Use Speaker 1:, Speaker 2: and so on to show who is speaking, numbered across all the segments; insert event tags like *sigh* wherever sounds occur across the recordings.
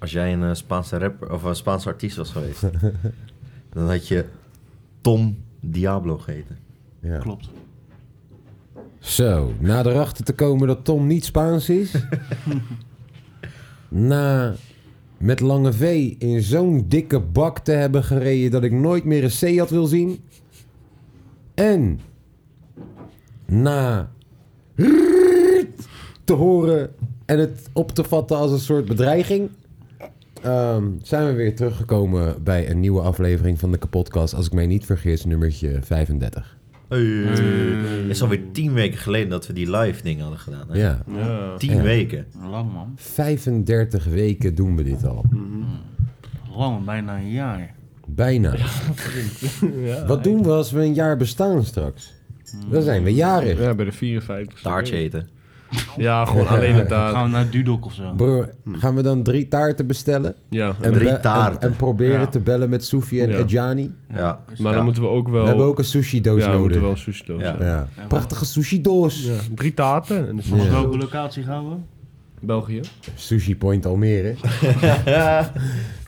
Speaker 1: als jij een eh, Spaanse rapper of een Spaanse artiest was geweest,
Speaker 2: *laughs*
Speaker 1: dan had je Tom Diablo geheten.
Speaker 3: Klopt.
Speaker 2: Zo, na erachter te komen dat Tom niet Spaans is. na met lange V in zo'n dikke bak te hebben gereden dat ik nooit meer een C had wil zien. En na te horen en het op te vatten als een soort bedreiging. ehm, zijn we weer teruggekomen bij een nieuwe aflevering van de kapotcast. Als ik mij niet vergis, nummertje 35.
Speaker 1: Het is alweer tien weken geleden dat we die live ding hadden gedaan. Hè?
Speaker 2: Ja,
Speaker 1: Tien weken.
Speaker 4: Lang man.
Speaker 2: 35 weken doen we dit al.
Speaker 5: Mhm.
Speaker 4: Lang, bijna een jaar.
Speaker 2: Bijna.
Speaker 6: *laughs*
Speaker 2: Wat doen we als we een jaar bestaan straks?
Speaker 4: Mhm.
Speaker 2: Dan zijn we jarig.
Speaker 5: Ja, bij de 54.
Speaker 1: Taartje eten.
Speaker 5: Ja, gewoon alleen het taart. Hm.
Speaker 4: Gaan we naar Dudok of zo?
Speaker 2: Broer, gaan we dan drie taarten bestellen?
Speaker 5: Ja,
Speaker 2: En
Speaker 1: Drie
Speaker 2: be- en-
Speaker 1: taarten.
Speaker 2: En, proberen
Speaker 4: Ja.
Speaker 2: te bellen met Soefie en
Speaker 5: Ja.
Speaker 2: Edjani.
Speaker 1: Ja.
Speaker 5: maar
Speaker 1: Ja.
Speaker 5: dan moeten we ook wel...
Speaker 2: We hebben ook een sushi doos
Speaker 5: ja, we moeten
Speaker 2: nodig.
Speaker 5: wel sushi doen.
Speaker 1: Ja.
Speaker 5: Ja.
Speaker 2: Ja. Prachtige sushi doos.
Speaker 5: Drie taarten en dat is
Speaker 4: Op
Speaker 5: van
Speaker 4: welke locatie gaan we?
Speaker 5: België.
Speaker 2: Sushi
Speaker 1: *laughs*
Speaker 2: Point Almere.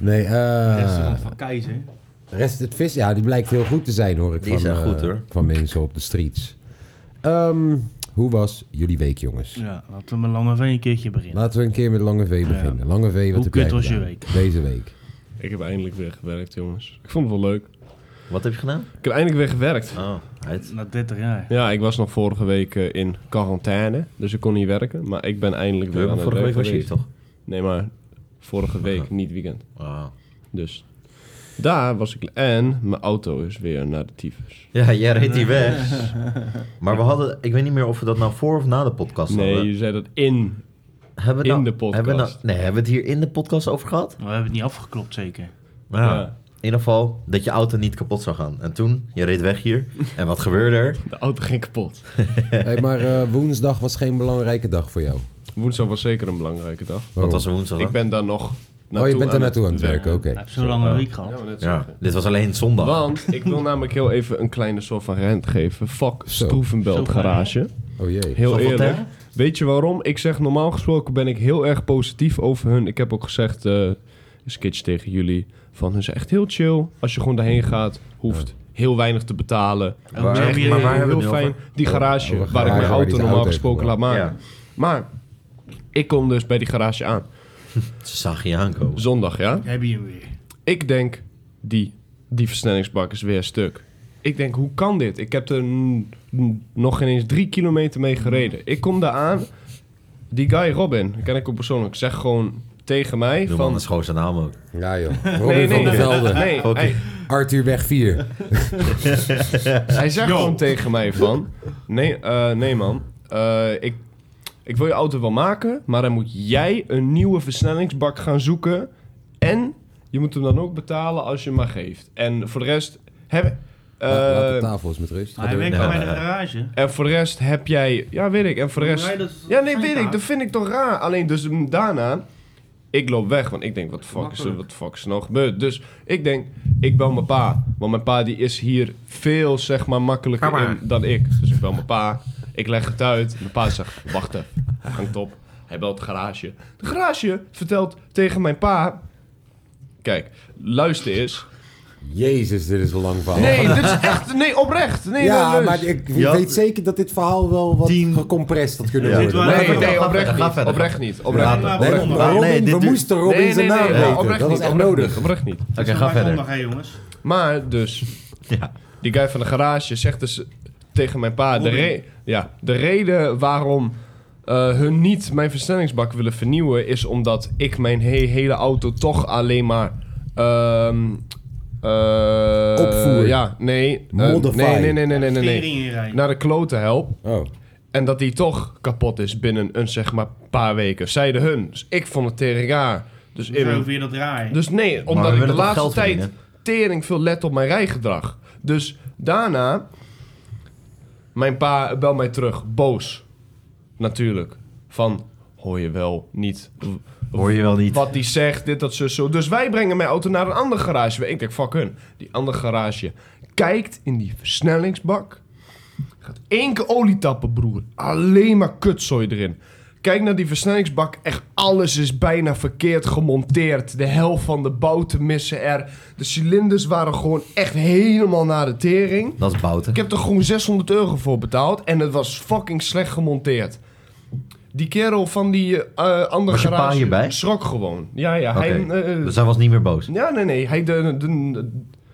Speaker 2: nee, eh
Speaker 4: Restaurant van Keizer.
Speaker 2: rest het vis. Ja, die blijkt heel goed te zijn hoor ik
Speaker 1: Die
Speaker 2: van,
Speaker 1: zijn
Speaker 2: eh,
Speaker 1: goed, hoor.
Speaker 2: van mensen op de streets. Ehm, hoe was jullie week jongens?
Speaker 4: Ja, laten we met Lange V een keertje beginnen.
Speaker 2: Laten we een keer met Lange V beginnen. Lange V, wat
Speaker 4: Hoe
Speaker 2: heb
Speaker 4: kut
Speaker 2: jij
Speaker 4: was je
Speaker 2: gedaan
Speaker 4: week?
Speaker 2: Deze week.
Speaker 1: *laughs*
Speaker 5: Ik heb eindelijk weer gewerkt, jongens. Ik vond het wel leuk.
Speaker 1: Wat heb je gedaan?
Speaker 5: Ik heb eindelijk weer gewerkt.
Speaker 1: Oh, uit.
Speaker 4: Na 30 jaar.
Speaker 5: Ja, ik was nog vorige week eh, in quarantaine, dus ik kon niet werken. Maar ik ben eindelijk weer aan het
Speaker 1: Vorige week
Speaker 5: werk
Speaker 1: was je hier
Speaker 5: geweest.
Speaker 1: toch?
Speaker 5: Nee, maar vorige week, niet weekend.
Speaker 1: Oh.
Speaker 5: Dus daar was ik... En mijn auto is weer naar de tyfus.
Speaker 1: Ja, jij reed die *laughs*
Speaker 5: *laughs*
Speaker 1: weg. Maar we hadden, ik weet niet meer of we dat nou voor of na de podcast
Speaker 5: Nee,
Speaker 1: hadden.
Speaker 5: je zei dat in.
Speaker 1: Hebben we
Speaker 5: in
Speaker 1: nou-
Speaker 5: de podcast.
Speaker 1: Hebben we nou- nee, hebben we het hier in de podcast over gehad?
Speaker 4: Maar we hebben het niet afgeklopt zeker.
Speaker 1: Nou,
Speaker 5: Ja.
Speaker 1: in ieder geval dat je auto niet kapot zou gaan. En toen, je reed weg hier. En wat gebeurde er?
Speaker 5: De auto ging kapot.
Speaker 2: Hey, maar eh, woensdag was geen belangrijke dag voor jou.
Speaker 5: Woensdag was zeker een belangrijke dag.
Speaker 1: Want het was een woensdag.
Speaker 5: Ik
Speaker 1: hè?
Speaker 5: ben daar nog naartoe
Speaker 2: oh, je bent er naartoe aan het
Speaker 5: werk.
Speaker 2: werken, oké.
Speaker 4: Ik heb zo'n lange week
Speaker 5: Ja,
Speaker 4: gehad.
Speaker 5: maar net zo.
Speaker 1: Ja, dit was alleen zondag.
Speaker 5: Want ik wil namelijk heel even een kleine soort van rent geven. Fuck
Speaker 2: Zo.
Speaker 5: Stroevenbelt
Speaker 4: Zo klein,
Speaker 5: Garage.
Speaker 2: Oh jee.
Speaker 5: Heel
Speaker 1: Zal ik wat
Speaker 5: eerlijk.
Speaker 1: tellen?
Speaker 5: Weet je waarom? Ik zeg normaal gesproken ben ik heel erg positief over hun. Ik heb ook gezegd, eh een sketch tegen jullie, van hun zijn echt heel chill. Als je gewoon daarheen gaat, hoeft heel weinig te betalen.
Speaker 1: Waar-
Speaker 5: Het is echt
Speaker 1: maar waar hebben we het
Speaker 5: heel
Speaker 1: nu
Speaker 5: fijn.
Speaker 2: Oh,
Speaker 5: Die garage
Speaker 2: over
Speaker 5: waar ik
Speaker 2: garage waar
Speaker 5: mijn
Speaker 2: die
Speaker 5: auto
Speaker 2: zijn
Speaker 5: normaal
Speaker 2: auto
Speaker 5: gesproken laat
Speaker 2: heeft
Speaker 5: maken.
Speaker 1: Ja,
Speaker 5: Maar ik kom dus bij die garage aan.
Speaker 1: ze zag je aankomen.
Speaker 5: Zondag, ja?
Speaker 4: Heb je hem weer?
Speaker 5: Ik denk, die, die versnellingsbak is weer stuk. Ik denk, hoe kan dit? Ik heb er n- n- nog geen eens drie kilometer mee gereden. Ik kom daar aan. Die guy Robin, ken ik ook persoonlijk, zegt gewoon tegen mij
Speaker 1: Noem
Speaker 5: van...
Speaker 1: anders gewoon zijn naam ook.
Speaker 2: Ja joh. Robin
Speaker 5: Nee,
Speaker 2: van
Speaker 5: nee,
Speaker 2: der
Speaker 5: nee,
Speaker 2: Velde.
Speaker 5: nee,
Speaker 1: Oké.
Speaker 5: hij,
Speaker 2: Arthur Weg 4.
Speaker 5: *laughs* hij zegt gewoon tegen mij van... Nee, eh, nee man, eh, ik, ik wil je auto wel maken, maar dan moet jij een nieuwe versnellingsbak gaan zoeken. En je moet hem dan ook betalen als je hem maar geeft. En voor de rest... Heb,
Speaker 2: Laat de
Speaker 5: eh,
Speaker 2: tafel eens met rust.
Speaker 4: Maar hij werkt
Speaker 1: Ja.
Speaker 4: bij de garage.
Speaker 5: En voor de rest heb jij... Ja, weet ik. En voor de
Speaker 4: Hoe
Speaker 5: rest...
Speaker 4: jij dat-
Speaker 5: Ja, nee,
Speaker 4: dat
Speaker 5: weet ik.
Speaker 4: gaat.
Speaker 5: Dat vind ik toch raar. Alleen dus mm, daarna... Ik loop weg, want ik denk, wat fuck is er,
Speaker 4: Makkelijk.
Speaker 5: wat fuck is er nou gebeurd? Dus ik denk, ik bel mijn pa. Want mijn pa die is hier veel, zeg maar, makkelijker in dan ik. Dus ik bel mijn pa. Ik leg het uit. Mijn pa zegt, wacht even. Hij Hangt op. Hij belt de garage. De garage vertelt tegen mijn pa... Kijk, luister eens.
Speaker 2: Jezus, dit is een lang verhaal. *laughs*
Speaker 5: Nee, dit is echt... Nee, oprecht. Nee,
Speaker 2: ja,
Speaker 5: serieus.
Speaker 2: maar ik
Speaker 1: Ja.
Speaker 2: weet zeker dat dit verhaal wel wat
Speaker 1: Tien-
Speaker 2: gecompressed had kunnen
Speaker 1: Ja.
Speaker 2: worden.
Speaker 4: Dit
Speaker 5: Nee,
Speaker 1: Ga
Speaker 5: nee,
Speaker 1: verder,
Speaker 5: oprecht
Speaker 1: ga
Speaker 5: niet.
Speaker 1: verder.
Speaker 5: Oprecht niet.
Speaker 1: Laat
Speaker 5: Oprecht
Speaker 1: het.
Speaker 5: niet.
Speaker 2: Nee,
Speaker 1: Oprecht
Speaker 2: maar
Speaker 1: niet.
Speaker 2: Robin,
Speaker 1: Nee, dit
Speaker 2: we
Speaker 1: duurt-
Speaker 2: moesten Robin zijn naam
Speaker 5: ja,
Speaker 2: weten.
Speaker 5: oprecht
Speaker 2: dat was
Speaker 5: niet,
Speaker 2: echt
Speaker 5: oprecht
Speaker 2: nodig.
Speaker 5: niet, Oprecht niet.
Speaker 1: Oké, ga verder.
Speaker 4: Zondag, hè jongens.
Speaker 2: *laughs*
Speaker 5: Maar dus,
Speaker 1: Ja.
Speaker 5: die guy van de garage zegt dus tegen mijn pa... De, re- ja, de reden waarom eh, hun niet mijn versnellingsbak willen vernieuwen... is omdat ik mijn he- hele auto toch alleen maar... ehm eh,
Speaker 2: Opvoer.
Speaker 5: Ja, nee. eh,
Speaker 2: Modify.
Speaker 5: nee, nee, nee, nee, nee, nee,
Speaker 4: Tering
Speaker 5: nee.
Speaker 4: in rijden.
Speaker 5: Naar de kloten help.
Speaker 2: Oh.
Speaker 5: En dat die toch kapot is binnen een zeg maar paar weken. Zeiden hun. Dus ik vond het tegen raar Dus,
Speaker 4: Zo
Speaker 5: in,
Speaker 4: hoef je dat draaien.
Speaker 5: dus nee, omdat
Speaker 1: we
Speaker 5: ik de
Speaker 1: willen toch
Speaker 5: laatste
Speaker 1: geld
Speaker 5: tijd
Speaker 1: verdienen?
Speaker 5: tering veel let op mijn rijgedrag. Dus daarna, mijn pa bel mij terug, boos. Natuurlijk. Van, hoor je wel niet
Speaker 1: Hoor je wel niet.
Speaker 5: wat die zegt, dit, dat, zus, zo. Dus wij brengen mijn auto naar een ander garage. Ik denk, fuck hun. Die andere garage kijkt in die versnellingsbak. Gaat één keer olie tappen, broer. Alleen maar kutzooi erin. Kijk naar die versnellingsbak. Echt alles is bijna verkeerd gemonteerd. De helft van de bouten missen er. De cilinders waren gewoon echt helemaal naar de tering.
Speaker 1: Dat is bouten.
Speaker 5: Ik heb er gewoon 600 euro voor betaald en het was fucking slecht gemonteerd. Die kerel van die eh eh, andere
Speaker 1: Was je pa
Speaker 5: garage
Speaker 1: hierbij?
Speaker 5: schrok gewoon. Ja, ja.
Speaker 1: Oké.
Speaker 5: Hij, eh,
Speaker 1: Dus hij was niet meer boos.
Speaker 5: ja, nee, nee. Hij, de, de-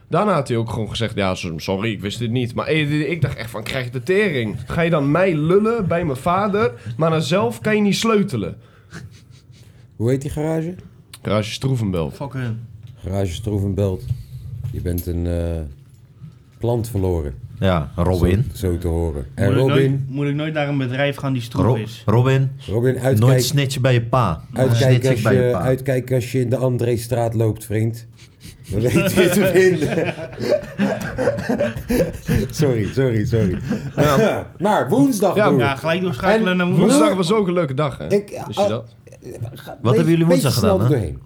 Speaker 5: daarna had hij ook gewoon gezegd, ja, so- sorry, ik wist dit niet. Maar eh, ik dacht echt van, krijg je de tering? Ga je dan mij lullen bij mijn vader, maar dan zelf kan je niet sleutelen?
Speaker 2: Hoe heet die garage?
Speaker 5: Garage Stroevenbelt.
Speaker 4: Fuck hun.
Speaker 2: Garage Stroevenbelt. Je bent een eh, plant verloren.
Speaker 1: Ja, Robin.
Speaker 2: Zo, zo te horen. En
Speaker 4: Moet, Ik
Speaker 2: Robin,
Speaker 4: nooit, moet ik nooit naar een bedrijf gaan die stroef
Speaker 1: Ro-
Speaker 4: is.
Speaker 1: Robin,
Speaker 2: Robin
Speaker 1: nooit
Speaker 2: uitkijk,
Speaker 1: snitchen bij je pa.
Speaker 2: uitkijk,
Speaker 1: Snitchen
Speaker 2: als
Speaker 1: bij
Speaker 2: je,
Speaker 1: pa.
Speaker 2: uitkijk als je in de Andréstraat loopt, vriend. Dan weet je te
Speaker 1: *laughs*
Speaker 2: vinden. sorry, sorry, sorry. *clears throat* maar woensdag,
Speaker 5: Ja,
Speaker 2: broer.
Speaker 4: Ja, gelijk doorschakelen
Speaker 2: En
Speaker 4: naar woensdag.
Speaker 5: Woensdag was ook een leuke dag, hè?
Speaker 2: Ik-
Speaker 5: Wist
Speaker 2: ah.
Speaker 5: je dat?
Speaker 1: Wat hebben jullie woensdag gedaan, hè?
Speaker 2: Doorheen.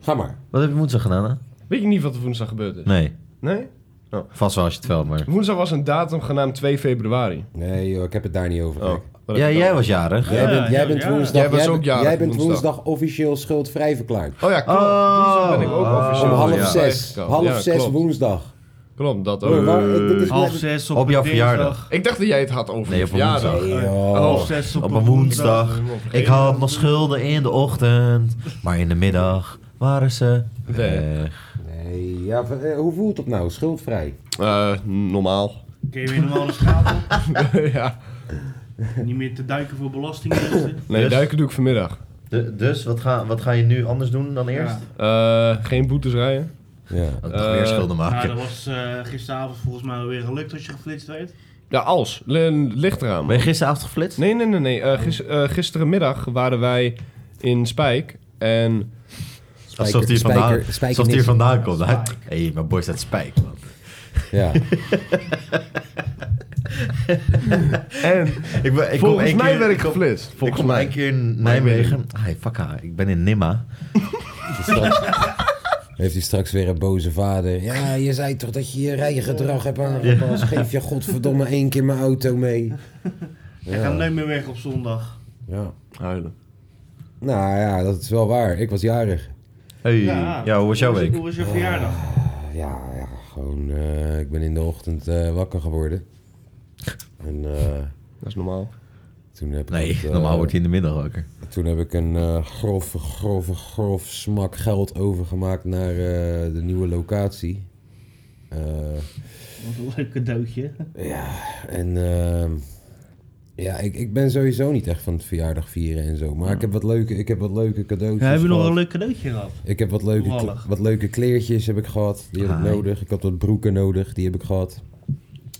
Speaker 2: Ga maar.
Speaker 1: Wat heb je woensdag gedaan, hè?
Speaker 5: Weet je niet wat er woensdag gebeurd is?
Speaker 1: Nee,
Speaker 5: Nee? Oh.
Speaker 1: vast wel als je het wel, maar...
Speaker 5: Woensdag was een datum genaamd 2 februari.
Speaker 2: Nee, joh, ik heb het daar niet over. gek.
Speaker 5: Wat heb
Speaker 1: Oh. Ja,
Speaker 5: ik dan?
Speaker 1: jij was jarig.
Speaker 2: *laughs* Jij
Speaker 4: Ja,
Speaker 2: bent, jij
Speaker 4: ja,
Speaker 2: bent
Speaker 4: ja.
Speaker 2: woensdag,
Speaker 5: Jij was ook
Speaker 2: bent-
Speaker 5: jarig
Speaker 2: jij bent
Speaker 5: woensdag.
Speaker 2: woensdag officieel schuldvrij verklaard.
Speaker 5: Oh ja, klopt.
Speaker 1: Oh.
Speaker 5: Woensdag ben ik ook officieel.
Speaker 2: Om half
Speaker 5: ja.
Speaker 2: zes.
Speaker 5: Ja,
Speaker 2: Half zes
Speaker 5: klopt.
Speaker 2: woensdag.
Speaker 5: Klopt,
Speaker 1: Oh,
Speaker 5: dat
Speaker 2: Broer,
Speaker 5: ook.
Speaker 2: waar- ik- dit is
Speaker 4: Half
Speaker 2: net-
Speaker 4: zes op,
Speaker 1: Op jouw
Speaker 4: een dinsdag.
Speaker 1: verjaardag.
Speaker 5: Ik dacht dat jij het had over
Speaker 1: Nee,
Speaker 5: je
Speaker 1: op een woensdag.
Speaker 5: verjaardag.
Speaker 2: Nee,
Speaker 4: Half
Speaker 5: Oh,
Speaker 2: joh.
Speaker 4: zes
Speaker 1: Op een woensdag. Ik had nog schulden in de ochtend, maar in de middag waren ze weg.
Speaker 2: Nee, ja, v- eh, hoe voelt dat nou? Schuldvrij.
Speaker 5: Eh, normaal.
Speaker 4: Kun je weer normaal de straat op?
Speaker 5: *laughs* ja.
Speaker 4: Niet meer te duiken voor belastingdiensten.
Speaker 5: Nee,
Speaker 1: Dus?
Speaker 5: duiken doe ik vanmiddag.
Speaker 1: De- dus wat ga, wat ga je nu anders doen dan eerst?
Speaker 4: Ja.
Speaker 5: Eh, geen boetes rijden.
Speaker 2: Ja.
Speaker 1: Dat toch weer
Speaker 5: Eh,
Speaker 1: schulden
Speaker 4: Nou,
Speaker 1: maken.
Speaker 4: dat was eh, gisteravond volgens mij weer gelukt als je geflitst werd.
Speaker 5: Ja, als. L- ligt eraan.
Speaker 1: Ben je gisteravond geflitst?
Speaker 5: Nee, nee, nee. nee. Eh, gis- eh, gisterenmiddag waren wij in Spijk. En
Speaker 1: Alsof die
Speaker 2: Spijker-
Speaker 1: vandaan,
Speaker 2: spijker- spijker
Speaker 1: alsof die er
Speaker 2: niks.
Speaker 1: vandaan komt. Hé, hey, mijn boy staat spijk, man.
Speaker 2: Ja.
Speaker 5: *laughs* En
Speaker 1: Ik, ben- ik kom
Speaker 5: volgens
Speaker 1: één
Speaker 5: mij
Speaker 1: keer-
Speaker 5: werd ik geflitst.
Speaker 1: Ik
Speaker 5: Volgens
Speaker 1: kom een
Speaker 5: mij.
Speaker 1: keer in Nijmegen. Hey, fuck haar. Ik ben in
Speaker 5: *laughs*
Speaker 1: Nimma.
Speaker 5: Dus
Speaker 2: Heeft hij straks weer een boze vader. Ja, je zei toch dat je je rijgedrag hebt aangepast. Geef je godverdomme één keer mijn auto mee.
Speaker 4: Hij gaat nooit meer weg op zondag.
Speaker 2: Ja.
Speaker 5: Huilen.
Speaker 2: Nou ja, dat is wel waar. Ik was jarig. Ah,
Speaker 1: Hey. Ja, hoe was jouw week?
Speaker 4: Hoe was je verjaardag?
Speaker 2: Ja, ja gewoon... eh, ik ben in de ochtend eh, wakker geworden. En eh,
Speaker 5: Dat is normaal.
Speaker 2: toen heb ik...
Speaker 1: Nee,
Speaker 2: het, eh,
Speaker 1: normaal wordt hij in de middag wakker.
Speaker 2: Toen heb ik een eh grove, grove, grof smak geld overgemaakt naar eh, de nieuwe locatie. Eh,
Speaker 4: Wat een leuk cadeautje.
Speaker 2: en ehm, ja, ik, ik ben sowieso niet echt van het verjaardag vieren en zo. Maar ik, heb wat leuke, ik heb wat leuke cadeautjes
Speaker 4: Ja, heb je nog
Speaker 2: gehad.
Speaker 4: een leuk cadeautje gehad?
Speaker 2: Ik heb wat leuke, kle-
Speaker 4: Toevallig. Ah,
Speaker 2: wat leuke kleertjes heb ik gehad. Die heb ik
Speaker 1: Hi.
Speaker 2: nodig. Ik had wat broeken nodig. Die heb ik gehad.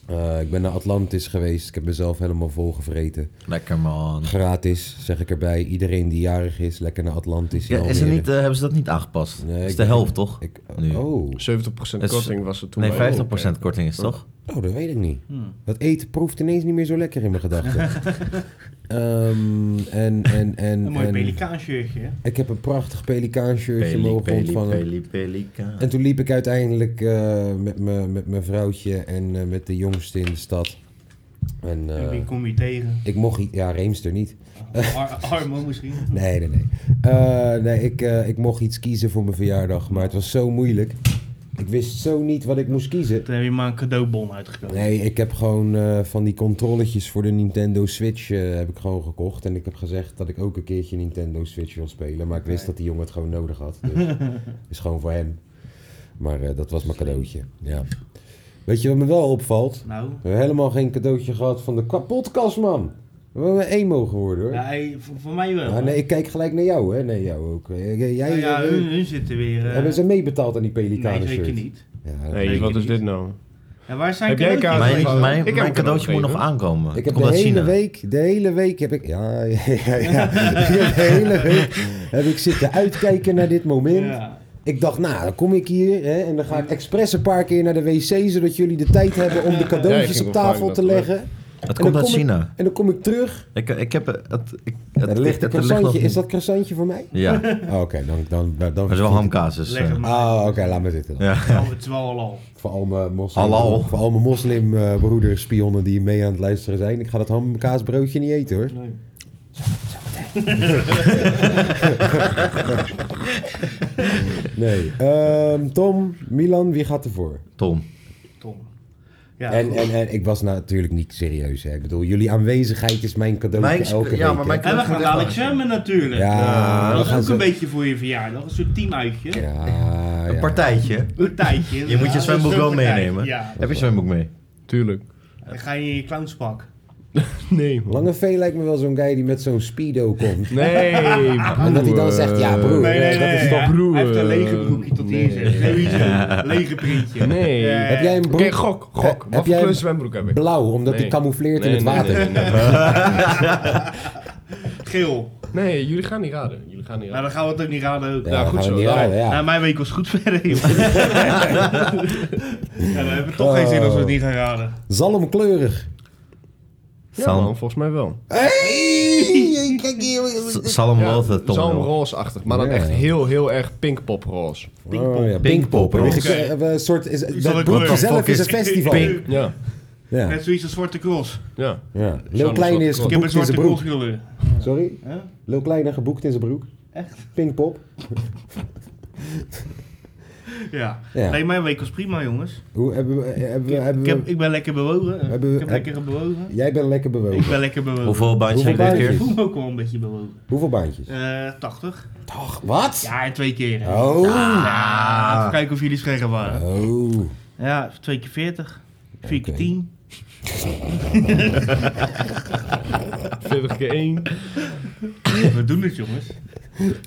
Speaker 2: Eh, ik ben naar Atlantis geweest. Ik heb mezelf helemaal volgevreten.
Speaker 1: Lekker, man.
Speaker 2: Gratis, zeg ik erbij. Iedereen die jarig is, lekker naar Atlantis. in
Speaker 1: Ja, is er
Speaker 2: Almere.
Speaker 1: niet, eh, hebben ze dat niet aangepast?
Speaker 2: Nee,
Speaker 1: dat is de
Speaker 2: ik denk-
Speaker 1: helft, toch?
Speaker 2: Ik,
Speaker 1: Nu.
Speaker 2: oh.
Speaker 5: 70%
Speaker 1: Het is-
Speaker 5: korting was het toen.
Speaker 1: Nee,
Speaker 5: bij-
Speaker 1: 50% korting is het, toch?
Speaker 2: oh, dat weet ik niet. Dat eten proeft ineens niet meer zo lekker in mijn gedachten. Ehm, en, en, en,
Speaker 4: Een mooi
Speaker 2: en-
Speaker 4: pelikaanshirtje. hè?
Speaker 2: ik heb een prachtig pelikaanshirtje
Speaker 1: Peli,
Speaker 2: mogen
Speaker 1: peli,
Speaker 2: ontvangen.
Speaker 1: peli, pelika.
Speaker 2: En toen liep ik uiteindelijk eh, met me- met mijn vrouwtje en eh, met de jongste in de stad. En eh,
Speaker 4: En Wie kom je tegen? Oh,
Speaker 2: ik mocht... i- Ja, Reemster niet.
Speaker 4: Ar Armo misschien?
Speaker 2: Nee, nee, nee. Eh, nee, ik, eh, ik mocht iets kiezen voor mijn verjaardag, maar het was zo moeilijk. Ik wist zo niet wat ik moest kiezen.
Speaker 4: Toen heb je maar een cadeaubon uitgekozen.
Speaker 2: Nee, ik heb gewoon eh, van die controlletjes voor de Nintendo Switch eh, heb ik gewoon gekocht. En ik heb gezegd dat ik ook een keertje Nintendo Switch wil spelen. Maar ik wist dat die jongen het gewoon nodig had.
Speaker 4: *laughs*
Speaker 2: Dus is gewoon voor hem. Maar eh, dat was mijn cadeautje. Ja. Weet je wat me wel opvalt?
Speaker 4: Nou,
Speaker 2: We hebben helemaal geen cadeautje gehad van de kapotkast, man. We hebben emo geworden, hoor.
Speaker 4: ja, hij- voor, voor mij wel.
Speaker 2: Ah, nee, ik kijk gelijk naar jou, hè? Nee, jou ook. Eh, Jij,
Speaker 4: Nou ja,
Speaker 2: eh,
Speaker 4: hun, hun zitten weer... eh,
Speaker 2: hebben ze meebetaald aan die pelikanen
Speaker 4: nee, zeker
Speaker 2: shirt?
Speaker 4: niet.
Speaker 2: Ja,
Speaker 5: Nee,
Speaker 4: Nee,
Speaker 5: wat
Speaker 4: ik
Speaker 5: is
Speaker 4: niet.
Speaker 5: dit nou?
Speaker 4: Ja, waar zijn
Speaker 5: Heb jij
Speaker 4: cadeautjes?
Speaker 5: kaarten?
Speaker 1: Mijn,
Speaker 5: Mijn-
Speaker 1: mijn,
Speaker 5: Ik heb
Speaker 1: mijn
Speaker 5: een
Speaker 1: cadeautje moet nog
Speaker 5: gegeven.
Speaker 1: aankomen.
Speaker 2: Ik heb
Speaker 1: Komt
Speaker 2: de
Speaker 1: uit
Speaker 2: hele
Speaker 1: China.
Speaker 2: week, de hele week heb ik, ja, *laughs* ja, ja, ja. Ik heb de hele week heb ik zitten uitkijken naar dit moment.
Speaker 4: Ja.
Speaker 2: Ik dacht, nou, dan kom ik hier hè, en dan ga ik expres een paar keer naar de wc, zodat jullie de tijd hebben om de
Speaker 5: Ja, ik
Speaker 2: cadeautjes
Speaker 5: ging
Speaker 2: op
Speaker 5: wel vragen
Speaker 2: tafel
Speaker 5: dat
Speaker 2: te
Speaker 5: het
Speaker 4: eh,
Speaker 5: lukt.
Speaker 2: leggen.
Speaker 1: Het
Speaker 2: En dan
Speaker 1: komt uit
Speaker 2: kom ik-
Speaker 1: China.
Speaker 2: En dan kom ik terug.
Speaker 1: Ik, ik heb het... Ik,
Speaker 2: Er ligt
Speaker 1: het-
Speaker 2: een
Speaker 1: nog
Speaker 2: croissantje.
Speaker 1: niet.
Speaker 2: Is dat croissantje voor mij?
Speaker 1: Ja,
Speaker 2: *laughs*
Speaker 1: maar
Speaker 2: Oh, Oké, dan, dan, dan,
Speaker 1: het is wel hamkaas. Dus,
Speaker 4: Leg
Speaker 1: eh,
Speaker 4: het maar.
Speaker 2: Oh, oké, laat maar zitten. dan.
Speaker 1: ja.
Speaker 4: Oh, het is wel al al.
Speaker 2: Voor al mijn moslim,
Speaker 1: *laughs* Halal.
Speaker 2: voor al mijn moslimbroeders, spionnen die mee aan het luisteren zijn. Ik ga dat hamkaasbroodje niet eten hoor.
Speaker 4: Nee.
Speaker 2: *laughs* Nee. Ehm, Tom, Milan, wie gaat ervoor?
Speaker 1: Tom.
Speaker 4: Tom. Ja,
Speaker 2: En,
Speaker 4: goed.
Speaker 2: en, en ik was natuurlijk niet serieus. Hè. Ik bedoel, jullie aanwezigheid is mijn cadeautje
Speaker 1: Mijn-
Speaker 2: elke
Speaker 1: ja,
Speaker 2: week.
Speaker 1: maar
Speaker 2: hè.
Speaker 1: mijn-
Speaker 4: en we gaan dadelijk zwemmen natuurlijk.
Speaker 2: Ja, we
Speaker 4: dat is
Speaker 2: gaan
Speaker 4: ook
Speaker 2: zo-
Speaker 4: een beetje voor je verjaardag. Een soort teamuitje.
Speaker 2: Ja,
Speaker 1: Een
Speaker 2: ja.
Speaker 1: partijtje.
Speaker 4: Een tijdje.
Speaker 1: Je moet je
Speaker 4: inderdaad.
Speaker 1: zwemboek
Speaker 4: Een
Speaker 1: wel
Speaker 4: soort partij.
Speaker 1: meenemen.
Speaker 4: Ja.
Speaker 1: Heb je zwemboek mee?
Speaker 5: Tuurlijk.
Speaker 4: Dan ga je in je clownspak.
Speaker 5: Nee, man.
Speaker 2: Lange V lijkt me wel zo'n guy die met zo'n speedo komt.
Speaker 4: *laughs*
Speaker 5: Nee, broer.
Speaker 2: *laughs* En dat hij dan zegt, ja, broer.
Speaker 4: Nee, nee,
Speaker 2: dat
Speaker 4: nee.
Speaker 2: is
Speaker 4: hij-
Speaker 2: toch-
Speaker 5: broer.
Speaker 4: Hij heeft een lege broekje tot hier.
Speaker 5: Nee.
Speaker 4: zeg. Sowieso. Lege printje.
Speaker 5: Nee.
Speaker 4: Eh,
Speaker 2: Heb jij een
Speaker 5: Oké,
Speaker 2: broek
Speaker 5: gok,
Speaker 2: Heb-
Speaker 5: gok.
Speaker 2: heb
Speaker 5: Wat
Speaker 2: jij
Speaker 5: voor
Speaker 2: een
Speaker 5: kleur zwembroek heb ik?
Speaker 2: blauw, omdat
Speaker 5: Nee.
Speaker 2: hij camoufleert in
Speaker 5: Nee,
Speaker 2: het
Speaker 5: nee,
Speaker 2: water?
Speaker 5: Nee, nee, nee.
Speaker 4: Geel.
Speaker 5: Nee, jullie gaan niet raden. Jullie gaan niet
Speaker 4: Nou,
Speaker 5: raden.
Speaker 4: dan gaan we het ook niet raden ook.
Speaker 2: Ja,
Speaker 5: Nou,
Speaker 2: dat
Speaker 5: goed
Speaker 2: gaan we
Speaker 5: zo,
Speaker 2: niet
Speaker 5: alright.
Speaker 2: raden, ja.
Speaker 4: Nou, mijn week was goed verder,
Speaker 2: *laughs*
Speaker 4: joh. ja, dan hebben we toch geen zin als we het niet gaan raden.
Speaker 2: Zalmkleurig.
Speaker 5: Ja,
Speaker 1: Salm-
Speaker 5: man, volgens mij wel.
Speaker 2: Hey, kijk hier.
Speaker 1: S- Salm roze, Tom.
Speaker 5: Zo'n
Speaker 1: wel.
Speaker 5: roze-achtig, maar dan
Speaker 2: Ja.
Speaker 5: echt heel, heel erg pinkpoproze.
Speaker 2: Oh, ja,
Speaker 1: Pinkpop,
Speaker 2: Pinkpop. Een
Speaker 1: oké.
Speaker 2: gez- eh, een soort, is,
Speaker 4: zal
Speaker 2: dat
Speaker 4: ik
Speaker 2: broekje
Speaker 4: kleur.
Speaker 2: zelf is een
Speaker 1: Fuck is
Speaker 2: festival.
Speaker 1: pink.
Speaker 5: Ja,
Speaker 2: Ja,
Speaker 4: Net zoiets als Zwarte Cross.
Speaker 5: ja.
Speaker 2: ja. Lil
Speaker 5: Zo'n
Speaker 1: *laughs*
Speaker 2: Kleine is
Speaker 5: soort-
Speaker 4: Ik heb een
Speaker 2: geboekt in
Speaker 4: Zwarte
Speaker 2: zijn
Speaker 4: Cross
Speaker 2: broek.
Speaker 4: willen.
Speaker 2: Sorry?
Speaker 4: Huh?
Speaker 2: Lil Kleine geboekt in zijn broek. *laughs*
Speaker 4: Echt?
Speaker 2: Pinkpop.
Speaker 4: Ja.
Speaker 2: Ja.
Speaker 4: Nee, mijn week was prima, jongens.
Speaker 2: Hoe hebben we... eh, Hebben we,
Speaker 4: Ik,
Speaker 2: hebben
Speaker 4: ik,
Speaker 2: we-
Speaker 4: heb, ik ben lekker bewogen.
Speaker 2: Hebben we-
Speaker 4: Eh, ik heb
Speaker 2: heb-
Speaker 4: lekker bewogen.
Speaker 2: jij bent lekker
Speaker 4: Ik
Speaker 2: bewogen.
Speaker 4: ben lekker bewogen.
Speaker 1: Hoeveel baantjes heb
Speaker 2: Hoeveel
Speaker 1: je dit keer?
Speaker 4: Ik voel me ook wel een beetje bewogen.
Speaker 2: Hoeveel baantjes?
Speaker 4: Eh 80.
Speaker 2: Toch, wat?
Speaker 4: Ja, en twee keer. hè.
Speaker 2: Oh.
Speaker 4: Ja, even kijken of jullie scherp waren.
Speaker 2: Oh.
Speaker 4: Ja, twee keer 40. Vier keer
Speaker 2: Oké.
Speaker 4: 10.
Speaker 5: 40 keer 1.
Speaker 4: We doen het, jongens.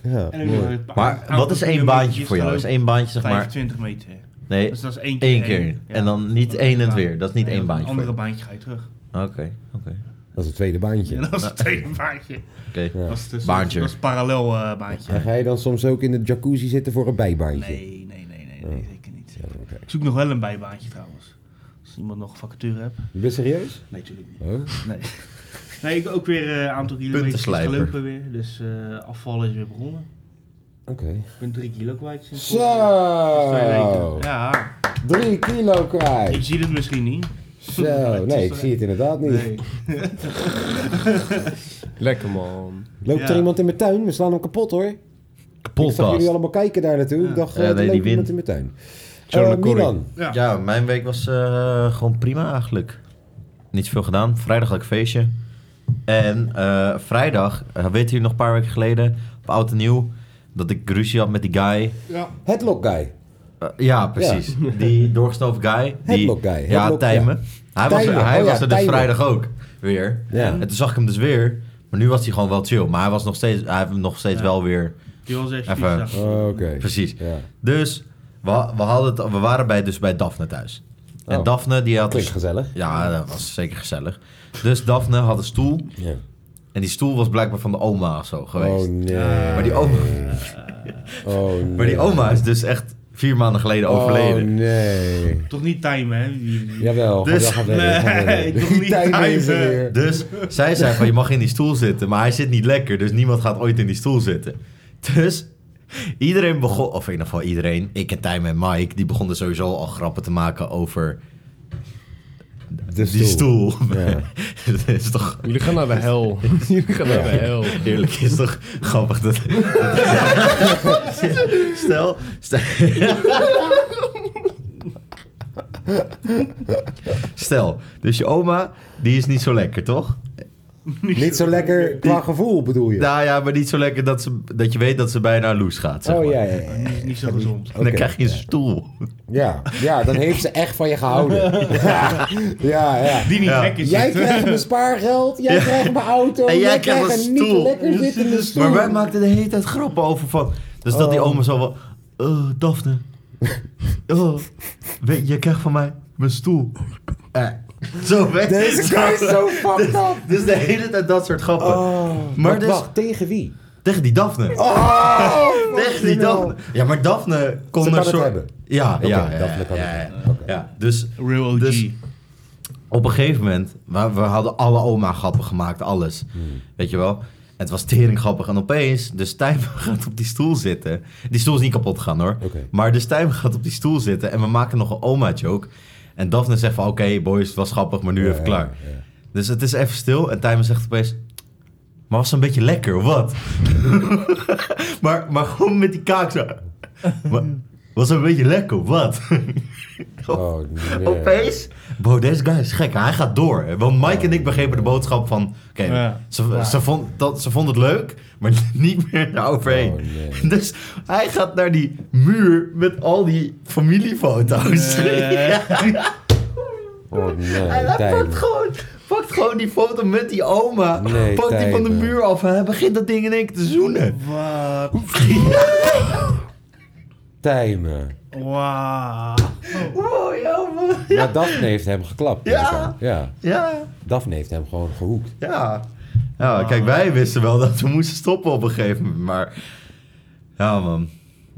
Speaker 2: Ja,
Speaker 4: En dan
Speaker 2: mooi.
Speaker 4: doen we het
Speaker 1: Maar wat is één baantje voor jou? Is één baantje zeg maar...
Speaker 4: 25 meter.
Speaker 1: Nee,
Speaker 4: Dus dat is één keer.
Speaker 1: één keer.
Speaker 4: Ja.
Speaker 1: En dan niet één en het
Speaker 4: Ja.
Speaker 1: weer. Dat is niet
Speaker 4: Nee,
Speaker 1: één
Speaker 4: op
Speaker 1: baantje
Speaker 4: Een
Speaker 1: voor
Speaker 4: andere
Speaker 1: jou.
Speaker 4: baantje ga je terug.
Speaker 1: Oké, oké.
Speaker 2: Dat is het tweede
Speaker 4: Ja,
Speaker 2: baantje.
Speaker 4: *laughs* dat is het tweede baantje.
Speaker 1: Oké.
Speaker 2: Ja.
Speaker 4: Dat is dus
Speaker 1: Baantje.
Speaker 4: Dat is parallel eh, baantje.
Speaker 2: En ga je dan soms ook in de jacuzzi zitten voor een bijbaantje? Oh.
Speaker 4: Nee, nee, nee, nee, nee, zeker niet.
Speaker 2: Ja, oké.
Speaker 4: Ik zoek nog wel een bijbaantje trouwens. Als iemand nog een vacature hebt.
Speaker 2: Je bent serieus?
Speaker 4: Nee, natuurlijk niet.
Speaker 2: Oh.
Speaker 4: Nee. Nee, ik ook weer eh, een aantal kilometers
Speaker 1: Puntenslijper.
Speaker 4: gelopen weer. Dus eh afvallen is weer begonnen.
Speaker 2: Oké.
Speaker 4: Ik ben drie kilo kwijt sinds vorige week. Twee
Speaker 2: Zo.
Speaker 4: weken. Ja,
Speaker 2: Drie kilo
Speaker 4: ik
Speaker 2: kwijt.
Speaker 4: zie het misschien niet. *laughs*
Speaker 2: Zo. Nee, ik zie het inderdaad niet.
Speaker 4: Nee.
Speaker 1: *laughs*
Speaker 5: Lekker, man.
Speaker 2: *laughs* Loopt
Speaker 4: Ja.
Speaker 2: er iemand in mijn tuin? We slaan hem kapot hoor. Ik zag jullie
Speaker 1: Podcast.
Speaker 2: allemaal kijken daar naartoe. Ik dacht,
Speaker 1: Ja,
Speaker 2: eh, er
Speaker 1: nee, die
Speaker 2: loopt iemand
Speaker 1: wint.
Speaker 2: in mijn tuin.
Speaker 5: John
Speaker 2: Eh,
Speaker 5: en Corrie.
Speaker 4: *laughs*
Speaker 2: Milan.
Speaker 4: Ja.
Speaker 1: Ja, mijn week was eh, gewoon prima eigenlijk. Niet veel gedaan. Vrijdag had ik feestje. En eh, vrijdag, eh, weten jullie nog een paar weken geleden, op Oud en Nieuw, dat ik ruzie had met die guy.
Speaker 4: ja.
Speaker 2: Headlock guy.
Speaker 1: Eh, ja, precies. Die doorgestoven guy. Die,
Speaker 2: Headlock guy,
Speaker 1: Ja,
Speaker 2: headlock,
Speaker 1: Tijmen. Hij was,
Speaker 2: Tijmen,
Speaker 1: hij
Speaker 2: oh ja,
Speaker 1: was er dus
Speaker 2: Tijmen.
Speaker 1: vrijdag ook weer.
Speaker 2: Ja.
Speaker 1: En toen zag ik hem dus weer. Maar nu was hij gewoon wel chill. Maar hij, was nog steeds, hij heeft hem nog steeds
Speaker 4: Ja.
Speaker 1: wel weer...
Speaker 4: Die was echt
Speaker 1: Even.
Speaker 4: vies.
Speaker 2: Oh, Oké.
Speaker 1: Precies.
Speaker 2: Ja.
Speaker 1: Dus we, we, hadden het, we waren bij, dus bij Daphne thuis. En
Speaker 2: Oh.
Speaker 1: Daphne die had...
Speaker 2: Klinkt
Speaker 1: dus-
Speaker 2: gezellig.
Speaker 1: Ja, dat was zeker gezellig. Dus Daphne had een stoel.
Speaker 2: Ja.
Speaker 1: En die stoel was blijkbaar van de oma of zo geweest.
Speaker 2: Oh nee.
Speaker 1: maar, die oma,
Speaker 2: Oh, nee.
Speaker 1: maar die oma is dus echt vier maanden geleden
Speaker 2: Oh
Speaker 1: overleden.
Speaker 4: *laughs*
Speaker 2: nee.
Speaker 4: Toch niet timen, hè? Die- die-
Speaker 2: Jawel,
Speaker 1: Dus-
Speaker 2: dus, ga
Speaker 4: *laughs*
Speaker 2: weg. ga
Speaker 4: Nee,
Speaker 2: weg.
Speaker 4: toch
Speaker 2: Die
Speaker 4: niet
Speaker 2: tuin is er
Speaker 4: timen.
Speaker 2: weer.
Speaker 1: Dus zij zei van je mag in die stoel zitten, maar hij zit niet lekker. Dus niemand gaat ooit in die stoel zitten. Dus iedereen begon, of in ieder geval iedereen, ik en Tijm en Mike, die begonnen sowieso al grappen te maken over
Speaker 2: De
Speaker 1: die stoel. *laughs*
Speaker 2: Ja.
Speaker 1: Dat is toch...
Speaker 5: Jullie gaan naar de
Speaker 2: *laughs*
Speaker 5: hel. Jullie gaan naar de hel.
Speaker 1: Eerlijk is toch grappig dat. *laughs* stel, stel. Stel, dus je oma, die is niet zo lekker, toch?
Speaker 2: Niet zo lekker qua gevoel bedoel je?
Speaker 1: Nou ja, maar niet zo lekker dat, ze, dat je weet dat ze bijna loes gaat, zeg
Speaker 2: oh
Speaker 1: maar.
Speaker 2: ja, ja, ja.
Speaker 4: die is niet zo gezond.
Speaker 1: En dan
Speaker 2: Oké.
Speaker 1: krijg je een stoel.
Speaker 2: ja. Ja, dan heeft ze echt van je
Speaker 1: *laughs*
Speaker 2: gehouden. Ja, ja. ja.
Speaker 4: Die niet
Speaker 1: Ja.
Speaker 4: lekker
Speaker 2: Jij
Speaker 4: zit. hè?
Speaker 2: krijgt mijn spaargeld, jij krijgt mijn auto,
Speaker 1: En
Speaker 2: jij,
Speaker 1: jij krijgt
Speaker 2: krijgt
Speaker 1: een
Speaker 2: een niet
Speaker 1: stoel.
Speaker 2: lekker zittende stoel.
Speaker 1: Maar wij maakten de hele tijd grappen over van... Dus
Speaker 7: Oh
Speaker 1: dat die oma zo van... eh Daphne. Oh, weet, je krijgt van mij Mijn stoel. Eh. Zo weg.
Speaker 2: Deze guy is zo fucked up.
Speaker 1: *laughs* Dus de hele tijd dat soort grappen.
Speaker 2: Oh,
Speaker 1: Maar
Speaker 2: maar
Speaker 1: dus-
Speaker 2: wacht, tegen wie?
Speaker 1: Tegen die Daphne. *laughs*
Speaker 2: Oh,
Speaker 1: Tegen die Daphne. Ja, maar Daphne kon
Speaker 2: Ze
Speaker 1: een
Speaker 2: kan het
Speaker 1: soort...
Speaker 2: hebben.
Speaker 1: Ja,
Speaker 2: Oké,
Speaker 1: ja, ja,
Speaker 2: Daphne kan
Speaker 1: ja,
Speaker 2: het
Speaker 1: ja,
Speaker 2: hebben. Oké.
Speaker 1: ja. Dus
Speaker 4: Real OG.
Speaker 1: Dus- op een gegeven moment, we, we hadden alle oma grappen gemaakt, alles.
Speaker 2: Hmm.
Speaker 1: Weet je wel? Het was tering grappig. En opeens, de Stijn *laughs* gaat op die stoel zitten. Die stoel is niet kapot gegaan hoor.
Speaker 2: Oké.
Speaker 1: Maar de Stijn gaat op die stoel zitten en we maken nog een oma joke. En Daphne zegt van, oké boys, het was grappig, maar nu
Speaker 2: Ja,
Speaker 1: even klaar.
Speaker 2: ja, ja.
Speaker 1: Dus het is even stil en Tijmen zegt opeens... Maar was het een beetje lekker, of wat? *laughs* maar, maar gewoon met die kaak zo... "Maar was het een beetje lekker, of wat? *laughs*
Speaker 2: Oh, nee.
Speaker 1: Opeens? Bro, deze guy is gek. Hij gaat door. hè. Want Mike en
Speaker 2: Oh.
Speaker 1: ik begrepen de boodschap van... Oké,
Speaker 4: Ja.
Speaker 1: ze, ze, vond, dat, ze vond het leuk, maar *laughs* niet meer daaroverheen.
Speaker 2: Oh, nee.
Speaker 1: *laughs* Dus hij gaat naar die muur met al die familiefoto's. *laughs*
Speaker 4: Nee.
Speaker 1: Ja.
Speaker 2: Oh, nee,
Speaker 1: Hij pakt
Speaker 2: Tijmen.
Speaker 1: gewoon, pakt gewoon die foto met die oma.
Speaker 2: Nee,
Speaker 1: pakt die van de
Speaker 2: Tijmen.
Speaker 1: muur af en hij begint dat ding in één keer te zoenen.
Speaker 4: Wat?
Speaker 2: Tijmen.
Speaker 4: Wauw.
Speaker 1: Wow, ja, man.
Speaker 2: Ja, Daphne heeft hem geklapt.
Speaker 1: Ja.
Speaker 2: blijkbaar. ja.
Speaker 1: Ja,
Speaker 2: Daphne heeft hem gewoon gehoekt.
Speaker 1: ja. Ja, kijk, wij wisten wel dat we moesten stoppen op een gegeven moment, maar... Ja, man.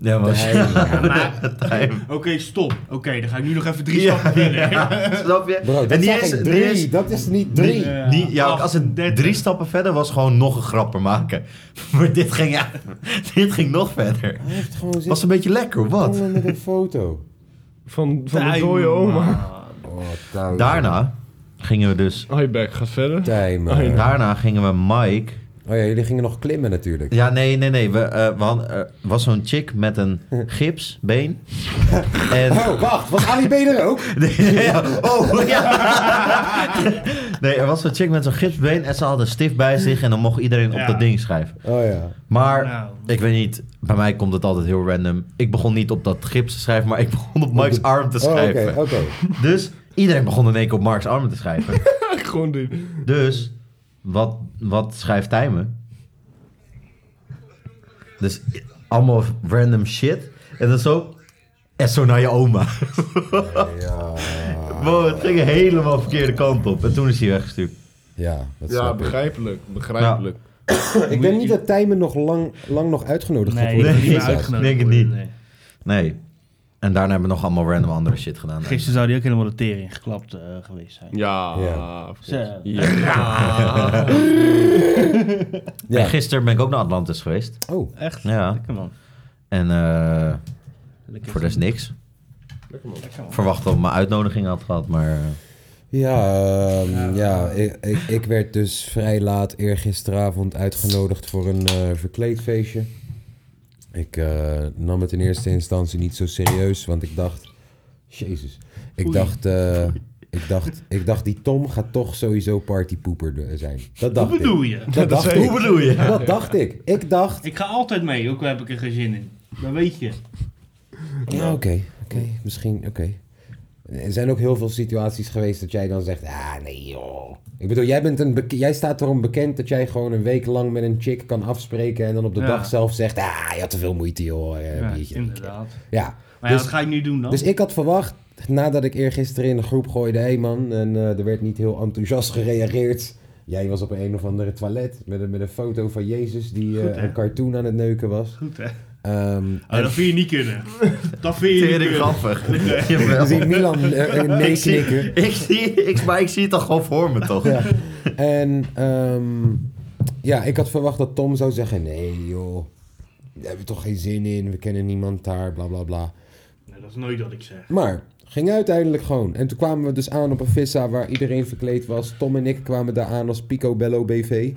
Speaker 1: Ja, man. *laughs*
Speaker 2: *laughs*
Speaker 4: *laughs*
Speaker 1: Tijmen.
Speaker 4: Oké, stop. Oké, dan ga ik nu nog even drie
Speaker 1: Ja,
Speaker 4: stappen
Speaker 1: *laughs*
Speaker 4: verder.
Speaker 1: ja, snap je?
Speaker 2: Bro, dat
Speaker 1: en
Speaker 2: is
Speaker 1: die is,
Speaker 2: drie.
Speaker 1: die is,
Speaker 2: dat is niet drie.
Speaker 4: Nee.
Speaker 1: die, ja,
Speaker 4: Acht,
Speaker 1: als het drie stappen verder was, gewoon nog een grapper maken. *laughs* Maar dit ging, ja, *laughs* dit ging nog verder.
Speaker 2: Hij heeft gewoon
Speaker 1: Was
Speaker 2: zitten
Speaker 1: een beetje lekker, of wat?
Speaker 2: hangen met een foto.
Speaker 5: Van, van de
Speaker 4: Tijmen.
Speaker 5: dode oma.
Speaker 2: Oh, Tijmen.
Speaker 1: Daarna gingen we dus.
Speaker 5: Highback gaat verder.
Speaker 2: Tijmen.
Speaker 1: Daarna gingen we Mike.
Speaker 2: Oh ja, jullie gingen nog klimmen natuurlijk.
Speaker 1: Ja, nee, nee, nee. We, eh, we hadden- er was zo'n chick met
Speaker 2: *laughs*
Speaker 1: een gipsbeen. En.
Speaker 2: Oh, wacht, was Ali B er ook?
Speaker 1: *laughs* Nee, ja, oh, *laughs* ja. Nee, er was zo'n chick met zo'n gipsbeen. En ze had een stift bij zich. En dan mocht iedereen op
Speaker 4: Ja.
Speaker 1: dat ding schrijven.
Speaker 2: Oh ja.
Speaker 1: Maar
Speaker 4: Nou.
Speaker 1: ik weet niet, bij mij komt het altijd heel random. Ik begon niet op dat gips te schrijven, maar ik begon op Mike's arm te
Speaker 2: *laughs* Oh, oké,
Speaker 1: schrijven.
Speaker 2: oké.
Speaker 1: Dus iedereen begon in één keer op Mark's arm te schrijven.
Speaker 5: *laughs* Gewoon die.
Speaker 1: Dus, wat, wat schrijft Tijmen? Dus allemaal random shit. En dan zo... En zo naar je oma.
Speaker 2: Ja,
Speaker 1: Wow, het ging helemaal verkeerde kant op. En toen is hij weggestuurd.
Speaker 2: ja, dat
Speaker 5: Ja,
Speaker 2: snap ik.
Speaker 5: begrijpelijk. Begrijpelijk.
Speaker 2: Ik denk niet dat Tijmen nog lang, lang nog uitgenodigd gaat
Speaker 4: Nee,
Speaker 2: worden.
Speaker 4: ik
Speaker 1: Nee,
Speaker 4: ben niet meer
Speaker 1: ik
Speaker 4: uitgenodigd.
Speaker 1: denk het
Speaker 4: worden,
Speaker 1: niet.
Speaker 4: nee.
Speaker 1: Nee. En daarna hebben we nog allemaal random andere shit gedaan.
Speaker 4: Gisteren zou die ook helemaal de tering geklapt eh, geweest zijn.
Speaker 5: Ja.
Speaker 2: Ja.
Speaker 5: of course.
Speaker 4: Zo.
Speaker 5: Ja.
Speaker 1: *laughs* En
Speaker 2: Ja.
Speaker 1: gisteren ben ik ook naar Atlantis geweest.
Speaker 2: Oh,
Speaker 4: Echt?
Speaker 1: Ja.
Speaker 4: Lekker man.
Speaker 1: En eh,
Speaker 4: Lekker.
Speaker 1: voor de rest niks.
Speaker 4: Lekker man.
Speaker 1: Verwacht dat ik mijn uitnodiging had gehad, maar... eh,
Speaker 2: ja, ehm, ja ik, ik, ik werd dus vrij laat eergisteravond uitgenodigd voor een eh, verkleedfeestje. Ik eh, nam het in eerste instantie niet zo serieus, want ik dacht... Jezus. Ik dacht, eh, ik, dacht, ik dacht, die Tom gaat toch sowieso partypoeper eh, zijn. Dat dacht
Speaker 4: Hoe bedoel
Speaker 2: ik.
Speaker 4: *laughs* je?
Speaker 2: Dat dacht
Speaker 5: zei
Speaker 2: ik.
Speaker 1: bedoel je?
Speaker 2: Dat dacht ik. Ik dacht...
Speaker 4: Ik ga altijd mee, ook al heb ik er geen zin in. Dat weet je.
Speaker 2: Ja, Ah, oké. oké. Misschien, oké. Er zijn ook heel veel situaties geweest dat jij dan zegt, ah nee joh. Ik bedoel, jij, bent een bek- jij staat erom bekend dat jij gewoon een week lang met een chick kan afspreken en dan op de
Speaker 4: Ja.
Speaker 2: dag zelf zegt, ah je had te veel moeite joh. eh,
Speaker 4: Ja,
Speaker 2: biertje.
Speaker 4: inderdaad.
Speaker 2: ja.
Speaker 4: Maar ja,
Speaker 2: Dus-
Speaker 4: wat ga ik nu doen dan?
Speaker 2: Dus ik had verwacht, nadat ik eergisteren in de groep gooide, hey man, en eh, er werd niet heel enthousiast gereageerd. Jij was op een of andere toilet met een, met een foto van Jezus die eh,
Speaker 4: hè?
Speaker 2: een cartoon aan het neuken was.
Speaker 4: Goed hè?
Speaker 2: Ehm,
Speaker 4: Oh, dat vind je niet kunnen. *laughs* Dat vind je niet
Speaker 1: Tering
Speaker 4: kunnen.
Speaker 1: grappig.
Speaker 2: *laughs* je
Speaker 1: Jawel.
Speaker 2: ziet Milan eh, eh, nee
Speaker 1: Ik zie-
Speaker 2: knikken.
Speaker 1: Ik zie, ik, maar ik zie het toch gewoon voor me, toch?
Speaker 2: Ja. En ehm, ja, ik had verwacht dat Tom zou zeggen: nee, joh, daar hebben we toch geen zin in, we kennen niemand daar, bla bla bla.
Speaker 4: Nee, dat is nooit wat ik zeg.
Speaker 2: Maar ging uiteindelijk gewoon. En toen kwamen we dus aan op een vissa waar iedereen verkleed was. Tom en ik kwamen daar aan als Pico Bello BV,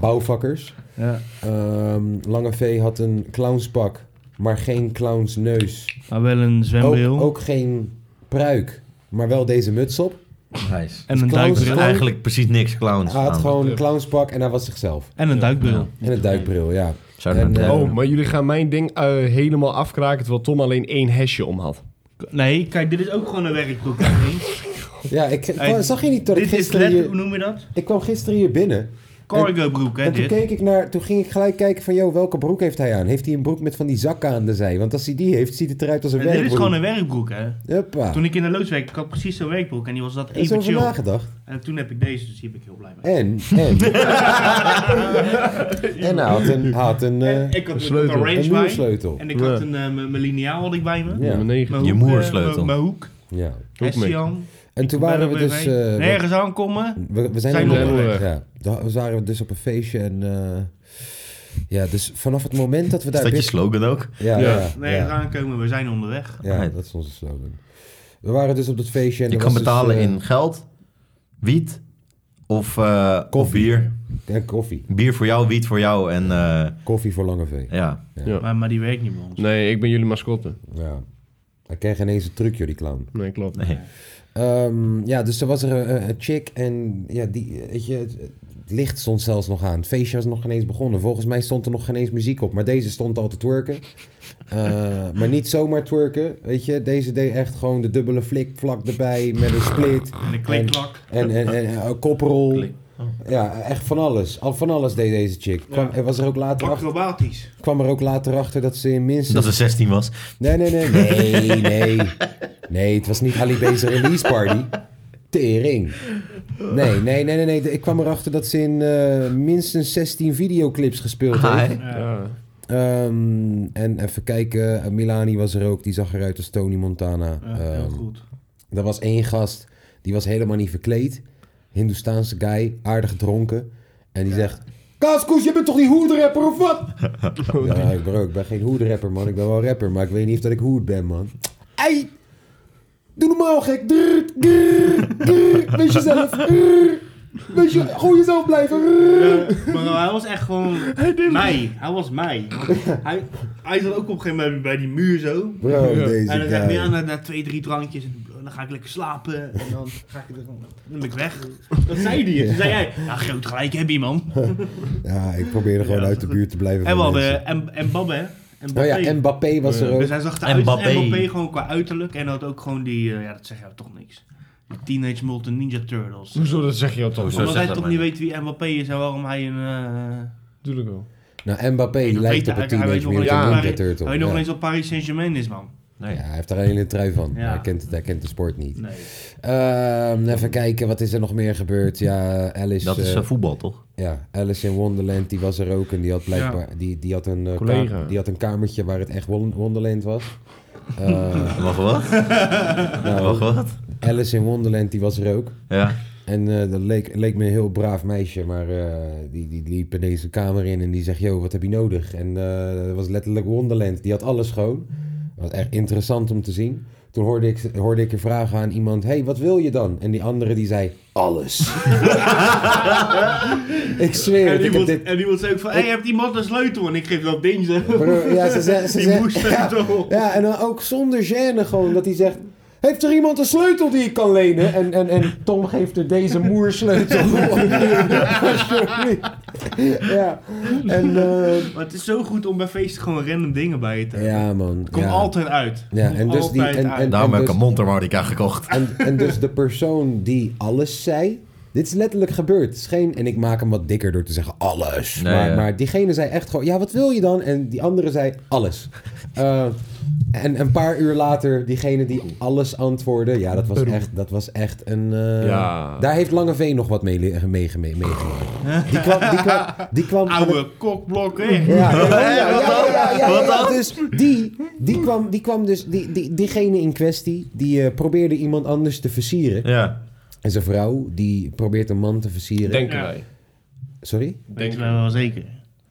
Speaker 2: bouwvakkers.
Speaker 4: Ja.
Speaker 2: Ehm, Lange V had een clownspak, maar geen clownsneus.
Speaker 4: Maar wel een
Speaker 2: Ook,
Speaker 4: zwembril
Speaker 2: ook geen pruik, maar wel deze muts op.
Speaker 1: Nice. Ah.
Speaker 4: en een
Speaker 2: Klaus-
Speaker 4: duikbril.
Speaker 1: En eigenlijk precies niks clowns
Speaker 2: Hij had
Speaker 1: aan.
Speaker 2: gewoon een clownspak en hij was zichzelf.
Speaker 4: En een duikbril.
Speaker 2: En een duikbril, ja.
Speaker 1: Zou dat
Speaker 2: En,
Speaker 1: moeten
Speaker 2: eh,
Speaker 1: hebben?
Speaker 5: Oh, maar jullie gaan mijn ding eh, helemaal afkraken terwijl Tom alleen één hesje om had.
Speaker 4: Nee, kijk, dit is ook gewoon een werkbroek. hè, vriend.
Speaker 2: Ja, ik, ik
Speaker 4: Hey,
Speaker 2: zag je niet dat ik
Speaker 4: dit is
Speaker 2: gisteren
Speaker 4: let, hoe
Speaker 2: hier,
Speaker 4: noem je dat?
Speaker 2: Ik kwam gisteren hier binnen.
Speaker 4: Cargo broek, hè,
Speaker 2: En toen
Speaker 4: dit.
Speaker 2: keek ik naar, toen ging ik gelijk kijken van, joh, welke broek heeft hij aan? Heeft hij een broek met van die zakken aan de zij? Want als hij die heeft, ziet het eruit als een
Speaker 4: En dit
Speaker 2: werkbroek.
Speaker 4: is gewoon een werkbroek, hè.
Speaker 2: Huppa.
Speaker 4: Toen ik in de loods werkte, ik had precies zo'n werkbroek en die was dat
Speaker 2: Er is
Speaker 4: even
Speaker 2: over
Speaker 4: chill.
Speaker 2: nagedacht.
Speaker 4: En toen heb ik deze, dus hier ben ik heel blij mee.
Speaker 2: En,
Speaker 5: *laughs*
Speaker 2: en.
Speaker 4: *laughs*
Speaker 2: en hij had een, hij had een, eh,
Speaker 4: En ik had
Speaker 5: sleutel.
Speaker 4: een range
Speaker 2: een
Speaker 4: bij
Speaker 2: muursleutel.
Speaker 4: En ik
Speaker 5: Ja.
Speaker 4: had een, eh, mijn mijn lineaal had ik bij me.
Speaker 2: Ja.
Speaker 5: Nummer 9.
Speaker 4: Mijn
Speaker 1: Je
Speaker 4: hoek, eh,
Speaker 1: moersleutel.
Speaker 4: mijn- Mijn hoek.
Speaker 2: Ja.
Speaker 5: Hoek mee.
Speaker 4: Hessian.
Speaker 2: En toen waren we dus... eh, we-
Speaker 4: Nergens aankomen.
Speaker 2: We, we zijn,
Speaker 4: Zijn
Speaker 2: nog
Speaker 5: onderweg.
Speaker 2: onderweg. Ja. Da- We waren dus op een feestje en... eh, ja, dus vanaf het moment dat we
Speaker 1: Is
Speaker 2: daar...
Speaker 1: dat je
Speaker 2: binnen-
Speaker 1: slogan ook?
Speaker 2: ja,
Speaker 5: Ja.
Speaker 2: ja, ja,
Speaker 4: Nergens aankomen, we zijn onderweg.
Speaker 2: Ja, dat is onze slogan. We waren dus op dat feestje en
Speaker 1: Je
Speaker 2: er
Speaker 1: kan
Speaker 2: was dus,
Speaker 1: betalen
Speaker 2: eh,
Speaker 1: in geld, wiet of, eh, of
Speaker 2: Koffie.
Speaker 1: bier.
Speaker 2: En koffie.
Speaker 1: Bier voor jou, wiet voor jou en eh,
Speaker 2: Koffie voor Lange V.
Speaker 1: ja.
Speaker 4: Maar, maar die werkt niet bij ons.
Speaker 5: Nee, ik ben jullie mascotte.
Speaker 2: Ja. Hij kreeg ineens een trucje, die clown.
Speaker 5: Nee, klopt.
Speaker 1: Nee.
Speaker 2: Ehm, ja, dus er was er een, een- een chick en ja, die, weet je, het, het licht stond zelfs nog aan. Het feestje was nog geen eens begonnen. Volgens mij stond er nog geen eens muziek op, maar deze stond al te twerken.
Speaker 1: *laughs*
Speaker 2: Eh, maar niet zomaar twerken, weet je. Deze deed echt gewoon de dubbele flik vlak erbij met een split.
Speaker 4: *laughs* En een klikklak. oh.
Speaker 2: En, en, en, en een koprol.
Speaker 1: Klik.
Speaker 2: Ja, echt van alles. Al van alles deed deze chick. Kwam, er was er ook later achter,
Speaker 4: Acrobatisch.
Speaker 2: kwam er ook later achter dat ze in minstens...
Speaker 1: Dat ze 16 was.
Speaker 2: Nee, nee, nee, nee, nee. Nee, het was niet Ali B's release party. Tering. Nee, nee, nee, nee, nee. Ik kwam erachter dat ze in eh, minstens 16 videoclips gespeeld
Speaker 1: Ah,
Speaker 2: heeft.
Speaker 1: hè?
Speaker 5: Ja.
Speaker 2: Ehm, en even kijken, eh, Milani was er ook. Die zag eruit als Tony Montana.
Speaker 4: Ja,
Speaker 2: Ehm,
Speaker 4: heel goed.
Speaker 2: er was één gast, die was helemaal niet verkleed. Hindoestaanse guy, aardig dronken. En die zegt... Kaaskoes, je bent toch die hoederapper of wat? ja, ik, bro, ik ben geen hoederapper, man. Ik ben wel rapper, maar ik weet niet of dat ik hoed ben, man. Ei! Doe normaal, gek. Drrr, drrr, drrr. Wees jezelf. Drrr. Wees je, gewoon jezelf blijven. Drrr.
Speaker 4: Maar hij was echt gewoon mij. Hij was
Speaker 2: *laughs*
Speaker 4: mij. Hij, hij zat ook op een gegeven moment bij die muur zo.
Speaker 2: Bro, deze
Speaker 4: En dan zeg ik,
Speaker 2: guy.
Speaker 4: ja, na, na twee, drie drankjes, en dan ga ik lekker slapen. En dan ga ik er gewoon, dan ben ik weg. Dat zei hij. Toen zei jij, ja, groot gelijk heb je,
Speaker 2: *laughs*
Speaker 4: man.
Speaker 2: Ja, ik probeerde gewoon
Speaker 4: Ja.
Speaker 2: uit de buurt te blijven.
Speaker 4: En we
Speaker 2: van
Speaker 4: hadden
Speaker 2: mensen.
Speaker 4: en, en Babbe, hè? En
Speaker 2: Oh
Speaker 4: Mbappé.
Speaker 2: ja, Mbappé was er ook.
Speaker 4: Dus hij zag
Speaker 1: En
Speaker 4: eruit Mbappé.
Speaker 1: Mbappé.
Speaker 4: Mbappé gewoon qua uiterlijk. En had ook gewoon die, eh, ja, dat zeg je toch niks. Die Teenage Mutant Ninja Turtles.
Speaker 5: Hoezo, dat zeg je al toch?
Speaker 1: Hoezo?
Speaker 4: Omdat
Speaker 1: zeg
Speaker 4: hij
Speaker 1: dat
Speaker 4: toch
Speaker 1: maar
Speaker 4: niet
Speaker 1: niet.
Speaker 4: weet wie Mbappé is en waarom hij een... eh,
Speaker 5: Natuurlijk wel.
Speaker 2: Nou, Mbappé
Speaker 4: dat
Speaker 2: lijkt
Speaker 4: weet
Speaker 2: op
Speaker 4: hij-
Speaker 2: een
Speaker 4: hij weet
Speaker 2: teenage
Speaker 4: nog wel
Speaker 2: mutant
Speaker 4: eens-
Speaker 2: ninja turtle.
Speaker 4: Hij nog
Speaker 2: Ja.
Speaker 4: eens op Paris Saint-Germain is, man.
Speaker 1: Nee.
Speaker 2: Ja, hij heeft er een hele trui van.
Speaker 4: Ja.
Speaker 2: Hij, kent het, hij kent de sport niet.
Speaker 4: Nee.
Speaker 2: Ehm, even kijken, wat is er nog meer gebeurd? Ja, Alice,
Speaker 1: Dat is
Speaker 2: eh,
Speaker 1: eh, voetbal, toch?
Speaker 2: ja, Alice in Wonderland, die was er ook. En die had blijkbaar die, die had een, eh,
Speaker 5: Collega.
Speaker 2: kamer- die had een kamertje waar het echt Won- Wonderland was.
Speaker 1: *laughs*
Speaker 2: Eh,
Speaker 1: Mag wat? Mag
Speaker 2: *laughs* nou,
Speaker 1: wat?
Speaker 2: *laughs* Alice in Wonderland, die was er ook.
Speaker 1: Ja.
Speaker 2: En eh, dat leek, leek me een heel braaf meisje, maar eh, die, die liep ineens de kamer in en die zegt, yo, wat heb je nodig? En eh, dat was letterlijk Wonderland, die had alles schoon. Dat was echt interessant om te zien. Toen hoorde ik, hoorde ik een vraag aan iemand, hey, wat wil je dan? En die andere die zei, alles. ik zweer, het,
Speaker 4: En
Speaker 2: ik heb
Speaker 4: iemand,
Speaker 2: dit...
Speaker 4: en iemand zei ook van, hé, hey, hebt iemand een sleutel? En ik geef dat ding zo.
Speaker 2: Broer, Ja, ze zei, ze
Speaker 4: Die
Speaker 2: zei-
Speaker 4: moest
Speaker 2: ja, *laughs*
Speaker 4: sleutel.
Speaker 2: ja, en dan ook zonder gêne gewoon dat hij zegt... Heeft er iemand een sleutel die ik kan lenen? En, en, en Tom geeft er deze moersleutel. Alsjeblieft. ja. En, eh,
Speaker 4: Maar het is zo goed om bij feesten gewoon random dingen bij je te hebben.
Speaker 2: ja, man.
Speaker 4: Komt
Speaker 2: ja.
Speaker 4: altijd uit.
Speaker 2: Ja,
Speaker 4: Komt
Speaker 2: en dus die-
Speaker 4: altijd
Speaker 2: en-
Speaker 4: uit.
Speaker 2: en-
Speaker 1: Daarom heb ik
Speaker 2: dus-
Speaker 1: een mondharmonica gekocht.
Speaker 2: En, en dus de persoon die alles zei... Dit is letterlijk gebeurd. Het is geen, en ik maak hem wat dikker door te zeggen alles.
Speaker 1: Nee,
Speaker 2: Dus, maar,
Speaker 1: ja.
Speaker 2: maar diegene zei echt gewoon, ja, wat wil je dan? En die andere zei alles. Eh, en een paar uur later, diegene die alles antwoordde, ja, dat was echt, dat was echt een... eh,
Speaker 5: Ja.
Speaker 2: Daar heeft Langeveen nog wat mee, mee, meegemaakt. Die kwam... Die kwam, die kwam
Speaker 4: Oude kokblokken.
Speaker 2: Mm-hmm. ja, ja, ja, ja,
Speaker 1: Wat
Speaker 2: ja, ja, ja,
Speaker 1: Wat
Speaker 2: ja.
Speaker 1: dan?
Speaker 2: Dus die, die, kwam, die kwam dus... Die, die, diegene in kwestie, die eh, probeerde iemand anders te versieren.
Speaker 1: Ja.
Speaker 2: En zijn vrouw, die probeert een man te versieren.
Speaker 5: Denken
Speaker 4: Ja.
Speaker 5: wij.
Speaker 2: Sorry?
Speaker 4: Denk mij wel zeker.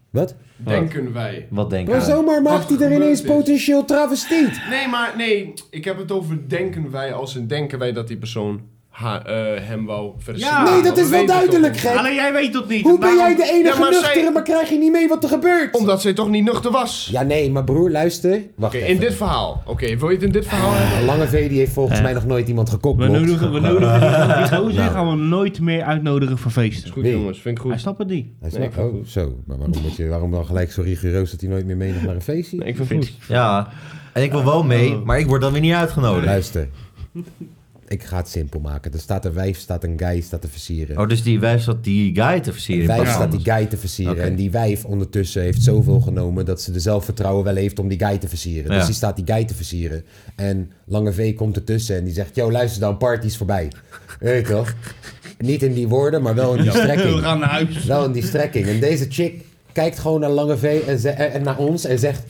Speaker 2: Wat?
Speaker 5: Denken wij.
Speaker 1: Wat denk
Speaker 2: Maar
Speaker 1: je?
Speaker 2: zomaar maakt hij
Speaker 5: Wat
Speaker 2: er ineens
Speaker 5: gebeurd is.
Speaker 2: potentieel travestiet.
Speaker 5: Nee, maar nee. Ik heb het over denken wij als in denken wij dat die persoon ha- eh, hem wou versieren.
Speaker 4: Ja.
Speaker 2: Nee, dat is
Speaker 5: We
Speaker 2: wel
Speaker 5: weten het
Speaker 2: duidelijk,
Speaker 5: toch
Speaker 2: gek.
Speaker 4: Alleen jij weet dat niet.
Speaker 2: Hoe ben jij
Speaker 4: Daarom-
Speaker 2: de enige
Speaker 5: Ja, maar zij-
Speaker 2: nuchtere, maar krijg je niet mee wat er gebeurt?
Speaker 5: niet? Omdat zij toch niet nuchter was.
Speaker 2: Ja, nee, maar broer, luister. Wacht
Speaker 5: Oké,
Speaker 2: even. Ah,
Speaker 5: in dit verhaal. Oké, wil je het in dit verhaal hebben?
Speaker 2: Lange V die heeft volgens mij nog nooit iemand
Speaker 4: We
Speaker 2: gekoppeld.
Speaker 4: nodigen, we
Speaker 2: *laughs*
Speaker 4: nodigen die gozer
Speaker 2: Nou.
Speaker 4: gaan we nooit meer uitnodigen voor feesten.
Speaker 5: Goed
Speaker 2: Nee.
Speaker 5: jongens, vind ik
Speaker 4: Hij
Speaker 5: goed.
Speaker 4: snapt het niet.
Speaker 2: Hij snapt- oh, zo. Maar waarom, moet je, waarom dan gelijk zo rigoureus dat hij nooit meer meeneemt naar een feestje?
Speaker 5: Nee, ik vind het goed.
Speaker 4: Oh.
Speaker 1: Ja. En ik wil wel mee, maar ik word dan weer niet uitgenodigd.
Speaker 2: Luister. ik ga het simpel maken. Er staat een wijf, staat een guy, staat te versieren.
Speaker 1: Oh, dus die wijf zat die guy te versieren.
Speaker 2: Een
Speaker 1: in
Speaker 2: wijf
Speaker 1: plaats
Speaker 2: staat
Speaker 1: van
Speaker 2: die guy te versieren.
Speaker 1: Oké.
Speaker 2: En die wijf ondertussen heeft zoveel genomen dat ze er zelfvertrouwen wel heeft om die guy te versieren.
Speaker 1: Ja.
Speaker 2: Dus die staat die guy te versieren. En Lange V komt ertussen en die zegt: Yo, luister dan, party is voorbij. *laughs* Weet je toch? Niet in die woorden, maar wel in die
Speaker 4: We
Speaker 2: strekking.
Speaker 4: gaan naar huis.
Speaker 2: Wel in die strekking. En deze chick kijkt gewoon naar Lange V en, ze- en en naar ons en zegt: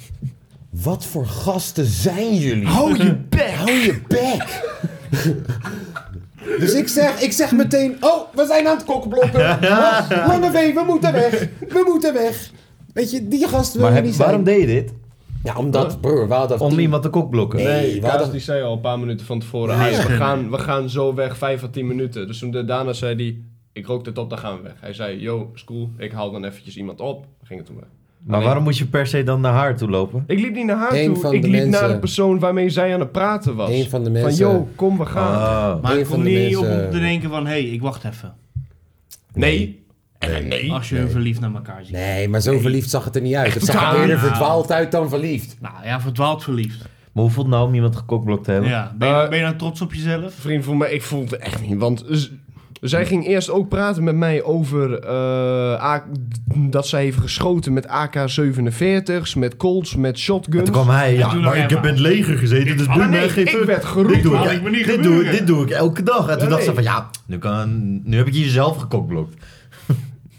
Speaker 2: Wat voor gasten zijn jullie?
Speaker 4: Hou
Speaker 2: *laughs*
Speaker 4: je bek!
Speaker 2: Dus Hou je bek! Dus ik zeg, ik zeg meteen, oh, we zijn aan het kokblokken. Lange V, we moeten weg. We moeten weg. Weet je, die gasten
Speaker 1: Maar
Speaker 2: willen
Speaker 1: heb-
Speaker 2: niet zijn.
Speaker 1: waarom deed je dit?
Speaker 2: Ja, omdat, broer, we hadden...
Speaker 1: Om iemand te kokblokken.
Speaker 2: Nee.
Speaker 5: Nee,
Speaker 2: we hadden-
Speaker 5: Kaas die zei al een paar minuten van tevoren, "Hey, we, gaan, we gaan zo weg, 5 à 10 minuten. Dus toen de- daarna zei hij, ik rook dit op, dan gaan we weg. Hij zei, yo, is cool, ik haal dan eventjes iemand op. We gingen toen weg.
Speaker 1: Maar waarom moest je per se dan naar haar toe lopen?
Speaker 5: Ik liep niet naar haar
Speaker 2: Eén
Speaker 5: toe,
Speaker 2: van
Speaker 5: ik
Speaker 2: de
Speaker 5: liep
Speaker 2: mensen-
Speaker 5: naar de persoon waarmee zij aan het praten was.
Speaker 2: Eén van de mensen-
Speaker 5: yo, kom, we gaan.
Speaker 1: Ah.
Speaker 4: Maar
Speaker 2: Een
Speaker 4: ik
Speaker 2: van
Speaker 4: kom
Speaker 2: de
Speaker 4: niet op
Speaker 2: mensen-
Speaker 4: om te denken van, hé, hey, ik wacht even.
Speaker 5: nee.
Speaker 2: Nee.
Speaker 5: nee.
Speaker 4: Als je hun verliefd naar elkaar ziet.
Speaker 2: Nee, maar zo verliefd zag het er niet uit. Het zag
Speaker 4: Totaal
Speaker 2: er eerder
Speaker 4: niet.
Speaker 2: verdwaald uit dan verliefd.
Speaker 4: Nou ja, verdwaald verliefd.
Speaker 1: Maar hoe voelt het nou om iemand gekokblokt te hebben?
Speaker 4: Ja, ben, je,
Speaker 5: Eh,
Speaker 4: ben je nou trots op jezelf?
Speaker 5: Vriend van mij, ik voelde het echt niet, want... z- zij ging eerst ook praten met mij over eh, A- dat zij heeft geschoten met AK-47's, met Colts, met
Speaker 1: En
Speaker 5: shotguns.
Speaker 1: toen kwam hij, ja,
Speaker 4: doe nou
Speaker 1: maar ik
Speaker 4: even.
Speaker 1: heb in het leger gezeten, dus
Speaker 4: Ah,
Speaker 1: doe
Speaker 4: nee,
Speaker 1: mij geen
Speaker 5: ik
Speaker 1: fuck.
Speaker 5: werd geroepen, Ah,
Speaker 1: Dit doe
Speaker 4: laat
Speaker 1: ja,
Speaker 4: ik me niet
Speaker 1: dit, doe,
Speaker 4: gebeuren.
Speaker 1: dit doe ik elke dag. En toen
Speaker 5: Ja,
Speaker 1: dacht ze
Speaker 5: nee.
Speaker 1: van, ja, nu, kan, nu heb ik je zelf gekokblokt. *laughs*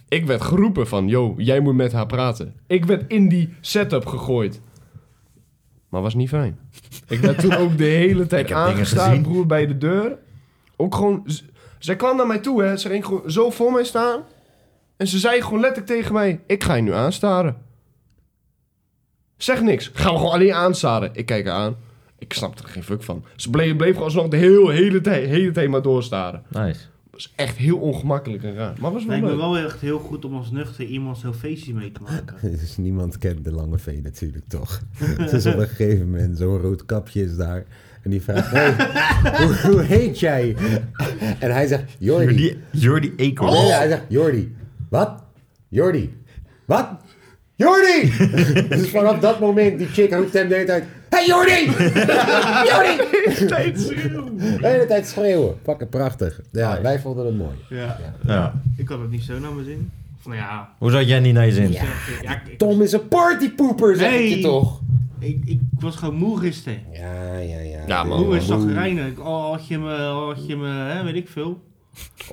Speaker 5: Ik werd geroepen van, yo, jij moet met haar praten. Ik werd in die setup gegooid. Maar was niet fijn. Ik werd toen ook de hele tijd
Speaker 1: Ik heb dingen
Speaker 5: aangestaan,
Speaker 1: gezien.
Speaker 5: broer, bij de deur. Ook gewoon... z- Zij kwam naar mij toe, hè. Ze ging gewoon zo voor mij staan. En ze zei gewoon letterlijk tegen mij, ik ga je nu aanstaren. Zeg niks. Ga me gewoon alleen aanstaren. Ik kijk haar aan. Ik snap er geen fuck van. Ze bleef, bleef gewoon alsnog de hele, hele, tijd, hele tijd maar doorstaren.
Speaker 1: Nice.
Speaker 5: was echt heel ongemakkelijk en raar. Maar was wel
Speaker 4: Lijkt me
Speaker 5: leuk.
Speaker 4: wel echt heel goed om als nuchter iemand zo'n feestje mee te maken.
Speaker 2: Dus niemand kent de *laughs* lange vee natuurlijk toch. *laughs* Dus op een gegeven moment, zo'n rood kapje is daar. En die vraagt, *laughs* hey, hoe, hoe heet jij? En hij zegt, Jordi.
Speaker 1: Jordi, Jordi Eekhoorn.
Speaker 2: Nee, hij zegt, Jordi. Wat? Jordi. Wat? Jordi! *laughs* dus vanaf dat moment, die chick roept hem de hele tijd... Hey Jordi! *laughs* Jordi! De hele tijd schreeuwen. Fucking prachtig. Ja,
Speaker 1: Nice.
Speaker 2: wij vonden het mooi.
Speaker 4: Ja,
Speaker 1: Ja.
Speaker 4: ik had het niet zo naar mijn zin. Of nou ja,
Speaker 1: Hoe zat jij niet naar je zin?
Speaker 4: ja. ja, ik,
Speaker 2: Tom is een partypooper, zeg ik
Speaker 4: Nee.
Speaker 2: je toch?
Speaker 4: ik, ik was gewoon moe gisteren.
Speaker 2: Ja, ja, ja.
Speaker 5: Ja, man.
Speaker 4: Moe is zagrijnig. Al had je me, al had je me, hè, weet ik veel.
Speaker 5: Op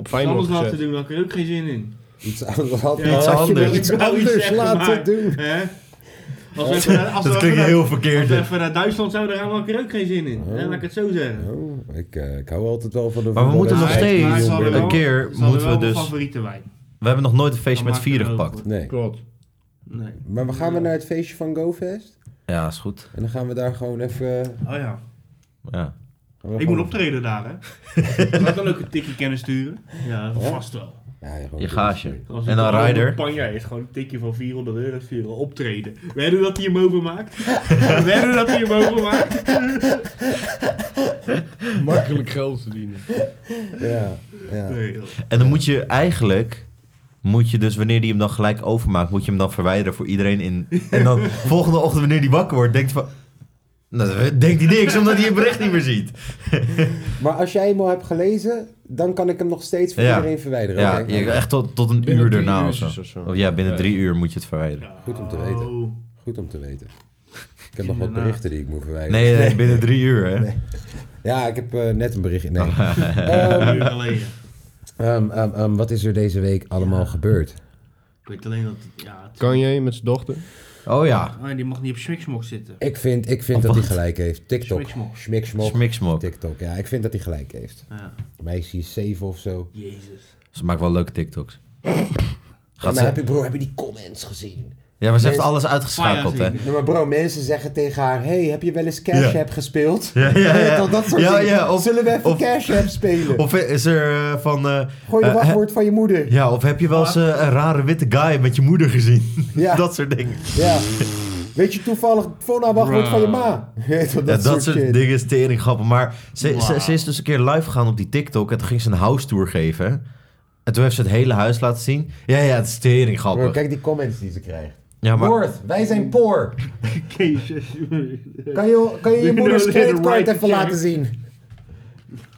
Speaker 4: Iets
Speaker 5: Feyenoord
Speaker 4: anders laten
Speaker 5: gezet.
Speaker 4: doen, dan had ik er ook geen zin in.
Speaker 2: Iets anders. Had,
Speaker 4: Ja, iets
Speaker 2: had je
Speaker 1: anders.
Speaker 2: wel iets
Speaker 4: Ik wou iets
Speaker 2: anders
Speaker 4: zeggen,
Speaker 2: laten
Speaker 4: maar-
Speaker 2: doen.
Speaker 4: Hè? Als we even naar- als we
Speaker 1: Dat
Speaker 4: even
Speaker 1: klinkt
Speaker 4: naar-
Speaker 1: heel
Speaker 4: Als
Speaker 1: verkeerd.
Speaker 4: we even naar Duitsland zouden gaan, had ik er ook geen zin in. Hè, laat ik het zo zeggen.
Speaker 2: Oh, ik, eh, ik hou altijd wel van de
Speaker 1: Maar we moeten nog
Speaker 2: voetbalwedstrijd.
Speaker 4: maar
Speaker 1: steeds
Speaker 4: ze hadden
Speaker 1: een
Speaker 4: wel-
Speaker 1: keer
Speaker 4: Ze hadden
Speaker 1: moeten we
Speaker 4: wel eh, mijn
Speaker 1: dus...
Speaker 4: favoriete wijn.
Speaker 1: We hebben nog nooit een feestje met
Speaker 4: Dan maakt
Speaker 1: vieren
Speaker 4: het ook
Speaker 1: gepakt.
Speaker 4: goed.
Speaker 2: Nee.
Speaker 5: Klopt.
Speaker 4: Nee.
Speaker 2: Maar we gaan we naar het feestje van GoFest.
Speaker 1: Ja, is goed.
Speaker 2: En dan gaan we daar gewoon even...
Speaker 4: Oh ja.
Speaker 1: Ja.
Speaker 2: gaan we
Speaker 4: Ik
Speaker 2: gewoon-
Speaker 4: moet optreden daar, hè? *laughs* Zou ik dan ook een tikje kunnen sturen? Ja, vast wel.
Speaker 2: Ja, ja, gewoon
Speaker 1: Je
Speaker 2: doen.
Speaker 1: gaasje.
Speaker 4: Als
Speaker 1: En dan
Speaker 4: een
Speaker 1: Ryder.
Speaker 4: Panja is gewoon een tikje van 400 euro sturen. Optreden. Weet je dat hij hem
Speaker 2: *laughs*
Speaker 4: overmaakt? Weet je dat hij hem overmaakt?
Speaker 5: Makkelijk geld verdienen.
Speaker 2: Ja, ja.
Speaker 4: Nee, joh.
Speaker 1: En dan moet je eigenlijk... Moet je dus, wanneer die hem dan gelijk overmaakt, moet je hem dan verwijderen voor iedereen
Speaker 4: *laughs*
Speaker 1: in. En dan volgende ochtend, wanneer die wakker wordt, denkt van. Nou, denkt hij niks, omdat hij je bericht niet meer ziet.
Speaker 2: Maar als jij hem al hebt gelezen, dan kan ik hem nog steeds voor
Speaker 1: Ja.
Speaker 2: iedereen verwijderen.
Speaker 1: Ja,
Speaker 2: oké?
Speaker 1: je- echt tot, tot een
Speaker 5: Binnen
Speaker 1: uur
Speaker 5: drie
Speaker 1: daarna
Speaker 5: uur
Speaker 1: of zo.
Speaker 5: is het zo.
Speaker 1: Of ja, binnen
Speaker 5: Ja.
Speaker 1: drie uur moet je het verwijderen.
Speaker 2: Goed om te weten.
Speaker 4: Oh. nou?
Speaker 2: Goed om te weten. Ik heb nog wat
Speaker 4: Inderdaad.
Speaker 2: berichten die ik moet verwijderen.
Speaker 1: Nee, nee, binnen drie uur, hè? Oh.
Speaker 2: Ja, ik heb eh, net een bericht. Nee.
Speaker 4: Een
Speaker 2: *laughs* Ehm,
Speaker 4: uur geleden.
Speaker 2: ehm, ehm, ehm, wat is er deze week allemaal gebeurd?
Speaker 4: Ik weet alleen dat... Ja, het-
Speaker 5: Kan jij met zijn dochter?
Speaker 1: Oh ja,
Speaker 4: Oh, die mag niet op Schmiksmok zitten.
Speaker 2: Ik vind, ik vind
Speaker 1: Oh,
Speaker 2: dat hij
Speaker 1: wat?
Speaker 2: gelijk heeft. TikTok.
Speaker 4: Schmiksmok.
Speaker 2: Schmiksmok.
Speaker 1: smiksmok.
Speaker 2: TikTok. Ja, ik vind dat hij gelijk heeft.
Speaker 4: Ja.
Speaker 2: Meisje is 7 of zo.
Speaker 4: Jezus.
Speaker 1: Ze maakt wel leuke TikToks. Gaat
Speaker 2: maar
Speaker 1: ze...
Speaker 2: heb je, broer, heb je die comments gezien?
Speaker 1: Ja, maar ze heeft
Speaker 2: Nee,
Speaker 1: alles uitgeschakeld, hè?
Speaker 4: Fire zien.
Speaker 2: Nee, maar bro, mensen zeggen tegen haar... Hey, heb je wel eens Cash
Speaker 1: Ja.
Speaker 2: App gespeeld?
Speaker 1: Ja,
Speaker 2: *laughs*
Speaker 1: ja,
Speaker 2: Weet je
Speaker 1: ja.
Speaker 2: toch, Dat soort
Speaker 1: Ja,
Speaker 2: dingen.
Speaker 1: ja, of-
Speaker 2: Zullen we even
Speaker 1: of-
Speaker 2: Cash App spelen?
Speaker 1: Of is er eh, van... eh,
Speaker 2: Gooi de
Speaker 1: eh,
Speaker 2: wachtwoord van je moeder.
Speaker 1: hè- ja, of heb je wel eens eh, een rare witte guy met je moeder gezien? *laughs*
Speaker 2: Ja.
Speaker 1: dat soort dingen.
Speaker 2: Ja. Weet je toevallig het voornaamwachtwoord
Speaker 4: Bruh.
Speaker 2: van je ma? *laughs* Weet je wel,
Speaker 1: Ja, dat soort,
Speaker 2: shit.
Speaker 1: dingen is tering grappig. Maar ze, ze,
Speaker 4: Wauw.
Speaker 1: ze is dus een keer live gegaan op die TikTok en toen ging ze een house tour geven. En toen heeft ze het hele huis laten zien. Ja, ja, het is tering
Speaker 2: Bro,
Speaker 1: grappig.
Speaker 2: kijk die comments die ze krijgt.
Speaker 1: Ja, maar...
Speaker 2: North, wij zijn poor.
Speaker 4: *laughs* Jezus.
Speaker 2: Kan je kan je, je
Speaker 4: You know
Speaker 2: moeders
Speaker 1: *laughs*
Speaker 4: little
Speaker 2: creditcard
Speaker 4: right
Speaker 2: even
Speaker 4: check.
Speaker 2: laten zien?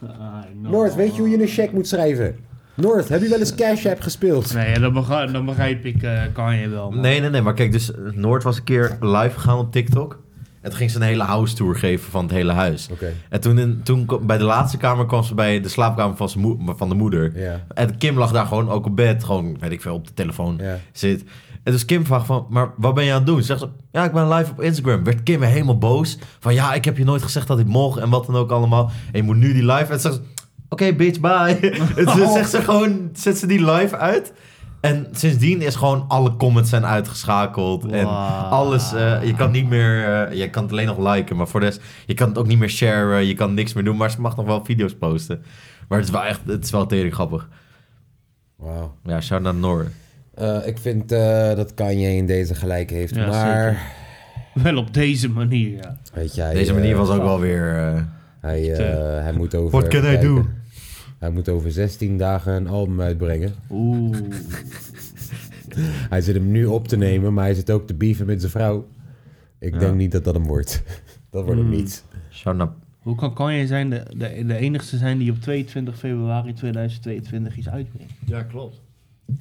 Speaker 4: Ah,
Speaker 2: Noord, weet je hoe je een check moet schrijven? Noord, heb je wel eens Cash App gespeeld?
Speaker 4: Nee, dan begrijp, dan begrijp ik eh, kan je wel. man.
Speaker 1: Nee, nee, nee. Maar kijk, dus eh, Noord was een keer live gegaan op TikTok. En toen ging ze een hele house tour geven van het hele huis.
Speaker 2: Oké,
Speaker 1: En toen, in, toen ko- bij de laatste kamer kwam ze bij de slaapkamer van, zijn moe- van de moeder.
Speaker 2: ja.
Speaker 1: En Kim lag daar gewoon ook op bed. Gewoon, weet ik veel, op de telefoon
Speaker 2: ja.
Speaker 1: zit. En dus Kim vraagt van, maar wat ben je aan het doen? Zegt ze, ja, ik ben live op Instagram. Werd Kim helemaal boos. Van, ja, ik heb je nooit gezegd dat dit mocht en wat dan ook allemaal. En je moet nu die live. En zegt ze, oké, bitch, bye.
Speaker 2: *laughs*
Speaker 1: *laughs* en ze zegt ze gewoon, zet ze die live uit. En sindsdien is gewoon alle comments zijn uitgeschakeld. En
Speaker 4: Wow.
Speaker 1: alles, eh, je kan niet meer, eh, je kan het alleen nog liken. Maar voor de rest, je kan het ook niet meer sharen. Je kan niks meer doen, maar ze mag nog wel video's posten. Maar het is wel echt, het is wel tering grappig.
Speaker 2: Wauw.
Speaker 1: Ja, shout naar Noor.
Speaker 2: Eh, ik vind eh, dat Kanye in deze gelijk heeft,
Speaker 4: Ja,
Speaker 2: maar...
Speaker 4: Wel op deze manier, ja.
Speaker 2: Weet je, hij,
Speaker 1: Deze
Speaker 2: eh,
Speaker 1: manier was ook wel weer... eh,
Speaker 2: Hij, eh, hij moet over...
Speaker 1: What can I
Speaker 2: kijken.
Speaker 1: do?
Speaker 2: Hij moet over 16 dagen een album uitbrengen.
Speaker 4: Oeh.
Speaker 2: Hij zit hem nu op te nemen, maar hij zit ook te beefen met zijn vrouw. Ik
Speaker 1: Ja.
Speaker 2: denk niet dat dat hem wordt. *laughs* Dat wordt hem
Speaker 4: Hmm.
Speaker 2: niet.
Speaker 1: Shout out.
Speaker 4: Hoe kan Kanye zijn de, de, de enigste zijn die op 22 februari 2022 iets uitbrengt?
Speaker 5: Ja, klopt.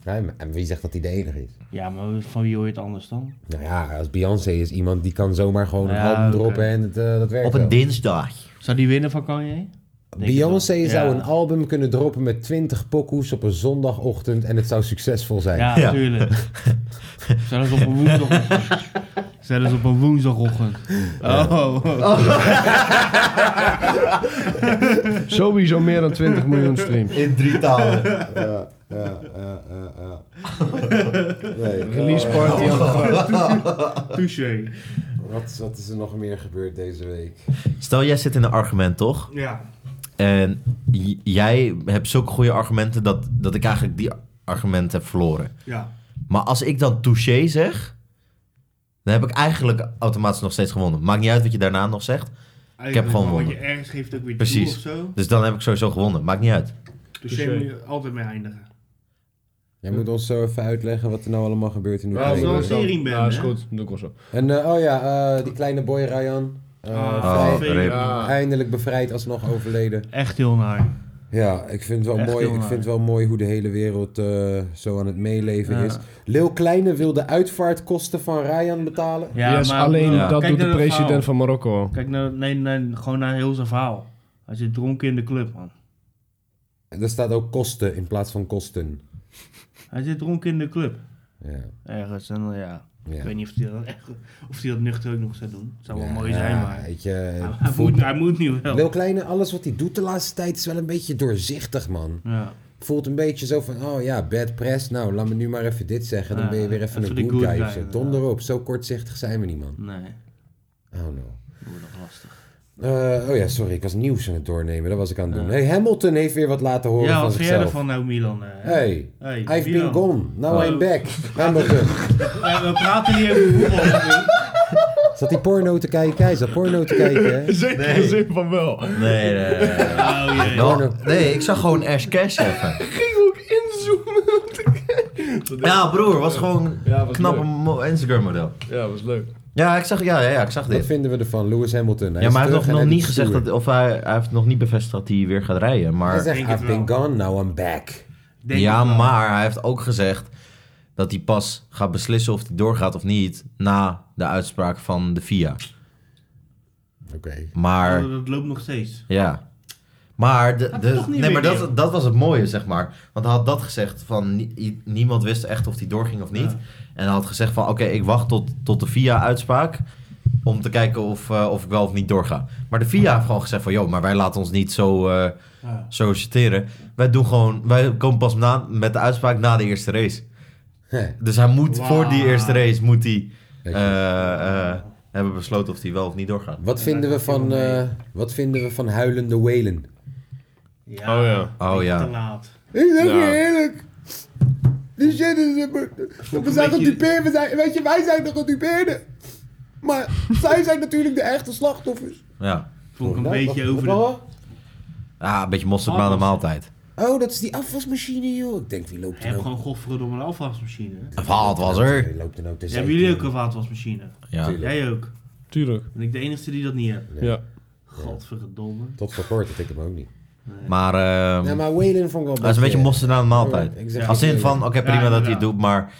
Speaker 2: Ja, maar- en wie zegt dat hij de enige is?
Speaker 4: Ja, maar van wie hoor je het anders dan?
Speaker 2: Nou ja, als Beyoncé is iemand die kan zomaar gewoon een
Speaker 4: Ja,
Speaker 2: album
Speaker 4: oké.
Speaker 2: droppen en het, eh, dat werkt
Speaker 1: Op een
Speaker 2: wel.
Speaker 1: dinsdag.
Speaker 4: Zou die winnen van Kanye? denk ik
Speaker 2: Beyoncé
Speaker 4: wel.
Speaker 2: zou
Speaker 4: Ja.
Speaker 2: een album kunnen droppen met 20 pokoes op een zondagochtend en het zou succesvol zijn.
Speaker 4: Ja,
Speaker 1: Ja.
Speaker 4: natuurlijk. Zelfs op een woensdagochtend. Zelfs op een woensdagochtend. Oh.
Speaker 5: Oh.
Speaker 4: *laughs*
Speaker 5: Sowieso meer dan 20 miljoen streams.
Speaker 1: In drie talen.
Speaker 2: ja, ja, *laughs* *laughs* ja, eh, ja.
Speaker 5: *laughs* Release party aan de gang.
Speaker 4: *laughs* Touché.
Speaker 2: eh, Wat, wat is er nog meer gebeurd deze week?
Speaker 1: Stel, jij zit in een argument, toch?
Speaker 4: Ja.
Speaker 1: En j- jij hebt zulke goede argumenten dat, dat ik eigenlijk die argumenten heb verloren.
Speaker 4: Ja.
Speaker 1: Maar als ik dan touché zeg, dan heb ik eigenlijk automatisch nog steeds gewonnen. Maakt niet uit wat je daarna nog zegt.
Speaker 4: Ik
Speaker 1: heb gewoon
Speaker 4: Wat je
Speaker 1: wonnen.
Speaker 4: ergens geeft ook weer
Speaker 1: Precies.
Speaker 4: toe of zo.
Speaker 1: Dus dan heb ik sowieso gewonnen. Maakt niet uit.
Speaker 4: Dus je moet je altijd mee eindigen.
Speaker 2: Jij moet ons zo even uitleggen wat er nou allemaal gebeurt in
Speaker 5: Ja,
Speaker 4: Als
Speaker 2: Oekraïne.
Speaker 4: je
Speaker 5: doe
Speaker 4: wel
Speaker 5: ik
Speaker 4: een
Speaker 5: zo.
Speaker 4: serie bent,
Speaker 5: Ja, is
Speaker 4: hè?
Speaker 5: goed. Doe ik wel zo.
Speaker 2: En eh, oh ja, eh, die kleine boy Ryan. eh,
Speaker 4: Ah,
Speaker 2: vrij-
Speaker 1: Oh,
Speaker 4: Fake.
Speaker 1: rip.
Speaker 5: Ja.
Speaker 2: Eindelijk bevrijd, alsnog overleden.
Speaker 4: Echt heel naar.
Speaker 2: Ja, ik vind het wel,
Speaker 4: Echt
Speaker 2: mooi,
Speaker 4: heel
Speaker 2: ik
Speaker 4: naar.
Speaker 2: vind het wel mooi hoe de hele wereld eh, zo aan het meeleven
Speaker 4: Ja.
Speaker 2: is. Lil Kleine wil de uitvaartkosten van Ryan betalen.
Speaker 4: Ja,
Speaker 5: yes,
Speaker 4: maar-
Speaker 5: alleen
Speaker 4: Ja.
Speaker 5: dat
Speaker 4: Kijk
Speaker 5: doet de
Speaker 4: naar dat
Speaker 5: president
Speaker 4: verhaal.
Speaker 5: van Marokko.
Speaker 4: Kijk, nou, nee, nee, gewoon naar heel zijn verhaal. Hij zit dronken in de club, man.
Speaker 2: Er staat ook kosten in plaats van kosten.
Speaker 4: Hij zit dronken in de club.
Speaker 2: Ja,
Speaker 4: Ergens. En dan, ja, ik
Speaker 2: ja.
Speaker 4: weet niet of hij dat, echt- of hij dat nuchter ook nog zou doen. Zou wel
Speaker 2: Ja,
Speaker 4: mooi zijn, maar... Hij,
Speaker 2: Weet je,
Speaker 4: hij
Speaker 2: voelt-
Speaker 4: moet, hij moet nu
Speaker 2: Lil
Speaker 4: wel.
Speaker 2: Kleine, alles wat hij doet de laatste tijd is wel een beetje doorzichtig, man.
Speaker 4: Ja.
Speaker 2: Voelt een beetje zo van, oh ja, bad press. Nou, laat me nu maar even dit zeggen. Dan
Speaker 4: Ja,
Speaker 2: ben je weer even,
Speaker 4: even
Speaker 2: een
Speaker 4: de
Speaker 2: good,
Speaker 4: good
Speaker 2: guy.
Speaker 4: guy,
Speaker 2: of zo.
Speaker 4: inderdaad.
Speaker 2: Donder op, zo kortzichtig zijn we niet, man.
Speaker 4: Nee,
Speaker 2: Oh no.
Speaker 4: dat wordt nog lastig.
Speaker 2: Eh, oh ja, sorry, ik was nieuws aan het doornemen. Dat was ik aan het doen. Hey, Hamilton heeft weer wat laten horen
Speaker 4: ja,
Speaker 2: van
Speaker 4: wat vind jij
Speaker 2: zichzelf.
Speaker 4: ervan nou, Milan? eh?
Speaker 2: Hey,
Speaker 4: Hey,
Speaker 2: I've been
Speaker 4: Milan.
Speaker 2: gone. Now
Speaker 4: Oh.
Speaker 2: I'm back.
Speaker 4: *laughs*
Speaker 2: Hamilton.
Speaker 4: Eh, we praten niet over voetbal.
Speaker 2: Zat hij porno te kijken? Hij zat porno te kijken, hè?
Speaker 5: Zeker in de zin van wel.
Speaker 1: Nee, nee, nee, nee.
Speaker 4: Oh jee.
Speaker 1: Wel- nee, ik zag gewoon Ash Cash even.
Speaker 5: Ging ook inzoomen.
Speaker 1: Ja, broer, was gewoon
Speaker 5: Ja, was
Speaker 1: knappe
Speaker 5: leuk.
Speaker 1: mo- Instagram-model.
Speaker 5: Ja, was leuk.
Speaker 1: Ja, ik zag, ja, ja, ja, ik zag
Speaker 2: Wat
Speaker 1: dit.
Speaker 2: vinden we ervan? Lewis Hamilton. Hij
Speaker 1: ja,
Speaker 2: is
Speaker 1: maar hij
Speaker 2: terug
Speaker 1: heeft nog
Speaker 2: en hij
Speaker 1: niet
Speaker 2: doet
Speaker 1: gezegd
Speaker 2: stoer.
Speaker 1: dat, of hij, hij heeft nog niet bevestigd dat hij weer gaat rijden.
Speaker 2: Hij
Speaker 1: Maar,
Speaker 2: zegt,
Speaker 4: Denk het
Speaker 2: I've been
Speaker 4: wel.
Speaker 2: gone, now I'm back.
Speaker 4: Denk
Speaker 1: ja,
Speaker 4: ik wel.
Speaker 1: maar hij heeft ook gezegd dat hij pas gaat beslissen of hij doorgaat of niet na de uitspraak van de FIA.
Speaker 2: Oké.
Speaker 1: Maar,
Speaker 4: Oh, Dat loopt nog steeds.
Speaker 1: ja. Maar, de,
Speaker 4: Had
Speaker 1: de-
Speaker 4: hij toch niet
Speaker 1: nee, maar
Speaker 4: weer
Speaker 1: dat, dat was het mooie, zeg maar. Want hij had dat gezegd van nie- niemand wist echt of hij doorging of niet.
Speaker 4: Ja.
Speaker 1: En hij had gezegd van oké, ik wacht tot, tot de VIA-uitspraak. Om te kijken of, eh, of ik wel of niet doorga. Maar de VIA heeft gewoon gezegd van joh, maar wij laten ons niet zo eh,
Speaker 4: Ja.
Speaker 1: solliciteren. Wij doen gewoon, wij komen pas na, met de uitspraak na de eerste race. Dus hij moet
Speaker 4: Wauw.
Speaker 1: voor die eerste race moet hij
Speaker 2: Weet je.
Speaker 1: eh, eh, hebben besloten of hij wel of niet doorgaat.
Speaker 2: Wat vinden, we van, eh, wat vinden we van huilende Whalen?
Speaker 4: Ja.
Speaker 5: Oh ja.
Speaker 1: Oh
Speaker 4: Te
Speaker 1: ja.
Speaker 4: laat.
Speaker 2: Ik zeg
Speaker 5: Ja.
Speaker 1: Nou.
Speaker 2: je eerlijk. Die shit is... We zijn
Speaker 4: beetje-
Speaker 2: gedupeerd. we zijn- Weet je, wij zijn de gedupeerden. Maar zij zijn natuurlijk de echte slachtoffers.
Speaker 1: ja.
Speaker 4: Vond ik een
Speaker 2: Nou,
Speaker 4: beetje
Speaker 2: wat-
Speaker 4: over
Speaker 2: wat
Speaker 4: de... Ah,
Speaker 2: wel?
Speaker 1: Ja, een beetje mosterd na de maaltijd.
Speaker 2: Oh, dat is die afwasmachine, joh. Ik denk, wie loopt
Speaker 4: Je
Speaker 2: er
Speaker 4: hebt
Speaker 2: nou...
Speaker 4: gewoon godverdomme door mijn afwasmachine. hè?
Speaker 1: Wat was er?
Speaker 2: Wie loopt er nou te
Speaker 4: Hebben jullie ook
Speaker 2: zeiken?
Speaker 4: een waterwasmachine?
Speaker 1: Ja.
Speaker 4: Jij ook.
Speaker 5: Tuurlijk.
Speaker 4: Ben ik de enige die dat niet heeft.
Speaker 5: Ja.
Speaker 4: Godverdomme.
Speaker 2: Tot voor kort, dat ik hem ook niet.
Speaker 1: Maar, ehm,
Speaker 2: Ja, maar Waylon vond ik wel
Speaker 1: dat is een beetje mosterd na een maaltijd.
Speaker 2: Ik zeg
Speaker 1: Als
Speaker 2: het
Speaker 1: in
Speaker 2: eerlijk.
Speaker 1: van, oké, prima
Speaker 4: Ja,
Speaker 1: dat hij het
Speaker 4: inderdaad.
Speaker 1: doet, maar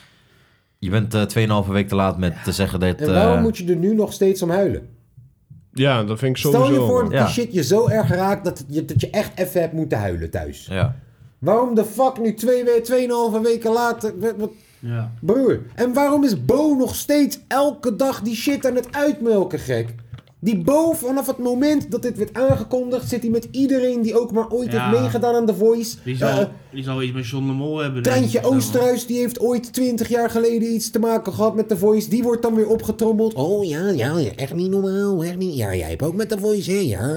Speaker 1: je bent eh 2,5 week te laat met te zeggen dat...
Speaker 2: En waarom
Speaker 1: eh,
Speaker 2: moet je er nu nog steeds om huilen?
Speaker 5: Ja, dat vind ik sowieso.
Speaker 2: Stel je voor dat
Speaker 5: man.
Speaker 2: die
Speaker 1: Ja.
Speaker 2: shit je zo erg raakt dat je, dat je echt even hebt moeten huilen thuis.
Speaker 1: Ja.
Speaker 2: Waarom de fuck nu twee, we- tweeënhalve weken later? Wat- wat-
Speaker 4: Ja.
Speaker 2: Broer, en waarom is Bo nog steeds elke dag die shit aan het uitmelken, gek? Die Bo, vanaf het moment dat dit werd aangekondigd, zit hij met iedereen die ook maar ooit
Speaker 4: Ja.
Speaker 2: heeft meegedaan aan The Voice.
Speaker 4: Die
Speaker 2: Eh,
Speaker 4: zal, die zal iets met John de Mol hebben. denk
Speaker 2: Treintje
Speaker 4: ik, zo.
Speaker 2: Oosterhuis, die heeft ooit 20 jaar geleden iets te maken gehad met The Voice. Die wordt dan weer opgetrommeld. Oh ja, ja, ja, echt niet normaal. Echt niet. Ja, jij hebt ook met The Voice, hè? Ja,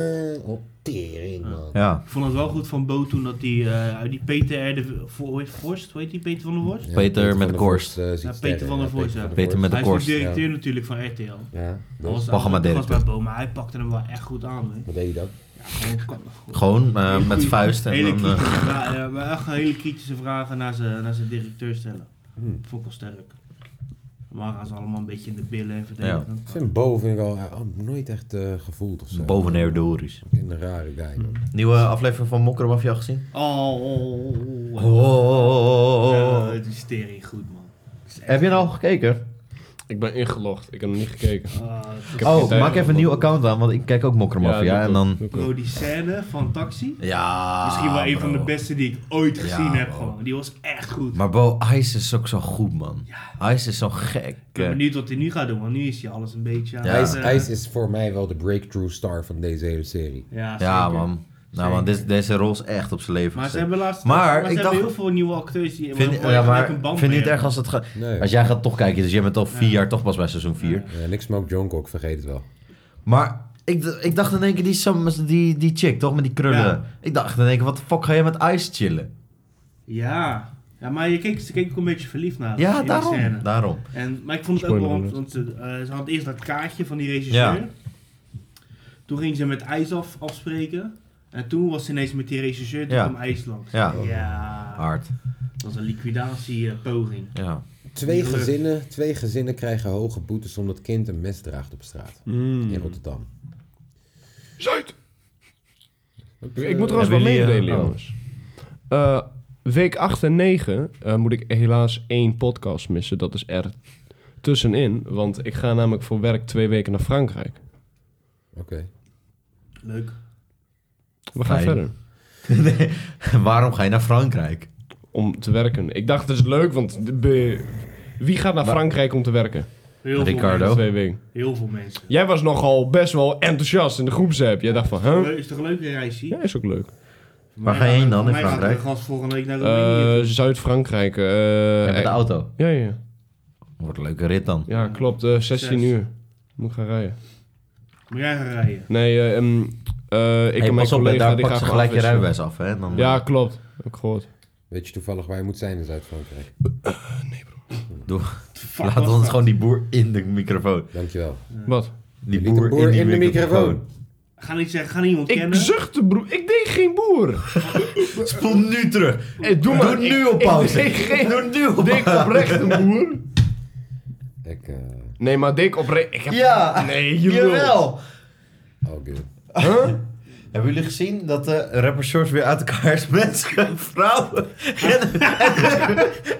Speaker 2: oh, tering, man.
Speaker 1: Ja.
Speaker 4: Ik vond het wel goed van Bo toen dat die, eh, uit die Peter R. de Vo- hoe heet- Vorst, hoe heet die Peter van der Vorst?
Speaker 2: Ja,
Speaker 1: Peter met
Speaker 2: van der
Speaker 1: Gorst.
Speaker 2: Vorst, eh, ziet
Speaker 4: Ja, Peter
Speaker 2: sterren,
Speaker 4: van der Vorst, ja.
Speaker 2: der
Speaker 1: Peter
Speaker 2: Vorst.
Speaker 1: met de
Speaker 4: Hij is
Speaker 1: korst.
Speaker 4: de directeur natuurlijk van RTL. Dat
Speaker 2: Ja,
Speaker 4: was
Speaker 2: dus,
Speaker 1: Programma
Speaker 4: dat was
Speaker 1: directeur.
Speaker 4: bij Bo, maar hij pakte hem wel echt goed aan. Hè.
Speaker 2: wat deed je dan?
Speaker 4: Ja, gewoon kan- goed.
Speaker 1: Gewoon eh,
Speaker 4: Hele
Speaker 1: met
Speaker 4: goeie-
Speaker 1: vuist en
Speaker 4: hele
Speaker 1: dan... eh,
Speaker 4: kritische vragen, ja, maar echt hele kritische vragen naar zijn, naar zijn directeur stellen.
Speaker 2: Hmm.
Speaker 4: Vond ik wel sterk. Maar gaan ze allemaal een beetje in de billen en verdedigen.
Speaker 2: Ik vind Bo vind ik al eh, oh, nooit echt eh, gevoeld of zo.
Speaker 1: boven de Doris.
Speaker 2: Ik vind een rare guy,
Speaker 4: Hmm.
Speaker 2: man.
Speaker 1: Nieuwe aflevering van Mokkerbaf je al gezien?
Speaker 4: Oh, oh,
Speaker 1: Oh,
Speaker 4: oh, oh. Ja, het is tering goed, man.
Speaker 1: Heb je nou al gekeken?
Speaker 5: Ik ben ingelogd. Ik heb nog niet gekeken.
Speaker 4: Ah, het is-
Speaker 5: Ik heb geen
Speaker 1: Oh,
Speaker 5: tijd.
Speaker 1: maak even een nieuw account aan, want ik kijk ook Mokkerbaf. Ja,
Speaker 5: doe ik
Speaker 1: en
Speaker 5: ook,
Speaker 1: dan...
Speaker 5: doe ik ook.
Speaker 4: Bro, Oh, die scène van Taxi.
Speaker 1: Ja,
Speaker 4: Misschien wel een van de
Speaker 1: bro.
Speaker 4: beste die ik ooit gezien heb.
Speaker 1: bro.
Speaker 4: Gewoon. Die was echt goed.
Speaker 1: Maar Bo, Ice is ook zo goed, man. Ice is zo gek.
Speaker 4: ik ben benieuwd wat hij nu gaat doen, want nu is hij alles een beetje aan
Speaker 1: Ja.
Speaker 4: het,
Speaker 2: IJs,
Speaker 4: eh,
Speaker 2: IJs is voor mij wel de breakthrough star van deze hele serie.
Speaker 4: Ja,
Speaker 1: Ja,
Speaker 4: zeker.
Speaker 1: man. Nou, man, dit- deze rol is echt op zijn leven
Speaker 4: Maar ze
Speaker 1: gezet.
Speaker 4: hebben laatst
Speaker 1: Maar
Speaker 4: maar
Speaker 1: ik
Speaker 4: ze
Speaker 1: dacht-
Speaker 4: hebben heel veel nieuwe acteurs die
Speaker 1: Vind,
Speaker 4: waarvan
Speaker 1: ja,
Speaker 4: je
Speaker 1: maar
Speaker 4: gelijk een band
Speaker 1: vind je
Speaker 4: mee
Speaker 1: het erg
Speaker 4: hebt.
Speaker 1: als het gaat...
Speaker 2: Nee.
Speaker 1: Als jij gaat toch kijken, dus jij bent al vier
Speaker 4: Ja.
Speaker 1: jaar toch pas bij seizoen vier.
Speaker 2: Ja, niks Smoke Jonkok, vergeet het wel.
Speaker 1: Maar ik, d- ik dacht in één keer, die, Sam, die, die chick toch, met die krullen.
Speaker 4: Ja.
Speaker 1: Ik dacht in één keer, wat de fuck ga jij met Ice
Speaker 5: *laughs*
Speaker 1: chillen?
Speaker 4: Ja. ja, maar je keek, ze keek ook een beetje verliefd naar
Speaker 1: Ja,
Speaker 4: in die scène.
Speaker 1: daarom. daarom.
Speaker 4: En, maar ik vond het ook wel,
Speaker 5: Spoiler
Speaker 4: want want ze, eh, ze had eerst dat kaartje van die regisseur.
Speaker 1: Ja.
Speaker 4: Toen ging ze met IJs af, afspreken. En toen was ze ineens met die regisseur, toen
Speaker 1: Ja.
Speaker 4: kwam IJsland.
Speaker 1: Ja.
Speaker 4: ja,
Speaker 1: Hard.
Speaker 4: dat was een liquidatiepoging.
Speaker 1: Ja.
Speaker 2: Twee
Speaker 4: Niet gelukt.
Speaker 2: gezinnen, twee gezinnen krijgen hoge boetes omdat kind een mes draagt op straat.
Speaker 4: Hmm.
Speaker 2: In Rotterdam.
Speaker 5: Zuid! Ik, ik
Speaker 2: eh,
Speaker 5: moet trouwens wel
Speaker 1: hebben jullie,
Speaker 5: meedelen,
Speaker 1: eh, oh.
Speaker 5: jongens. Eh, week 8 en 9 eh, moet ik helaas één podcast missen. Dat is er tussenin. Want ik ga namelijk voor werk twee weken naar Frankrijk.
Speaker 2: Oké.
Speaker 4: Leuk.
Speaker 5: We gaan
Speaker 1: Fijn.
Speaker 5: verder.
Speaker 1: nee, *laughs*
Speaker 5: Eh,
Speaker 1: waarom ga je naar Frankrijk?
Speaker 5: Om te werken. Ik dacht, het is leuk, want de- be- wie gaat naar
Speaker 1: Maar-
Speaker 5: Frankrijk om te werken?
Speaker 4: Heel
Speaker 1: Ricardo.
Speaker 4: Veel mensen.
Speaker 5: Twee weken.
Speaker 4: Heel veel mensen.
Speaker 5: Jij was nogal best wel enthousiast in de groepsapp. Jij dacht van, huh?
Speaker 4: Is toch een leuke reisje?
Speaker 5: Ja, is ook leuk.
Speaker 1: Waar ga je heen dan in Frankrijk?
Speaker 4: Ik gast volgende week naar Roemenië.
Speaker 5: Eh, Zuid-Frankrijk. eh,
Speaker 1: Ja, met de
Speaker 5: eh,
Speaker 1: auto.
Speaker 5: ja, ja.
Speaker 1: Wordt een leuke rit dan.
Speaker 5: Ja, klopt. eh, 16
Speaker 4: Zes.
Speaker 5: uur. Moet ik gaan rijden.
Speaker 4: Moet jij gaan rijden?
Speaker 5: Nee, eh, ehm, eh, ik
Speaker 1: hey,
Speaker 5: en mijn
Speaker 1: pas op, hè,
Speaker 5: collega
Speaker 1: daar
Speaker 5: die
Speaker 1: pak
Speaker 5: gaan
Speaker 1: ze
Speaker 5: gewoon
Speaker 1: gelijk je
Speaker 5: afwisselen.
Speaker 1: rijbewijs af, hè? Dan eh.
Speaker 5: Ja, klopt. Heb ik gehoord.
Speaker 2: Weet je toevallig waar je moet zijn in Zuid-Frankrijk?
Speaker 4: Fuck,
Speaker 1: laat
Speaker 4: was
Speaker 1: ons
Speaker 4: dat?
Speaker 1: gewoon die boer in de microfoon.
Speaker 2: Dankjewel.
Speaker 5: Wat?
Speaker 1: Die
Speaker 2: liet de
Speaker 1: boer, in, die microfoon.
Speaker 4: Ga niet zeggen, ga niet
Speaker 5: Ik
Speaker 4: ontkennen.
Speaker 5: zuchtte, broer. Ik deed geen boer.
Speaker 1: *laughs* Spoel nu terug.
Speaker 5: Hey, doe maar.
Speaker 1: Doe nu op pauze.
Speaker 5: Ik, ik deed,
Speaker 1: Doe nu op
Speaker 5: deed ik oprecht een boer.
Speaker 2: Ik, eh
Speaker 5: Nee, maar deed ik oprecht... Ik heb...
Speaker 1: Ja,
Speaker 5: Nee, je lult.
Speaker 1: jawel.
Speaker 2: all good.
Speaker 5: Huh?
Speaker 1: *laughs* Hebben jullie gezien dat de rapper Shorts weer uit elkaar is? Mensen, vrouwen. En,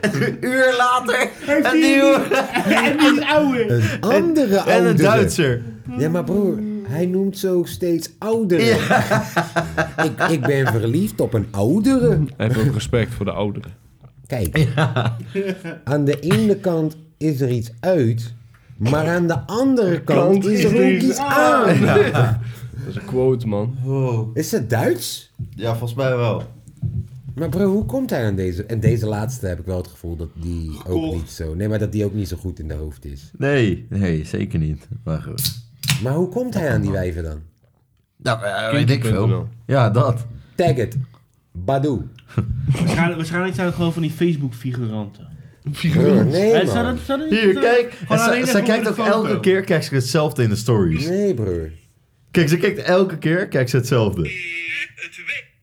Speaker 1: en een uur later een nieuwe
Speaker 4: *laughs* en die is ouwe.
Speaker 2: Een andere
Speaker 1: en een
Speaker 2: oudere.
Speaker 1: Duitser.
Speaker 2: Ja, maar broer, hij noemt ze ook steeds ouderen. ik, ik ben verliefd op een oudere.
Speaker 5: Heb ook respect voor de ouderen.
Speaker 2: Kijk, aan de ene kant is er iets uit, maar aan de andere kant
Speaker 5: Kant
Speaker 2: is er ook iets aan.
Speaker 5: Dat is een quote, man.
Speaker 2: Is het Duits?
Speaker 1: Ja, volgens mij wel.
Speaker 2: Maar broer, hoe komt hij aan deze? En deze laatste heb ik wel het gevoel dat die ook
Speaker 4: Goh.
Speaker 2: niet zo... Nee, maar dat die ook niet zo goed in de hoofd is.
Speaker 1: Nee, nee, zeker niet. Maar goed.
Speaker 2: Maar hoe komt hij aan die wijven dan?
Speaker 1: Nou, eh, weet ik
Speaker 5: Kindje.nl.
Speaker 1: veel. Ja, dat.
Speaker 2: Tag het. Badoe.
Speaker 4: Waarschijnlijk, waarschijnlijk zijn het gewoon van die Facebook-figuranten.
Speaker 2: Broer,
Speaker 4: Eh,
Speaker 2: nee,
Speaker 4: zou
Speaker 2: man.
Speaker 4: dat- zou dat-
Speaker 1: Hier,
Speaker 4: zou-
Speaker 1: kijk.
Speaker 4: eh,
Speaker 1: En
Speaker 4: gewoon alleen
Speaker 1: Zij
Speaker 4: even
Speaker 1: zij
Speaker 4: voor
Speaker 1: kijkt
Speaker 4: de
Speaker 1: ook
Speaker 4: foto.
Speaker 1: elke keer kijkt ze hetzelfde in de stories.
Speaker 2: Nee, broer.
Speaker 1: Kijk, ze kijkt elke keer kijkt ze hetzelfde.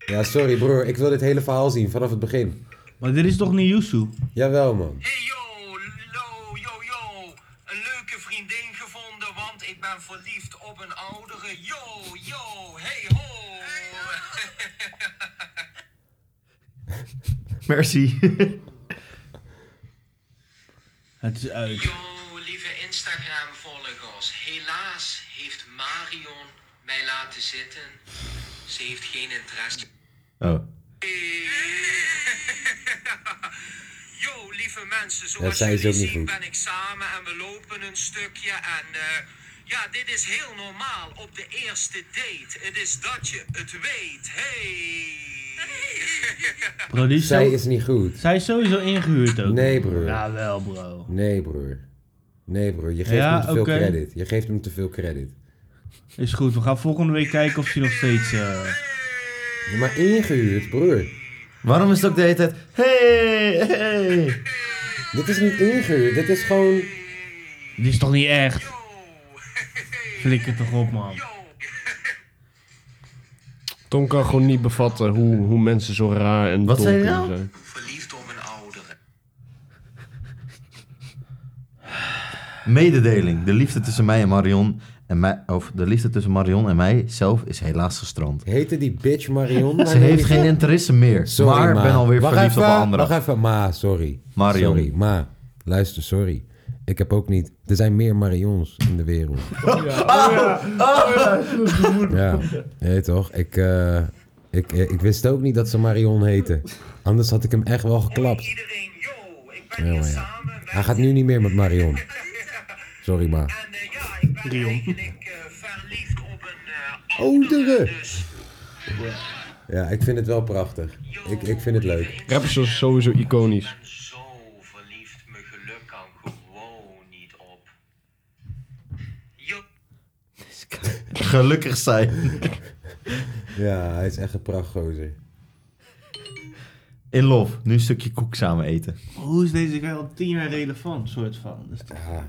Speaker 2: Ja, sorry, broer. Ik wil dit hele verhaal zien vanaf het begin.
Speaker 4: Maar dit is toch niet Yusu?
Speaker 2: Jawel, man.
Speaker 8: Hey yo, lo, yo, yo. Een leuke vriendin gevonden, want ik ben verliefd op een oudere. Yo, yo, hey ho.
Speaker 1: Merci.
Speaker 4: *laughs* Het is uit.
Speaker 8: Yo, lieve Instagram-volgers. Helaas heeft Marion mij laten zitten. Ze heeft geen interesse.
Speaker 1: Oh.
Speaker 8: Yo, lieve mensen,
Speaker 2: Dat
Speaker 8: zoals
Speaker 2: zei ze
Speaker 8: Dus jullie
Speaker 2: ook niet
Speaker 8: zien
Speaker 2: goed.
Speaker 8: ben ik samen en we lopen een stukje. En eh, ja, dit is heel normaal op de eerste date. Het is dat je het weet. Hey!
Speaker 4: Producer.
Speaker 2: Zij
Speaker 4: Zij is...
Speaker 2: is niet goed.
Speaker 4: sowieso ingehuurd ook.
Speaker 2: Nee, broer.
Speaker 4: Jawel, bro.
Speaker 2: Nee, broer. Nee, broer. Je geeft
Speaker 4: Ja,
Speaker 2: hem te veel
Speaker 4: oké.
Speaker 2: credit. Je geeft hem te veel credit.
Speaker 4: Is goed, we gaan volgende week kijken of hij nog steeds... eh,
Speaker 2: Ja, maar ingehuurd, broer.
Speaker 1: Waarom is het ook de hele tijd... Hey, hey.
Speaker 2: Dit is niet ingehuurd. Dit is gewoon...
Speaker 4: Dit is toch niet echt? Flikker toch op, man.
Speaker 5: Tom kan gewoon niet bevatten hoe, hoe mensen zo raar en
Speaker 1: Wat
Speaker 5: dom
Speaker 1: zei je
Speaker 5: kunnen
Speaker 1: nou?
Speaker 5: zijn.
Speaker 8: Verliefd op een oudere.
Speaker 1: Mededeling. De liefde tussen mij en Marion... En mij, of de liefde tussen Marion en mij zelf is helaas gestrand.
Speaker 2: Heette die bitch Marion?
Speaker 1: Ze heeft geen interesse meer.
Speaker 2: Sorry,
Speaker 1: maar
Speaker 2: ma.
Speaker 1: ben alweer
Speaker 2: Wacht
Speaker 1: verliefd op
Speaker 2: even,
Speaker 1: een andere.
Speaker 2: Wacht even, ma, sorry.
Speaker 1: Marion.
Speaker 2: Sorry, ma. Luister, sorry. Ik heb ook niet... Er zijn meer Marions in de wereld.
Speaker 7: Oh,
Speaker 1: Ah!
Speaker 2: Oh, Ja, nee toch? Ik, eh, ik, eh, ik wist ook niet dat ze Marion heette. Anders had ik hem echt wel geklapt.
Speaker 8: Iedereen, yo, ik ben
Speaker 2: Ja,
Speaker 8: hier
Speaker 2: maar ja.
Speaker 8: samen. en wij-
Speaker 2: Hij gaat nu niet meer met
Speaker 8: *laughs*
Speaker 2: Marion. Sorry, ma.
Speaker 8: En eh, ja, ik ben
Speaker 4: Rion.
Speaker 8: eigenlijk eh, verliefd op een eh,
Speaker 2: Oudere.
Speaker 8: Dus
Speaker 2: Ja, ik vind het wel prachtig. Ik, ik vind het leuk.
Speaker 5: Rappers zijn sowieso iconisch.
Speaker 8: ben zo verliefd, mijn geluk kan gewoon niet op. Yo.
Speaker 1: Gelukkig zijn.
Speaker 2: *laughs* Ja, hij is echt een prachtgozer.
Speaker 1: In love. Nu een stukje koek samen eten.
Speaker 4: Hoe is deze guy al tien jaar relevant, soort van? Dus dat-
Speaker 2: Ja,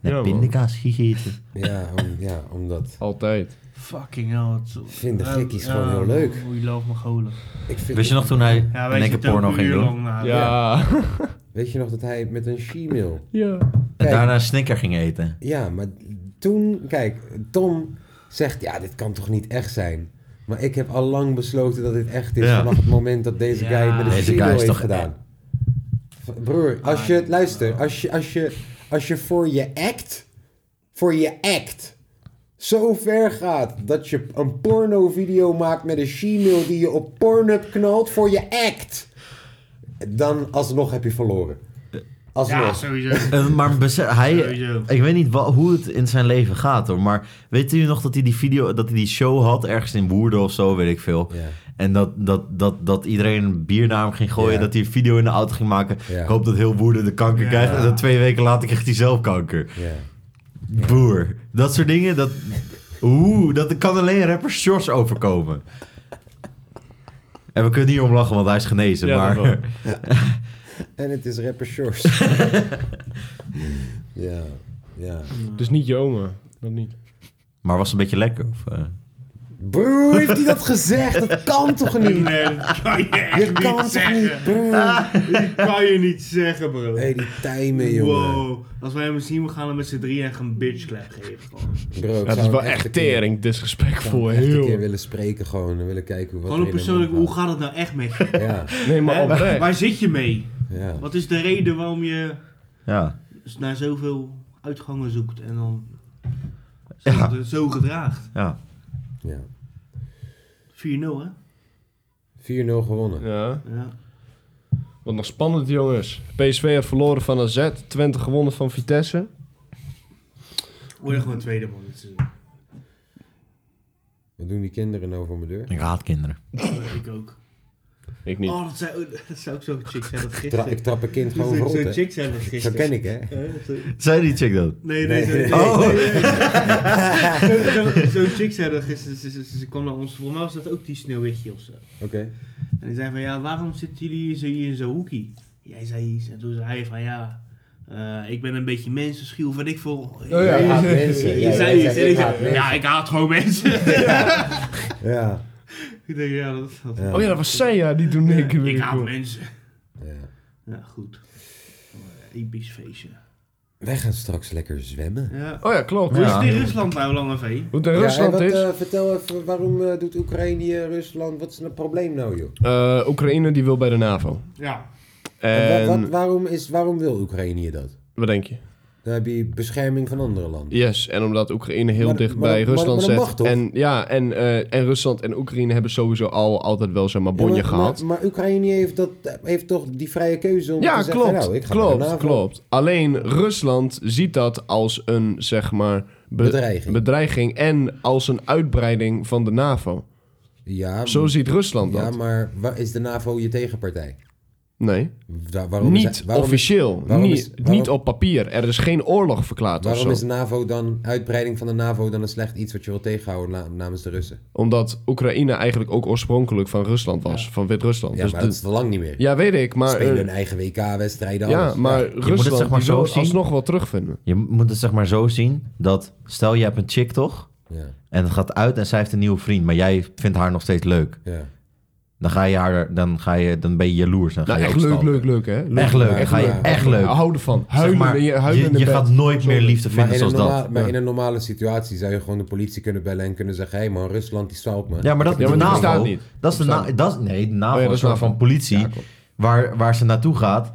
Speaker 1: Net
Speaker 5: Ja, man.
Speaker 1: pindakaas gegeten.
Speaker 2: ja, om- ja omdat...
Speaker 5: Altijd.
Speaker 4: Fucking hell. het is-
Speaker 2: vind de
Speaker 4: Eh,
Speaker 2: gekkies
Speaker 4: ja,
Speaker 2: gewoon heel leuk.
Speaker 4: We love Mongolen.
Speaker 2: Ik vind
Speaker 1: Wist je nog toen hij
Speaker 4: Ja,
Speaker 1: in
Speaker 4: wij
Speaker 1: één keer
Speaker 4: zitten ook
Speaker 1: porno
Speaker 4: een
Speaker 1: ging
Speaker 4: uur
Speaker 1: doen?
Speaker 4: lang nou, na.
Speaker 5: Ja. *laughs*
Speaker 2: Weet je nog dat hij met een she-mail...
Speaker 5: Ja.
Speaker 1: En
Speaker 2: Kijk.
Speaker 1: daarna een snicker ging eten.
Speaker 2: Ja, maar toen... Kijk, Tom zegt... Ja, dit kan toch niet echt zijn? Maar ik heb al lang besloten dat dit echt is...
Speaker 1: Ja.
Speaker 2: vanaf het moment dat deze
Speaker 4: Ja.
Speaker 2: guy met een
Speaker 1: Deze guy
Speaker 2: she-mail
Speaker 1: is
Speaker 2: heeft
Speaker 1: toch-
Speaker 2: gedaan. V- Broer, als je... Luister, als je, als je, als je voor je act... Voor je act... Zo ver gaat dat je een porno-video maakt met een she-mail die je op Pornhub knalt voor je act. Dan alsnog heb je verloren. Alsnog.
Speaker 4: Ja, sowieso.
Speaker 1: *laughs* Eh, maar besef- hij,
Speaker 4: Sowieso.
Speaker 1: ik weet niet wa- hoe het in zijn leven gaat hoor. Maar weet u nog dat hij die video, dat hij die show had ergens in Woerden of zo, weet ik veel.
Speaker 2: Ja.
Speaker 1: En dat, dat, dat, dat iedereen een bier naar hem ging gooien.
Speaker 2: Ja.
Speaker 1: Dat hij een video in de auto ging maken.
Speaker 2: Ja.
Speaker 1: Ik hoop dat heel Woerden de kanker
Speaker 4: Ja.
Speaker 1: krijgt. En dan twee weken later krijgt hij zelf kanker.
Speaker 2: Ja.
Speaker 1: Boer. Dat soort dingen. Dat, oeh, dat kan alleen rapper Shorts overkomen. En we kunnen hier om lachen, want hij is genezen.
Speaker 5: Ja,
Speaker 1: *laughs*
Speaker 5: dat
Speaker 1: maar
Speaker 5: wel.
Speaker 2: En het is rapper
Speaker 5: *laughs*
Speaker 2: Shores. ja, ja.
Speaker 5: Dus niet je oma. Dat niet.
Speaker 1: maar was het een beetje lekker? Of, eh?
Speaker 2: Broer, hoe heeft hij dat gezegd? Dat kan toch niet?
Speaker 4: Nee, dat kan je
Speaker 2: Je
Speaker 4: echt
Speaker 2: kan
Speaker 4: niet
Speaker 2: toch niet,
Speaker 4: zeggen.
Speaker 2: broer?
Speaker 4: *laughs* Dat kan je niet zeggen, bro.
Speaker 2: hey, die tijmen, jongen.
Speaker 4: Wow, als wij hem zien, we gaan hem met z'n drieën echt een bitchclap geven. Gewoon,
Speaker 2: Bro, ik
Speaker 5: Dat
Speaker 2: zou
Speaker 5: is wel
Speaker 2: hem
Speaker 5: echt
Speaker 2: een keer-
Speaker 5: tering disrespectvol.
Speaker 2: echt een keer
Speaker 5: Heel.
Speaker 2: willen spreken gewoon en willen kijken wat
Speaker 4: gewoon
Speaker 2: er
Speaker 4: een
Speaker 2: in hem
Speaker 4: persoonlijk, hoe
Speaker 2: omgaat.
Speaker 4: gaat het nou echt met je?
Speaker 2: Ja,
Speaker 5: *laughs* Nee, maar
Speaker 4: Hè?
Speaker 5: oprecht.
Speaker 4: Waar zit je mee?
Speaker 2: ja.
Speaker 4: Wat is de reden waarom je
Speaker 1: ja.
Speaker 4: naar zoveel uitgangen zoekt en dan zich
Speaker 1: Ja.
Speaker 4: zo gedraagt? 4-0,
Speaker 1: *laughs* ja.
Speaker 2: ja.
Speaker 4: hè?
Speaker 2: 4-0 gewonnen.
Speaker 5: Ja.
Speaker 4: Ja.
Speaker 5: Wat nog spannend, jongens. PSV heeft verloren van AZ. Twente gewonnen van Vitesse.
Speaker 4: Worden gewoon tweede man dit seizoen.
Speaker 2: Wat doen die kinderen nou voor mijn deur?
Speaker 1: Ik haat kinderen.
Speaker 4: Ik ook.
Speaker 5: Ik niet.
Speaker 4: Oh, dat zou, dat zou ik zo'n chick zijn dat
Speaker 2: Tra-
Speaker 4: gisteren.
Speaker 2: ik trap een kind
Speaker 4: Dat
Speaker 2: gewoon
Speaker 4: zou ik
Speaker 2: voor
Speaker 4: zo'n chick zijn dat
Speaker 2: Zo
Speaker 4: gisteren.
Speaker 2: ken ik, hè?
Speaker 4: Hè? Zo-
Speaker 1: Zei die chick dat?
Speaker 4: Nee, nee, nee.
Speaker 1: Oh.
Speaker 4: Zo'n chick zei dat gisteren, ze, ze- ze kwam naar ons, volgens mij was dat ook die sneeuwwitje of zo.
Speaker 2: Oké.
Speaker 4: En die zei van, ja, waarom zitten jullie zo hier in zo'n hoekie? Jij zei iets, en toen zei hij van, ja, eh, ik ben een beetje mensenschuw, wat ik voor...
Speaker 2: Oh ja. Je haat mensen.
Speaker 4: Je
Speaker 2: Ja,
Speaker 4: zei
Speaker 2: jij
Speaker 4: iets,
Speaker 2: zei, ik
Speaker 4: en ik
Speaker 2: haat
Speaker 4: zei,
Speaker 2: mensen.
Speaker 4: ja, ik haat gewoon mensen.
Speaker 2: Ja.
Speaker 4: *laughs* ik denk, ja, dat... dat
Speaker 2: Ja.
Speaker 5: Oh ja, dat was zij, ja. Die toen ik
Speaker 4: ik
Speaker 5: weer
Speaker 4: haat
Speaker 5: kwam.
Speaker 4: mensen.
Speaker 2: ja.
Speaker 4: Ja, goed. Eh, Episch feestje.
Speaker 2: Wij gaan straks lekker zwemmen.
Speaker 4: Ja.
Speaker 5: Oh ja, klopt.
Speaker 4: Hoe is
Speaker 1: Ja.
Speaker 4: het in Rusland nou, Lange V?
Speaker 5: Hoe het in
Speaker 2: Ja,
Speaker 5: Rusland
Speaker 2: en wat,
Speaker 5: is.
Speaker 2: eh, vertel even, waarom eh, doet Oekraïne Rusland, wat is het probleem nou joh?
Speaker 5: eh, Oekraïne die wil bij de NAVO.
Speaker 4: Ja.
Speaker 2: En...
Speaker 5: En
Speaker 2: Wat, wat- waarom, is, waarom wil Oekraïne dat?
Speaker 5: wat denk je?
Speaker 2: Dan heb je bescherming van andere landen.
Speaker 5: Yes, en omdat Oekraïne heel
Speaker 2: Maar-
Speaker 5: dicht
Speaker 2: maar
Speaker 5: bij
Speaker 2: dat- maar-
Speaker 5: Rusland
Speaker 2: maar dat mag
Speaker 5: zit.
Speaker 2: toch?
Speaker 5: En ja, en, eh, en Rusland en Oekraïne hebben sowieso al altijd wel zo'n maar
Speaker 2: Ja,
Speaker 5: bonje
Speaker 2: maar-
Speaker 5: gehad.
Speaker 2: Maar, maar Oekraïne heeft, dat, heeft toch die vrije keuze om
Speaker 5: ja,
Speaker 2: te zeggen,
Speaker 5: klopt.
Speaker 2: nou, ik ga
Speaker 5: klopt,
Speaker 2: naar de NAVO.
Speaker 5: klopt. Alleen Rusland ziet dat als een, zeg maar, be-
Speaker 2: Bedreiging.
Speaker 5: bedreiging en als een uitbreiding van de NAVO.
Speaker 2: Ja,
Speaker 5: Zo ziet Rusland
Speaker 2: Ah, mm. ja,
Speaker 5: dat.
Speaker 2: maar waar is de NAVO je tegenpartij?
Speaker 5: Nee,
Speaker 2: Wa- waarom is-
Speaker 5: niet
Speaker 2: waarom,
Speaker 5: officieel.
Speaker 2: waarom
Speaker 5: niet,
Speaker 2: is- waarom-
Speaker 5: niet op papier. Er is geen oorlog verklaard of
Speaker 2: Waarom
Speaker 5: zo.
Speaker 2: is NAVO dan, uitbreiding van de NAVO dan een slecht iets wat je wil tegenhouden na- namens de Russen?
Speaker 5: Omdat Oekraïne eigenlijk ook oorspronkelijk van Rusland was. Van Wit-Rusland.
Speaker 2: Ja,
Speaker 5: dus
Speaker 2: maar
Speaker 5: de-
Speaker 2: dat is al lang niet meer.
Speaker 5: ja weet ik. Maar,
Speaker 2: Spelen
Speaker 5: eh,
Speaker 2: hun eigen WK-wedstrijden,
Speaker 5: ja, maar
Speaker 1: moet het
Speaker 5: Rusland
Speaker 1: zeg maar
Speaker 5: die wil
Speaker 1: zo
Speaker 5: het
Speaker 1: zien.
Speaker 5: alsnog wel terugvinden.
Speaker 1: Je moet het zeg maar zo zien dat stel je hebt een chick toch
Speaker 2: Ja,
Speaker 1: en het gaat uit en zij heeft een nieuwe vriend, maar jij vindt haar nog steeds leuk.
Speaker 2: ja.
Speaker 1: Dan ga je haar, dan ga je, dan ben je jaloers en ga
Speaker 5: Nou,
Speaker 1: je
Speaker 5: echt
Speaker 1: ook
Speaker 5: leuk,
Speaker 1: stalken.
Speaker 5: leuk, leuk, hè?
Speaker 1: Echt leuk,
Speaker 2: Ja,
Speaker 1: ga je
Speaker 2: ja.
Speaker 1: echt leuk. Zeg
Speaker 5: Houden van. Huilen,
Speaker 1: maar,
Speaker 5: in je, huilen in
Speaker 1: je,
Speaker 5: de
Speaker 1: je
Speaker 5: bed.
Speaker 1: gaat nooit meer liefde
Speaker 2: Maar,
Speaker 1: vinden
Speaker 2: in een,
Speaker 1: zoals
Speaker 2: norma-
Speaker 1: dat.
Speaker 2: maar
Speaker 5: Ja.
Speaker 2: in een normale situatie zou je gewoon de politie kunnen bellen en kunnen zeggen... hé, man, Rusland die straalt me.
Speaker 1: Ja, maar dat,
Speaker 5: Ja, maar
Speaker 1: de
Speaker 5: dat
Speaker 1: NAVO,
Speaker 5: bestaat niet.
Speaker 1: Dat is de
Speaker 5: Bestaat
Speaker 1: na, dat is, nee, de NAVO
Speaker 5: Oh ja,
Speaker 1: is een soort van politie
Speaker 5: Ja, klopt.
Speaker 1: waar, waar ze naartoe gaat.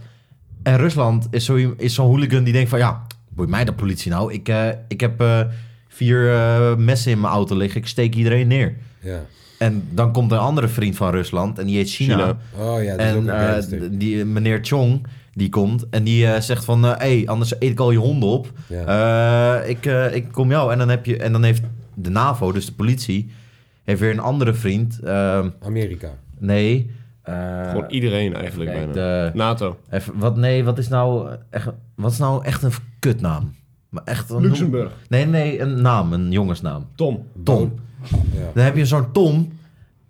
Speaker 1: En Rusland is zo'n is zo'n hooligan die denkt van ja, boeit mij de politie nou? Ik, eh, ik heb eh, vier eh, messen in mijn auto liggen, ik steek iedereen neer.
Speaker 2: Ja.
Speaker 1: En dan komt een andere vriend van Rusland en die heet China.
Speaker 5: China.
Speaker 2: Oh ja, dat is ook
Speaker 1: En
Speaker 2: een
Speaker 1: eh,
Speaker 2: gangster.
Speaker 1: d- die, meneer Chong, die komt en die eh, zegt van... eh, hey, anders eet ik al je honden op.
Speaker 2: Ja.
Speaker 1: Eh, ik, eh, ik kom jou. En dan, heb je, en dan heeft de NAVO, dus de politie... heeft weer een andere vriend. ehm,
Speaker 2: Amerika.
Speaker 1: nee. eh,
Speaker 5: Gewoon iedereen eigenlijk
Speaker 1: kijk,
Speaker 5: bijna.
Speaker 1: de-
Speaker 5: NATO.
Speaker 1: even, wat, nee, wat is nou echt, wat is nou echt een kutnaam? Maar echt een,
Speaker 5: Luxemburg.
Speaker 1: Nee, nee, een naam, een jongensnaam.
Speaker 5: Tom.
Speaker 1: Tom.
Speaker 2: Ja.
Speaker 1: Dan heb je zo'n Tom.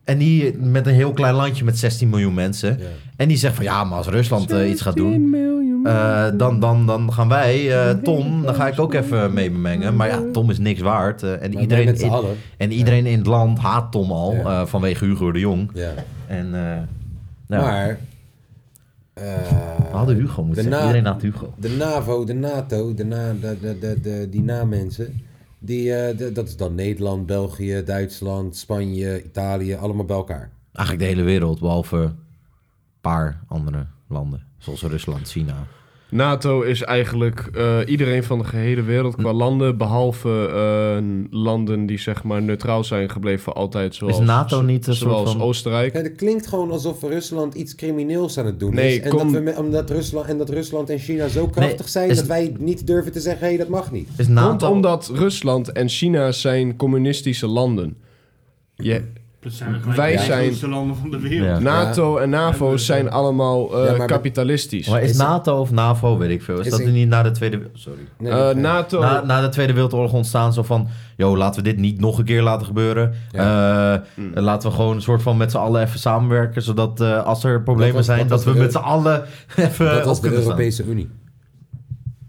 Speaker 1: En die met een heel klein landje met 16 miljoen mensen.
Speaker 2: Ja.
Speaker 1: En die zegt van ja, maar als Rusland eh, iets gaat doen. eh, dan, dan, dan gaan wij, eh, Tom, dan ga ik ook even mee bemengen. Maar ja, Tom is niks waard. eh, en,
Speaker 2: Maar
Speaker 1: iedereen
Speaker 2: met z'n
Speaker 1: in,
Speaker 2: allen.
Speaker 1: en iedereen in het land haat Tom al.
Speaker 2: Ja.
Speaker 1: eh, vanwege Hugo de Jong.
Speaker 2: Ja.
Speaker 1: En eh, nou,
Speaker 2: Maar... eh,
Speaker 1: we hadden Hugo moeten zeggen.
Speaker 2: de na-
Speaker 1: Iedereen haat Hugo.
Speaker 2: De NAVO, de NATO, de na, de, de, de, de- die na-mensen. Die, eh, de- dat is dan Nederland, België, Duitsland, Spanje, Italië, allemaal bij elkaar.
Speaker 1: Eigenlijk de hele wereld, behalve een paar andere landen. Zoals Rusland, China.
Speaker 5: NATO is eigenlijk eh, iedereen van de gehele wereld qua landen, behalve eh, landen die zeg maar neutraal zijn gebleven voor altijd, zoals,
Speaker 1: NATO niet een soort
Speaker 5: zoals
Speaker 1: van-
Speaker 5: Oostenrijk.
Speaker 2: Kijk, het klinkt gewoon alsof Rusland iets crimineels aan het doen
Speaker 5: Nee,
Speaker 2: is. En,
Speaker 5: kom-
Speaker 2: dat we, met- omdat Rusland, en dat Rusland en China zo krachtig zijn
Speaker 1: is-
Speaker 2: dat wij niet durven te zeggen, hé, dat mag niet.
Speaker 1: Is
Speaker 5: Komt
Speaker 1: NATO...
Speaker 5: omdat Rusland en China zijn communistische landen. Je,
Speaker 4: Dat zijn gelijk
Speaker 5: Wij
Speaker 4: de
Speaker 5: zijn-
Speaker 4: grootste landen van de wereld. dus,
Speaker 1: Ja.
Speaker 5: NATO en NAVO zijn allemaal eh,
Speaker 2: Ja, maar-
Speaker 5: kapitalistisch.
Speaker 1: Maar is,
Speaker 2: Is-
Speaker 1: NATO of NAVO, weet ik veel. Is,
Speaker 2: Is
Speaker 1: dat
Speaker 2: een-
Speaker 1: niet na de Tweede... Sorry.
Speaker 2: Nee,
Speaker 5: Eh,
Speaker 2: dat-
Speaker 5: NATO,
Speaker 1: Na, na de Tweede Wereldoorlog ontstaan zo van... Yo, laten we dit niet nog een keer laten gebeuren. Eh,
Speaker 2: Hmm.
Speaker 1: Laten we gewoon een soort van met z'n allen even samenwerken... zodat eh, als er problemen
Speaker 2: was-
Speaker 1: zijn...
Speaker 2: dat
Speaker 1: dat,
Speaker 2: was
Speaker 1: we
Speaker 2: de
Speaker 1: met
Speaker 2: Eu-
Speaker 1: z'n allen even
Speaker 2: *laughs* dat was
Speaker 1: op
Speaker 2: de
Speaker 1: kunnen staan.
Speaker 2: Europese Unie,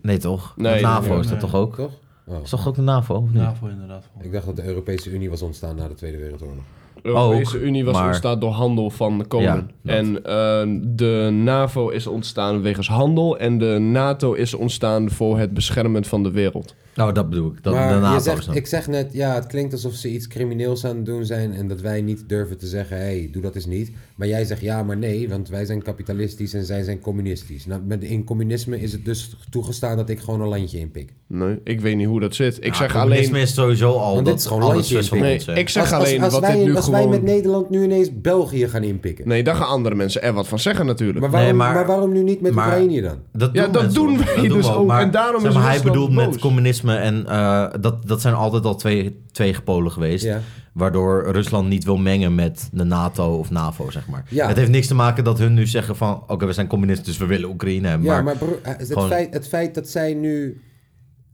Speaker 1: Nee, toch?
Speaker 5: Nee,
Speaker 1: Met
Speaker 5: nee,
Speaker 1: NAVO
Speaker 4: nee,
Speaker 1: is dat
Speaker 4: nee.
Speaker 1: toch ook?
Speaker 2: toch? Oh.
Speaker 1: Is toch ook de NAVO? Of niet?
Speaker 4: Ja, voor inderdaad.
Speaker 2: Ik dacht dat de Europese Unie was ontstaan na de Tweede Wereldoorlog.
Speaker 5: de Europese
Speaker 1: ook,
Speaker 5: Unie was
Speaker 1: maar-
Speaker 5: ontstaan door handel van kolen.
Speaker 1: Ja, dat.
Speaker 5: en eh, de NAVO is ontstaan wegens handel en de NATO is ontstaan voor het beschermen van de wereld.
Speaker 1: Nou, dat bedoel ik. Dat,
Speaker 2: maar
Speaker 1: de
Speaker 2: je
Speaker 1: NAVO is
Speaker 2: zegt,
Speaker 1: dan.
Speaker 2: ik zeg net, ja, het klinkt alsof ze iets crimineels aan het doen zijn en dat wij niet durven te zeggen, hé, hey, doe dat eens niet. Maar jij zegt ja, maar nee, want wij zijn kapitalistisch en zij zijn communistisch. Nou, met, in communisme is het dus toegestaan dat ik gewoon een landje inpik.
Speaker 5: Nee, ik weet niet hoe dat zit. Ik
Speaker 1: Ja,
Speaker 5: zeg
Speaker 1: communisme
Speaker 5: alleen.
Speaker 1: is sowieso al...
Speaker 2: Want
Speaker 1: dat
Speaker 2: dit is gewoon
Speaker 1: alles
Speaker 2: landje
Speaker 1: is van
Speaker 2: in
Speaker 5: Nee,
Speaker 1: ons, hè.
Speaker 5: ik zeg alleen wat
Speaker 2: wij,
Speaker 5: dit nu
Speaker 2: als
Speaker 5: gewoon.
Speaker 2: wij met Nederland nu ineens België gaan inpikken.
Speaker 5: Nee, daar gaan andere mensen er wat van zeggen natuurlijk.
Speaker 2: Maar, waarom,
Speaker 1: Nee, maar-
Speaker 2: maar, waarom nu niet met
Speaker 1: maar-
Speaker 2: Oekraïne dan?
Speaker 1: Dat
Speaker 5: Ja, dat
Speaker 1: mensen
Speaker 5: doen wij
Speaker 1: we
Speaker 5: dus ook. En daarom
Speaker 1: zeg
Speaker 5: is dus
Speaker 1: maar, hij
Speaker 5: Rusland
Speaker 1: bedoelt met
Speaker 5: boos.
Speaker 1: communisme en eh, dat, dat zijn altijd al twee, twee gepolen geweest.
Speaker 2: Ja.
Speaker 1: Waardoor Rusland niet wil mengen met de NATO of NAVO, zeg maar.
Speaker 2: Ja.
Speaker 1: Het heeft niks te maken dat hun nu zeggen van... Oké, we zijn communisten, dus we willen Oekraïne hebben.
Speaker 2: Ja,
Speaker 1: maar,
Speaker 2: maar broer, eh, het,
Speaker 1: gewoon-
Speaker 2: feit, het feit dat zij nu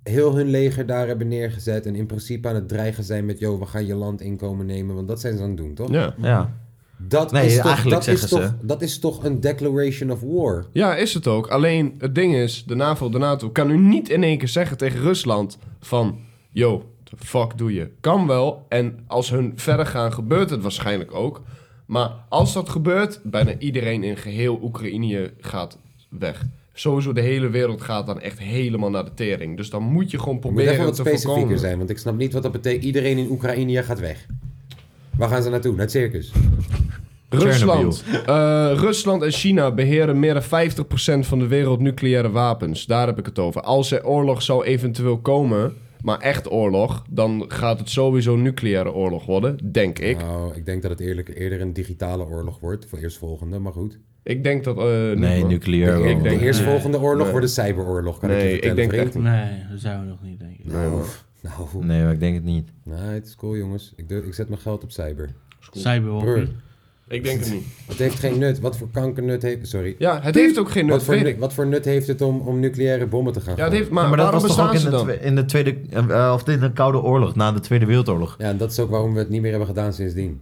Speaker 2: heel hun leger daar hebben neergezet en in principe aan het dreigen zijn met, joh, we gaan je land inkomen nemen, want dat zijn ze aan het doen, toch?
Speaker 5: Ja.
Speaker 1: Ja.
Speaker 2: Dat,
Speaker 1: Nee,
Speaker 2: is toch,
Speaker 1: eigenlijk
Speaker 2: dat, is
Speaker 1: zeggen ze-
Speaker 2: toch, dat is toch een declaration of war?
Speaker 5: ja, is het ook. Alleen het ding is, de NAVO, de NATO kan nu niet in één keer zeggen tegen Rusland van, yo, the fuck doe je. Kan wel. En als hun verder gaan, gebeurt het waarschijnlijk ook. Maar als dat gebeurt, bijna iedereen in geheel Oekraïne gaat weg. sowieso de hele wereld gaat dan echt helemaal naar de tering. Dus dan moet je gewoon
Speaker 2: Je moet even
Speaker 5: proberen
Speaker 2: wat
Speaker 5: te
Speaker 2: specifieker
Speaker 5: voorkomen.
Speaker 2: zijn, want ik snap niet wat dat betekent. Iedereen in Oekraïne gaat weg. Waar gaan ze naartoe? Naar het circus.
Speaker 5: Rusland. Eh, Rusland en China beheren meer dan 50% van de wereld nucleaire wapens. Daar heb ik het over. Als er oorlog zou eventueel komen, maar echt oorlog, dan gaat het sowieso nucleaire oorlog worden, denk ik.
Speaker 2: Nou, ik denk dat het eerlijk, eerder een digitale oorlog wordt. Voor eerstvolgende, maar goed.
Speaker 5: Ik denk dat... eh, niet,
Speaker 1: Nee,
Speaker 5: hoor.
Speaker 1: nucleair.
Speaker 2: Ik
Speaker 1: wel.
Speaker 2: de
Speaker 5: denk-
Speaker 2: eerstvolgende oorlog
Speaker 5: Nee.
Speaker 2: wordt een cyberoorlog, kan ik
Speaker 5: Nee,
Speaker 2: je
Speaker 5: ik
Speaker 2: vertellen,
Speaker 5: denk
Speaker 2: vriend.
Speaker 5: echt
Speaker 4: Nee, dat zijn we nog niet, denk ik.
Speaker 2: Nou, nou,
Speaker 1: Nee, maar ik denk het niet.
Speaker 2: nou, het is cool, jongens. Ik, doe- ik zet mijn geld op cyber.
Speaker 4: Cyberwalking.
Speaker 2: Brr.
Speaker 5: Ik denk het niet.
Speaker 2: Het heeft geen nut. Wat voor kankernut heeft... Sorry.
Speaker 5: Ja, het heeft ook geen nut,
Speaker 2: Wat voor,
Speaker 5: weet
Speaker 2: nu-
Speaker 5: ik.
Speaker 2: wat voor nut heeft het om, om nucleaire bommen te gaan
Speaker 5: Ja, het
Speaker 2: gooien?
Speaker 5: heeft, maar,
Speaker 1: Ja, maar dat
Speaker 5: waarom
Speaker 1: was toch ook
Speaker 5: bestaan
Speaker 1: in
Speaker 5: ze
Speaker 1: de,
Speaker 5: dan?
Speaker 1: twe- in de Tweede... eh, of in de Koude Oorlog, na de Tweede Wereldoorlog.
Speaker 2: Ja, en dat is ook waarom we het niet meer hebben gedaan sindsdien.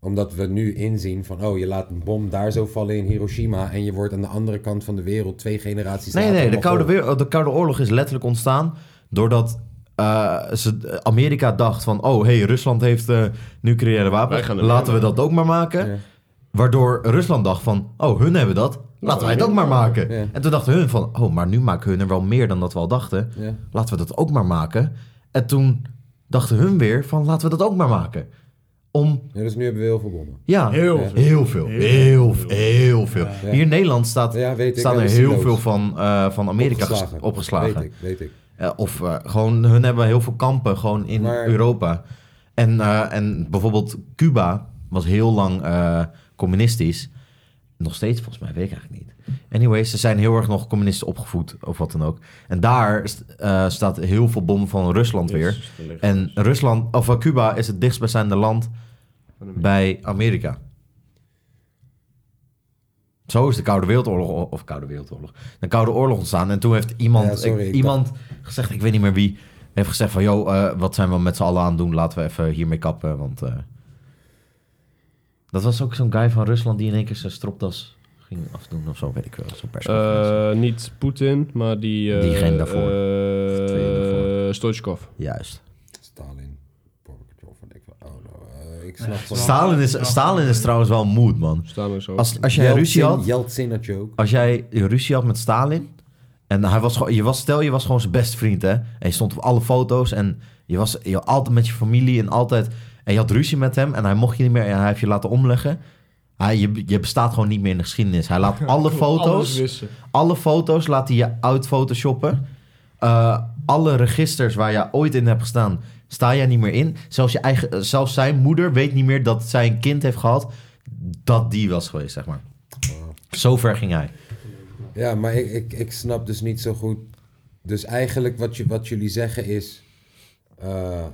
Speaker 2: Omdat we nu inzien van, oh, je laat een bom daar zo vallen in Hiroshima... en je wordt aan de andere kant van de wereld twee generaties
Speaker 1: Nee,
Speaker 2: later
Speaker 1: nee, de
Speaker 2: nog
Speaker 1: Koude,
Speaker 2: voor.
Speaker 1: Wereld- de Koude Oorlog is letterlijk ontstaan doordat eh, ze, Amerika dacht van... Oh, hey, Rusland heeft eh, nucleaire
Speaker 5: Wij
Speaker 1: wapens.
Speaker 5: gaan er
Speaker 1: Laten we
Speaker 5: mee.
Speaker 1: dat ook maar maken.
Speaker 2: Ja.
Speaker 1: Waardoor Rusland dacht van... Oh, hun hebben dat. Laten wij het ook maar maken.
Speaker 2: Nou, Ja.
Speaker 1: En toen dachten hun van... Oh, maar nu maken hun er wel meer dan dat we al dachten.
Speaker 2: Ja.
Speaker 1: Laten we dat ook maar maken. En toen dachten hun weer van... Laten we dat ook maar maken. Om
Speaker 2: Ja, dus nu hebben we heel veel bommen.
Speaker 1: Ja,
Speaker 4: Heel
Speaker 1: Ja.
Speaker 4: veel.
Speaker 1: Heel veel. Heel, veel. heel veel.
Speaker 4: Ja.
Speaker 1: Hier in Nederland staat,
Speaker 2: Ja, weet ik.
Speaker 1: staan
Speaker 2: Ja,
Speaker 1: er
Speaker 2: dat is
Speaker 1: heel
Speaker 2: loos.
Speaker 1: veel van, eh, van Amerika ges- opgeslagen.
Speaker 2: Weet ik, weet ik.
Speaker 1: Eh, of eh, gewoon, hun hebben heel veel kampen gewoon in
Speaker 2: Maar-
Speaker 1: Europa. En, eh, en bijvoorbeeld Cuba was heel lang eh, communistisch. Nog steeds volgens mij, weet ik eigenlijk niet. Anyways, ze zijn heel erg nog communisten opgevoed of wat dan ook. En daar st- eh, staat heel veel bom van Rusland weer. En
Speaker 2: dus.
Speaker 1: Rusland, of eh, Cuba is het dichtstbijzijnde land bij Amerika. Zo is de Koude Wereldoorlog, o- of Koude Wereldoorlog, de Koude Oorlog ontstaan. En toen heeft iemand,
Speaker 2: Ja, sorry,
Speaker 1: ik-
Speaker 2: ik
Speaker 1: iemand gezegd, ik weet niet meer wie, heeft gezegd van, joh, eh, wat zijn we met z'n allen aan het doen? Laten we even hiermee kappen, want... eh, dat was ook zo'n guy van Rusland die in één keer zijn stropdas ging afdoen of zo, weet ik wel. Zo'n persconferentie.
Speaker 5: Eh, niet Poetin, maar die... eh,
Speaker 1: Diegene daarvoor.
Speaker 5: eh,
Speaker 1: Of twee daarvoor.
Speaker 5: Stoichkov.
Speaker 1: Juist.
Speaker 2: Stalin. Gorbachev, en ik van, oh no, eh, ik snap gewoon...
Speaker 1: Stalin is, Stalin is trouwens wel moed, man.
Speaker 5: Staan we zo.
Speaker 1: Als, als jij ruzie had...
Speaker 2: Jeltsin had je ook.
Speaker 1: als jij ruzie had met Stalin. En hij was gewoon, je was, stel je was gewoon zijn beste vriend, hè? En je stond op alle foto's en je was je, altijd met je familie en altijd. En je had ruzie met hem en hij mocht je niet meer en hij heeft je laten omleggen. Hij, je, je bestaat gewoon niet meer in de geschiedenis. Hij laat alle
Speaker 5: Alles
Speaker 1: foto's,
Speaker 5: wissen.
Speaker 1: alle foto's laat hij je uit photoshoppen. Eh, alle registers waar je ooit in hebt gestaan, sta jij niet meer in. Zelfs, je eigen, eh, zelfs zijn moeder weet niet meer dat zij een kind heeft gehad. Dat die was geweest, zeg maar. Zo ver ging hij.
Speaker 2: Ja, maar ik, ik, ik snap dus niet zo goed. Dus eigenlijk wat, je, wat jullie zeggen is... eh,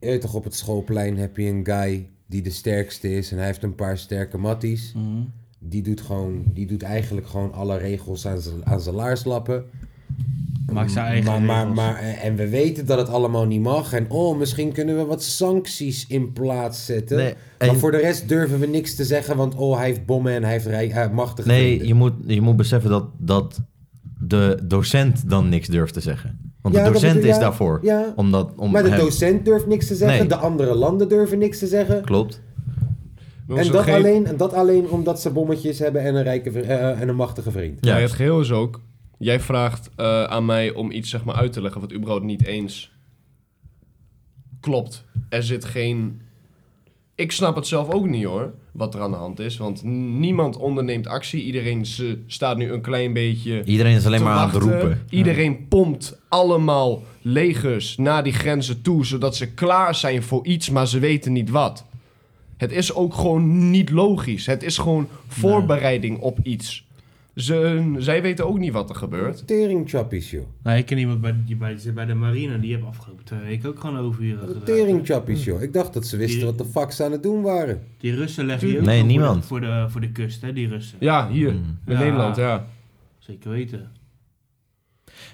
Speaker 2: je weet toch op het schoolplein heb je een guy die de sterkste is... en hij heeft een paar sterke matties.
Speaker 4: Mhm.
Speaker 2: Die, doet gewoon, die doet eigenlijk gewoon alle regels aan zijn- aan zijn laars lappen.
Speaker 4: Maakt zijn eigen
Speaker 2: Maar, maar,
Speaker 4: regels.
Speaker 2: maar, en we weten dat het allemaal niet mag. En oh, misschien kunnen we wat sancties in plaats zetten.
Speaker 1: Nee,
Speaker 2: maar
Speaker 1: en-
Speaker 2: voor de rest durven we niks te zeggen. Want oh, hij heeft bommen en hij heeft rij, eh, machtige
Speaker 1: Nee,
Speaker 2: vrienden.
Speaker 1: je moet, je moet beseffen dat, dat de docent dan niks durft te zeggen. Want
Speaker 2: Ja,
Speaker 1: de
Speaker 2: dat
Speaker 1: docent
Speaker 2: bedoel-
Speaker 1: is
Speaker 2: ja,
Speaker 1: daarvoor.
Speaker 2: ja.
Speaker 1: Omdat, om
Speaker 2: Maar de
Speaker 1: hem-
Speaker 2: docent durft niks te zeggen.
Speaker 1: Nee.
Speaker 2: De andere landen durven niks te zeggen.
Speaker 1: Klopt.
Speaker 2: En dat, alleen, en dat alleen omdat ze bommetjes hebben en een, rijke, vri- eh, en een machtige vriend.
Speaker 1: Ja.
Speaker 5: Maar het geheel is ook... Jij vraagt eh, aan mij om iets zeg maar, uit te leggen wat überhaupt niet eens klopt. Er zit geen... Ik snap het zelf ook niet hoor, wat er aan de hand is. Want n- niemand onderneemt actie. Iedereen ze, staat nu een klein beetje
Speaker 1: Iedereen is alleen
Speaker 5: te
Speaker 1: maar aan het
Speaker 5: wachten.
Speaker 1: roepen.
Speaker 5: Iedereen pompt allemaal legers naar die grenzen toe, zodat ze klaar zijn voor iets, maar ze weten niet wat. Het is ook gewoon niet logisch. Het is gewoon voorbereiding op iets. Ze, zij weten ook niet wat er gebeurt.
Speaker 2: Teringchappies, joh.
Speaker 4: Nou, ik ken iemand bij, die bij, zit bij de marine, die heeft afgelopen twee weken ook gewoon eh, overuren gedaan.
Speaker 2: Teringchappies, joh. Ik dacht dat ze wisten
Speaker 4: Die-
Speaker 2: wat de fuck ze aan het doen waren.
Speaker 4: Die Russen leggen hier ook
Speaker 1: Nee,
Speaker 4: voor de-
Speaker 1: niemand.
Speaker 4: Voor de, voor de kust, hè, die Russen.
Speaker 5: Ja, hier, in
Speaker 2: Mm.
Speaker 4: Ja.
Speaker 5: Nederland, ja.
Speaker 4: Zeker weten.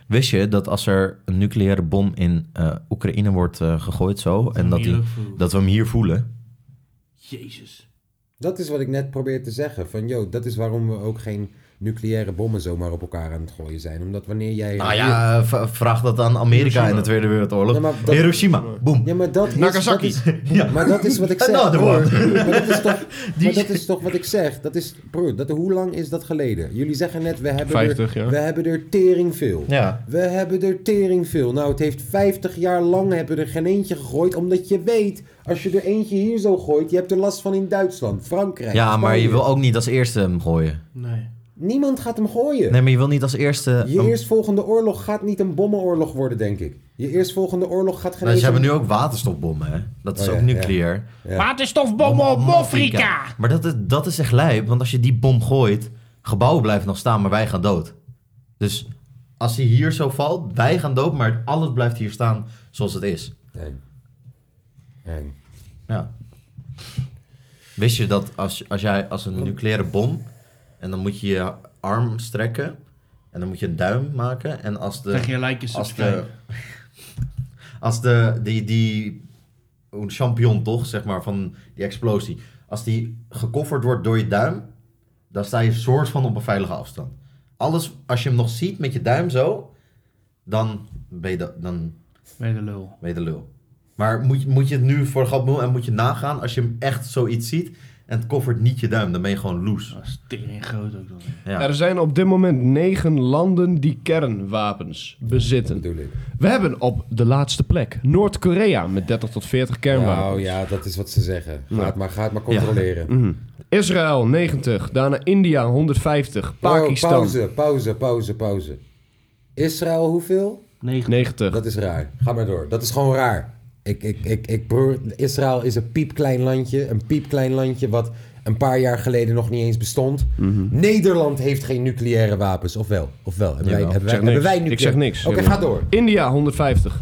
Speaker 1: Wist je dat als er een nucleaire bom in eh, Oekraïne wordt eh, gegooid zo... en dat,
Speaker 4: Hier
Speaker 1: die,
Speaker 4: ook voor-
Speaker 1: dat we hem hier voelen?
Speaker 4: Jezus.
Speaker 2: Dat is wat ik net probeer te zeggen. Van, joh, dat is waarom we ook geen nucleaire bommen zomaar op elkaar aan het gooien zijn. Omdat wanneer jij...
Speaker 1: Nou ja, v- vraag dat aan Amerika in de Tweede Wereldoorlog.
Speaker 2: Ja, maar dat-
Speaker 1: Hiroshima, boom.
Speaker 2: Ja, maar dat is, dat
Speaker 1: Nagasaki.
Speaker 2: is,
Speaker 1: *laughs* Ja.
Speaker 2: maar dat is
Speaker 1: *laughs*
Speaker 2: wat ik zeg.
Speaker 1: Another one.
Speaker 2: broer. Maar dat is
Speaker 1: *laughs*
Speaker 2: toch,
Speaker 1: Die-
Speaker 2: maar dat is toch wat ik zeg. Dat is, broer, dat, hoe lang is dat geleden? Jullie zeggen net, we hebben,
Speaker 5: 50
Speaker 2: er,
Speaker 5: jaar.
Speaker 2: we hebben er tering veel.
Speaker 1: Ja.
Speaker 2: We hebben er tering veel. Nou, het heeft 50 jaar lang hebben we er geen eentje gegooid. Omdat je weet, als je er eentje hier zo gooit, je hebt er last van in Duitsland, Frankrijk.
Speaker 1: ja, maar je
Speaker 2: Spanje.
Speaker 1: wil ook niet als eerste hem gooien.
Speaker 4: Nee.
Speaker 2: Niemand gaat hem gooien.
Speaker 1: Nee, maar je wil niet als eerste...
Speaker 2: Je
Speaker 1: hem-
Speaker 2: eerstvolgende oorlog gaat niet een bommenoorlog worden, denk ik. Je eerstvolgende oorlog gaat geen
Speaker 1: Nou, ze
Speaker 2: eens
Speaker 1: hebben
Speaker 2: een-
Speaker 1: nu ook waterstofbommen, hè? Dat is
Speaker 2: Oh,
Speaker 1: ook
Speaker 2: ja,
Speaker 1: nucleair.
Speaker 3: Waterstofbommen op Afrika.
Speaker 1: Maar dat is, dat is echt lijp, want als je die bom gooit, gebouwen blijven nog staan, maar wij gaan dood. Dus als die hier zo valt, wij gaan dood, maar alles blijft hier staan zoals het is.
Speaker 2: Eng. Eng.
Speaker 1: Ja. Wist je dat als, als jij als een nucleaire bom, en dan moet je je arm strekken, en dan moet je een duim maken, en als de...
Speaker 4: Zeg je like en
Speaker 1: als
Speaker 4: subscribe.
Speaker 1: de, als de die, die een champignon toch, zeg maar, van die explosie. Als die gekofferd wordt door je duim, dan sta je soort van op een veilige afstand. Alles, als je hem nog ziet met je duim zo, dan ben je de, dan
Speaker 4: Bij de lul.
Speaker 1: ben je de lul. Maar moet, je- moet je het nu voor de grap doen en moet je nagaan als je hem echt zoiets ziet en het koffert niet je duim, dan ben je gewoon loose.
Speaker 4: Dat is tering groot ook dan.
Speaker 1: Ja.
Speaker 5: Er zijn op dit moment negen landen die kernwapens bezitten.
Speaker 2: Dat bedoel ik.
Speaker 5: We hebben op de laatste plek Noord-Korea met 30 tot 40 kernwapens.
Speaker 2: Nou ja, dat is wat ze zeggen. Ga het maar, ga het maar controleren.
Speaker 5: Mhm. Israël 90, daarna India 150,
Speaker 2: Pau-
Speaker 5: Pakistan
Speaker 2: Oh, pauze, pauze, pauze, pauze. Israël hoeveel?
Speaker 4: 9.
Speaker 5: 90.
Speaker 2: Dat is raar. Ga maar door. Dat is gewoon raar. Ik, ik, ik, ik broer, Israël is een piepklein landje. Een piepklein landje wat een paar jaar geleden nog niet eens bestond. Nederland heeft geen nucleaire wapens. Of wel? Of wel? Hebben wij,
Speaker 1: Jawel.
Speaker 2: hebben wij,
Speaker 5: zeg
Speaker 2: hebben
Speaker 5: niks.
Speaker 2: wij
Speaker 5: Ik
Speaker 2: nucleaire-
Speaker 5: zeg niks.
Speaker 2: Oké,
Speaker 5: Jawel.
Speaker 2: ga door.
Speaker 5: India 150,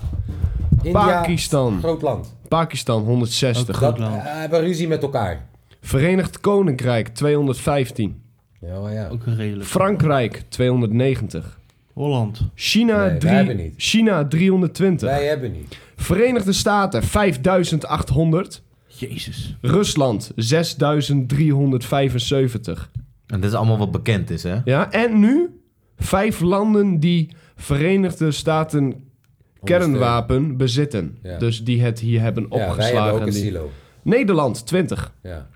Speaker 2: India,
Speaker 5: Pakistan.
Speaker 2: Groot land.
Speaker 5: Pakistan 160,
Speaker 2: Dat,
Speaker 4: land.
Speaker 2: eh, hebben ruzie met elkaar.
Speaker 5: Verenigd Koninkrijk 215,
Speaker 2: Ja, maar ja.
Speaker 4: Ook een redelijk.
Speaker 5: Frankrijk 290,
Speaker 4: Holland.
Speaker 5: China,
Speaker 2: Nee, wij
Speaker 5: drie-
Speaker 2: hebben niet.
Speaker 5: China 320,
Speaker 2: Wij hebben niet.
Speaker 5: Verenigde Staten 5800,
Speaker 4: Jezus.
Speaker 5: Rusland 6375.
Speaker 1: En dit is allemaal wat bekend is, hè?
Speaker 5: Ja, en nu vijf landen die Verenigde Staten kernwapen bezitten.
Speaker 2: Ja.
Speaker 5: Dus die het hier hebben
Speaker 2: Ja, wij hebben
Speaker 5: opgeslagen.
Speaker 2: ook een
Speaker 5: Die-
Speaker 2: silo.
Speaker 5: Nederland 20,
Speaker 2: Ja.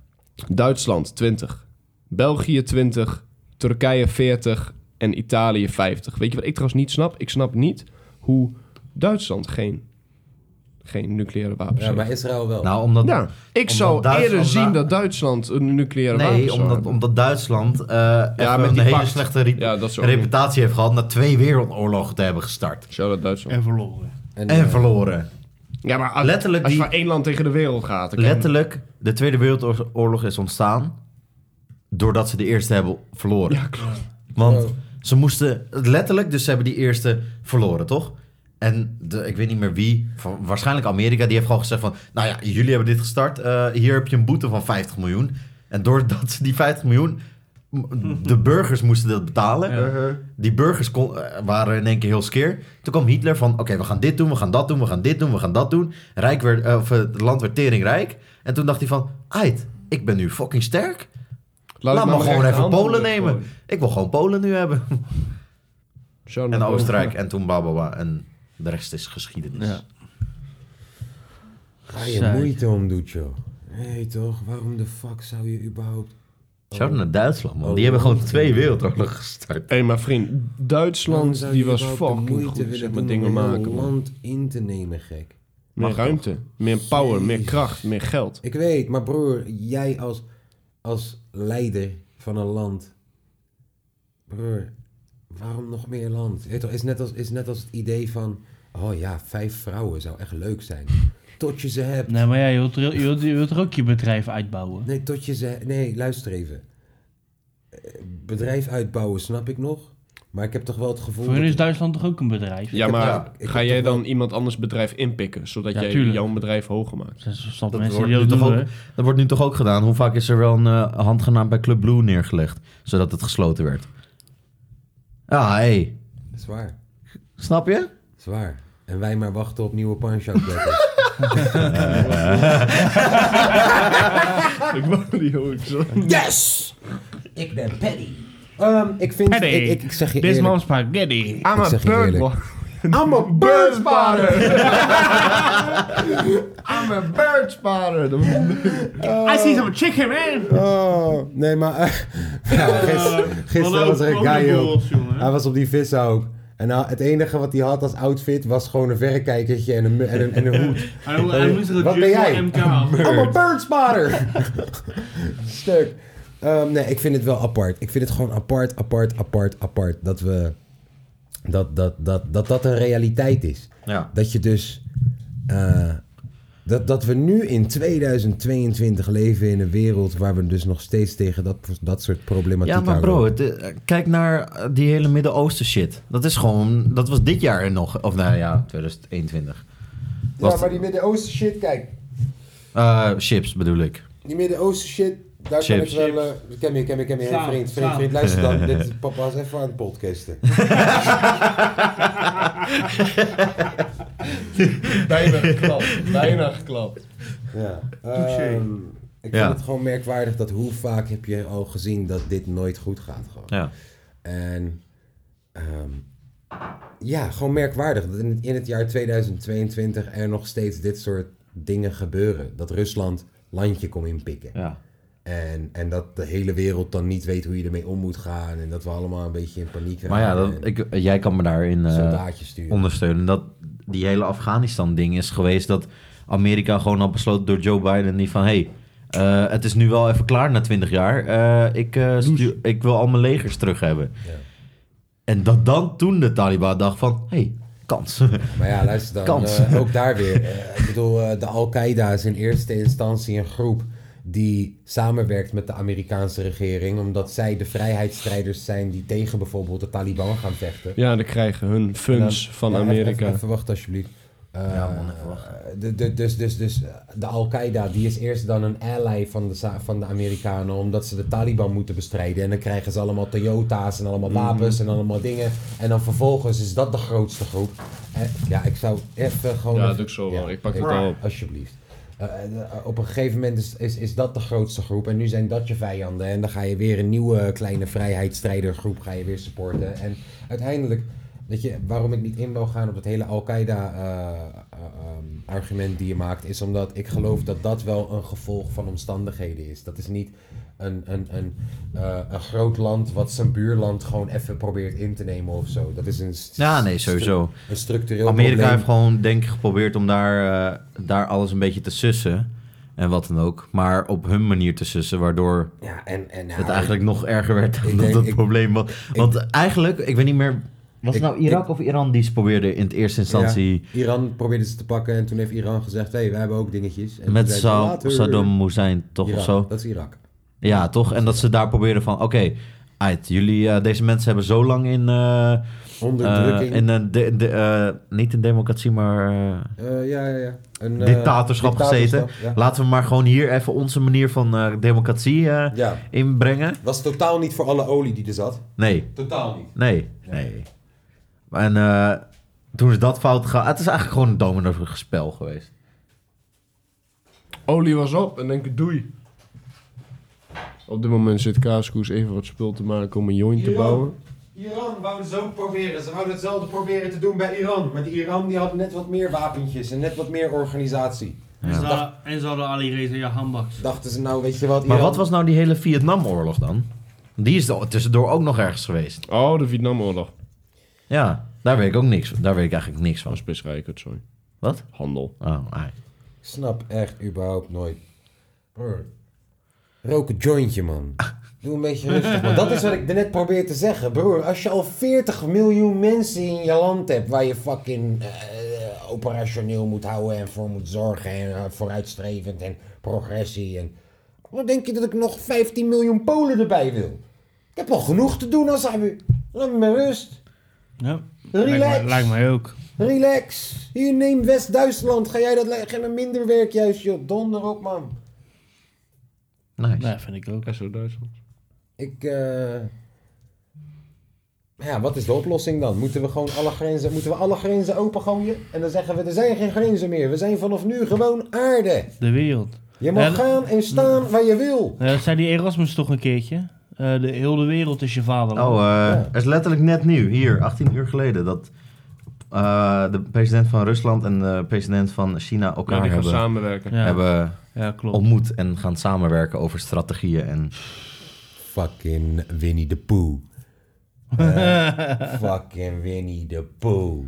Speaker 5: Duitsland 20, België 20, Turkije 40 en Italië 50. Weet je wat ik trouwens niet snap? Ik snap niet hoe Duitsland geen, geen nucleaire wapens
Speaker 2: ja,
Speaker 5: heeft.
Speaker 2: maar Israël wel.
Speaker 1: Nou, omdat...
Speaker 5: Ja, ik zou
Speaker 1: Duitsland
Speaker 5: eerder
Speaker 1: na-
Speaker 5: zien dat Duitsland een nucleaire wapen
Speaker 1: Nee,
Speaker 5: zou
Speaker 1: omdat,
Speaker 5: hebben.
Speaker 1: omdat Duitsland eh even
Speaker 5: met
Speaker 1: een
Speaker 5: die
Speaker 1: hele
Speaker 5: pact.
Speaker 1: slechte re-
Speaker 5: Ja, dat is ook
Speaker 1: reputatie heeft gehad na twee wereldoorlogen te hebben gestart.
Speaker 5: Shout out Duitsland.
Speaker 4: En verloren.
Speaker 1: En verloren.
Speaker 5: Ja, maar als,
Speaker 1: Letterlijk
Speaker 5: als je
Speaker 1: die-
Speaker 5: van één land tegen de wereld gaat. dan kan-
Speaker 1: Letterlijk, de Tweede Wereldoorlog is ontstaan doordat ze de eerste hebben verloren. Ja, klopt. Want
Speaker 2: Wow.
Speaker 1: ze moesten, letterlijk, dus ze hebben die eerste verloren, toch? En de, ik weet niet meer wie, van, waarschijnlijk Amerika, die heeft gewoon gezegd van... Nou ja, jullie hebben dit gestart, eh, hier heb je een boete van 50 miljoen. En doordat ze die 50 miljoen... m- *laughs* De burgers moesten dat betalen. Die burgers kon- eh, waren in één keer heel skeer. Toen kwam Hitler van, oké, we gaan dit doen, we gaan dat doen, we gaan dit doen, we gaan dat doen. Rijk werd, eh, of eh, het land werd teringrijk. En toen dacht hij van, ait, ik ben nu fucking sterk. Laat,
Speaker 5: ik
Speaker 1: me
Speaker 5: maar
Speaker 1: gewoon
Speaker 5: mijn
Speaker 1: even
Speaker 5: rechterhand
Speaker 1: Polen
Speaker 5: erin
Speaker 1: nemen.
Speaker 5: gooien.
Speaker 1: Ik wil gewoon Polen nu
Speaker 4: *laughs*
Speaker 1: hebben.
Speaker 5: Shout out
Speaker 1: En
Speaker 5: Polen.
Speaker 1: Oostenrijk en toen Bababa. En de rest is geschiedenis.
Speaker 4: Ja.
Speaker 2: Ga je
Speaker 4: Zeik.
Speaker 2: moeite om doet, joh. Nee toch, waarom de fuck zou je überhaupt...
Speaker 1: Shout naar Duitsland, man.
Speaker 2: Oh.
Speaker 1: Die hebben gewoon twee wereldoorlogen gestart.
Speaker 5: Hé, maar vriend,
Speaker 2: Waarom
Speaker 5: Duitsland
Speaker 2: zou
Speaker 5: die
Speaker 2: je
Speaker 5: was
Speaker 2: überhaupt de
Speaker 5: fucking
Speaker 2: moeite
Speaker 5: goed
Speaker 2: willen
Speaker 5: zeg
Speaker 2: doen
Speaker 5: maar,
Speaker 2: om
Speaker 5: dingen
Speaker 2: een heel
Speaker 5: maken. man.
Speaker 2: land in te nemen, gek.
Speaker 5: Meer ruimte, meer power, meer kracht, meer geld.
Speaker 2: Ik weet, maar broer, jij als, als leider van een land... Broer, waarom nog meer land? Je weet toch, is net als, is net als het idee van... Oh ja, vijf vrouwen zou echt leuk zijn. Tot je ze hebt.
Speaker 4: Nee, maar ja, je wilt, er- je wilt, je wilt er ook je bedrijf uitbouwen.
Speaker 2: Nee, tot je ze... Nee, luister even. Eh, Bedrijf uitbouwen snap ik nog. Maar ik heb toch wel het gevoel...
Speaker 4: Voor hun
Speaker 2: dat-
Speaker 4: is Duitsland toch ook een bedrijf?
Speaker 5: Ja,
Speaker 2: heb-
Speaker 5: maar
Speaker 2: ja, ik
Speaker 5: ga
Speaker 2: heb
Speaker 5: jij
Speaker 2: toch wel-
Speaker 5: dan iemand anders bedrijf inpikken, zodat
Speaker 4: Ja,
Speaker 5: jij
Speaker 4: tuurlijk.
Speaker 5: jouw bedrijf hoger maakt?
Speaker 4: Dat zijn soms
Speaker 1: Dat
Speaker 4: mensen
Speaker 1: wordt,
Speaker 4: die
Speaker 1: nu
Speaker 4: dat
Speaker 1: toch
Speaker 4: doen,
Speaker 1: ook,
Speaker 4: hè?
Speaker 1: dat wordt nu toch ook gedaan. Hoe vaak is er wel een eh, handgenaam bij Club Blue neergelegd, zodat het gesloten werd? Ah, Ja, hé.
Speaker 2: Zwaar,
Speaker 1: Snap je?
Speaker 2: zwaar. En wij maar wachten op nieuwe punch-out battles.
Speaker 5: ik wou die ook zo.
Speaker 2: Yes! Ik ben Paddy. Ehm, ik vind... Ik,
Speaker 3: Paddy.
Speaker 2: ik, ik zeg je
Speaker 3: This
Speaker 2: eerlijk...
Speaker 3: mom's spaghetti.
Speaker 5: I'm a
Speaker 2: zeg je
Speaker 5: bird
Speaker 2: eerlijk.
Speaker 5: boy. Oh.
Speaker 2: I'm
Speaker 5: *laughs*
Speaker 2: a
Speaker 5: Bird
Speaker 2: bird
Speaker 5: spotter. I'm a bird spotter.
Speaker 1: *laughs*
Speaker 3: I see some chicken, man.
Speaker 2: Oh, nee, maar... eh, *laughs* ja,
Speaker 5: Oh,
Speaker 2: gis- gisteren was er een guy ook. Hij was op die vissen ook. En nou, het enige wat hij had als outfit was gewoon een verrekijkertje en een, mu- en een, en
Speaker 5: *laughs*
Speaker 2: een hoed.
Speaker 4: Hij hij moest er een
Speaker 2: Wat ben
Speaker 4: jurk
Speaker 2: jij?
Speaker 4: voor MK
Speaker 1: *laughs*
Speaker 4: af.
Speaker 2: I'm a bird spotter! Stuk. Ehm, nee, ik vind het wel apart. Ik vind het gewoon apart, apart, apart, apart. Dat we... Dat dat, dat, dat, dat een realiteit is.
Speaker 1: Ja.
Speaker 2: Dat je dus... eh, dat, dat we nu in 2022 leven in een wereld waar we dus nog steeds tegen dat, dat soort problematiek
Speaker 1: Ja, maar bro,
Speaker 2: aanlopen.
Speaker 1: het, eh, kijk naar eh, die hele Midden-Oosten shit. Dat is gewoon, dat was dit jaar nog, of nou
Speaker 2: *laughs*
Speaker 1: ja, 2021. Was
Speaker 2: Ja, maar die Midden-Oosten shit, kijk.
Speaker 1: Eh, chips bedoel ik.
Speaker 2: Die Midden-Oosten shit, daar
Speaker 1: Chips.
Speaker 2: kan ik wel... eh ken je, ken je, ken je. Hey,
Speaker 4: Samen,
Speaker 2: vriend, vriend,
Speaker 4: samen.
Speaker 2: vriend, luister dan. Dit is papa is even aan het podcasten.
Speaker 5: Bijna geklapt. Bijna geklapt.
Speaker 7: *laughs*
Speaker 2: Ja. Ehm, ik vind
Speaker 1: Ja.
Speaker 2: het gewoon merkwaardig dat hoe vaak heb je al gezien dat dit nooit goed gaat gewoon.
Speaker 1: Ja.
Speaker 2: En ehm, ja, gewoon merkwaardig dat in, in het jaar 2022 er nog steeds dit soort dingen gebeuren. Dat Rusland landje kon inpikken.
Speaker 1: ja.
Speaker 2: En, en dat de hele wereld dan niet weet hoe je ermee om moet gaan. En dat we allemaal een beetje in paniek raken.
Speaker 1: Maar ja, dat,
Speaker 2: en
Speaker 1: ik, jij kan me daarin eh,
Speaker 2: soldaatjes sturen.
Speaker 1: ondersteunen. Dat die hele Afghanistan-ding is geweest dat Amerika gewoon had besloten door Joe Biden niet van hey, eh, het is nu wel even klaar na 20 jaar. Eh, ik, eh, stu- ik wil al mijn legers terug hebben.
Speaker 2: Ja.
Speaker 1: En dat dan toen de Taliban dacht van hey, kans.
Speaker 2: Maar ja, luister dan.
Speaker 1: *laughs* Kans.
Speaker 2: eh, ook daar weer. Eh, ik bedoel, eh, de Al-Qaeda is in eerste instantie een groep die samenwerkt met de Amerikaanse regering. Omdat zij de vrijheidsstrijders zijn die tegen bijvoorbeeld de Taliban gaan vechten.
Speaker 5: Ja, dan krijgen hun funds van
Speaker 2: Ja, even-
Speaker 5: Amerika.
Speaker 2: Even, even wachten alsjeblieft. Eh,
Speaker 1: Ja, man, even wachten.
Speaker 2: de- de- dus, dus, dus eh, de Al-Qaeda die is eerst dan een ally van de, Sa- van de Amerikanen omdat ze de Taliban moeten bestrijden. En dan krijgen ze allemaal Toyota's en allemaal
Speaker 5: Mhm.
Speaker 2: wapens en allemaal dingen. En dan vervolgens is dat de grootste groep. Eh, ja, ik zou even gewoon...
Speaker 5: Ja,
Speaker 2: even-
Speaker 5: dat doe ik zo wel. Ik pak
Speaker 2: even-
Speaker 5: het al op.
Speaker 2: Alsjeblieft. Eh, eh, op een gegeven moment is, is, is dat de grootste groep en nu zijn dat je vijanden. En dan ga je weer een nieuwe kleine vrijheidsstrijdergroep ga je weer supporten. En uiteindelijk, weet je, waarom ik niet in wil gaan op dat hele eh, Al-Qaeda-argument ehm, die je maakt, is omdat ik geloof dat dat wel een gevolg van omstandigheden is. Dat is niet een, een, een, eh, een groot land wat zijn buurland gewoon even probeert in te nemen of zo. Dat is een, st-
Speaker 1: Ja, nee, sowieso.
Speaker 2: een structureel
Speaker 1: Amerika
Speaker 2: probleem.
Speaker 1: heeft gewoon, denk ik, geprobeerd om daar, eh, daar alles een beetje te sussen. En wat dan ook. Maar op hun manier te sussen, waardoor
Speaker 2: Ja, en, en
Speaker 1: het
Speaker 2: ja,
Speaker 1: eigenlijk nog erger werd dan
Speaker 2: ik denk-
Speaker 1: dat
Speaker 2: ik-
Speaker 1: probleem was. Want eigenlijk, ik weet niet meer... Was
Speaker 2: Ik-
Speaker 1: het nou Irak of Iran die ze probeerden in het eerste instantie...
Speaker 2: Ja, Iran probeerde ze te pakken en toen heeft Iran gezegd: hé, hey, wij hebben ook dingetjes. En
Speaker 1: Met
Speaker 2: toen zei ze,
Speaker 1: Sa-
Speaker 2: "Later."
Speaker 1: Saddam Hussein, toch
Speaker 2: Irak,
Speaker 1: of zo?
Speaker 2: Dat is Irak.
Speaker 1: Ja, toch? En dat ze daar probeerden van... Oké, uit, jullie, eh, deze mensen hebben zo lang in... eh, eh,
Speaker 2: Onderdrukking.
Speaker 1: in een de, de- eh, niet in democratie, maar... eh,
Speaker 2: Eh, ja, ja, ja. Een, eh,
Speaker 1: dictatorschap gezeten.
Speaker 2: Ja.
Speaker 1: Laten we maar gewoon hier even onze manier van eh, democratie eh,
Speaker 2: Ja.
Speaker 1: inbrengen.
Speaker 2: Was totaal niet voor alle olie die er zat.
Speaker 1: Nee,
Speaker 2: Totaal niet.
Speaker 1: nee, nee. En eh, toen is dat fout gegaan. Het is eigenlijk gewoon een domino spel geweest.
Speaker 5: Olie was op en denk ik doei. Op dit moment zit Kaaskoes even wat spul te maken om een joint te
Speaker 2: Ja.
Speaker 5: bouwen.
Speaker 2: Iran wou het zo proberen. Ze wouden hetzelfde proberen te doen bij Iran. Maar die Iran die had net wat meer wapentjes en net wat meer organisatie.
Speaker 4: En
Speaker 2: Dus
Speaker 4: ze hadden- En ze hadden Ali Reza ja handbaks.
Speaker 2: Dachten ze nou, weet je wat?
Speaker 1: Maar
Speaker 2: Iran-
Speaker 1: wat was nou die hele Vietnamoorlog dan? Die is er tussendoor ook nog ergens geweest.
Speaker 5: Oh, de Vietnamoorlog.
Speaker 1: Ja, daar weet ik ook niks van. Daar weet ik eigenlijk niks
Speaker 5: Dat
Speaker 1: van.
Speaker 5: is misrijkend, sorry.
Speaker 1: Wat?
Speaker 5: Handel.
Speaker 1: Oh, ai.
Speaker 2: Ik Snap echt überhaupt nooit. Brr. Rook een jointje, man.
Speaker 1: *laughs*
Speaker 2: Doe een beetje rustig, man. Dat is wat ik net probeer te zeggen, broer. Als je al 40 miljoen mensen in je land hebt waar je fucking eh, operationeel moet houden en voor moet zorgen en eh, vooruitstrevend en progressie en... Wat denk je dat ik nog 15 miljoen Polen erbij wil? Ik heb al genoeg te doen als hij... Laat me met rust.
Speaker 3: Ja.
Speaker 2: Relax.
Speaker 3: Lijkt mij ook.
Speaker 2: Relax. Hier, neem West-Duitsland. Ga jij dat... le- Geef me minder werk juist, joh. Donder op, man.
Speaker 1: Nice.
Speaker 3: Ja, vind ik ook.
Speaker 5: SO Duitsland.
Speaker 2: Ik. eh, Ja, wat is de oplossing dan? Moeten we gewoon alle grenzen, moeten we alle grenzen opengooien? En dan zeggen we, er zijn geen grenzen meer. We zijn vanaf nu gewoon aarde.
Speaker 3: De wereld.
Speaker 2: Je mag
Speaker 3: En-
Speaker 2: gaan en staan waar je wil. *laughs*
Speaker 3: Nou, dat zei die Erasmus toch een keertje.
Speaker 4: Eh, de hele wereld is je vader.
Speaker 1: Oh, eh, er is letterlijk net nu, hier, 18 uur geleden, dat eh, de president van Rusland en de president van China elkaar
Speaker 5: Ja, die gaan
Speaker 1: hebben,
Speaker 5: samenwerken.
Speaker 4: ja.
Speaker 1: hebben
Speaker 4: ja, klopt.
Speaker 1: ontmoet en gaan samenwerken over strategieën. En
Speaker 2: Fucking Winnie the
Speaker 4: *laughs*
Speaker 2: Pooh. Eh, fucking Winnie the Pooh.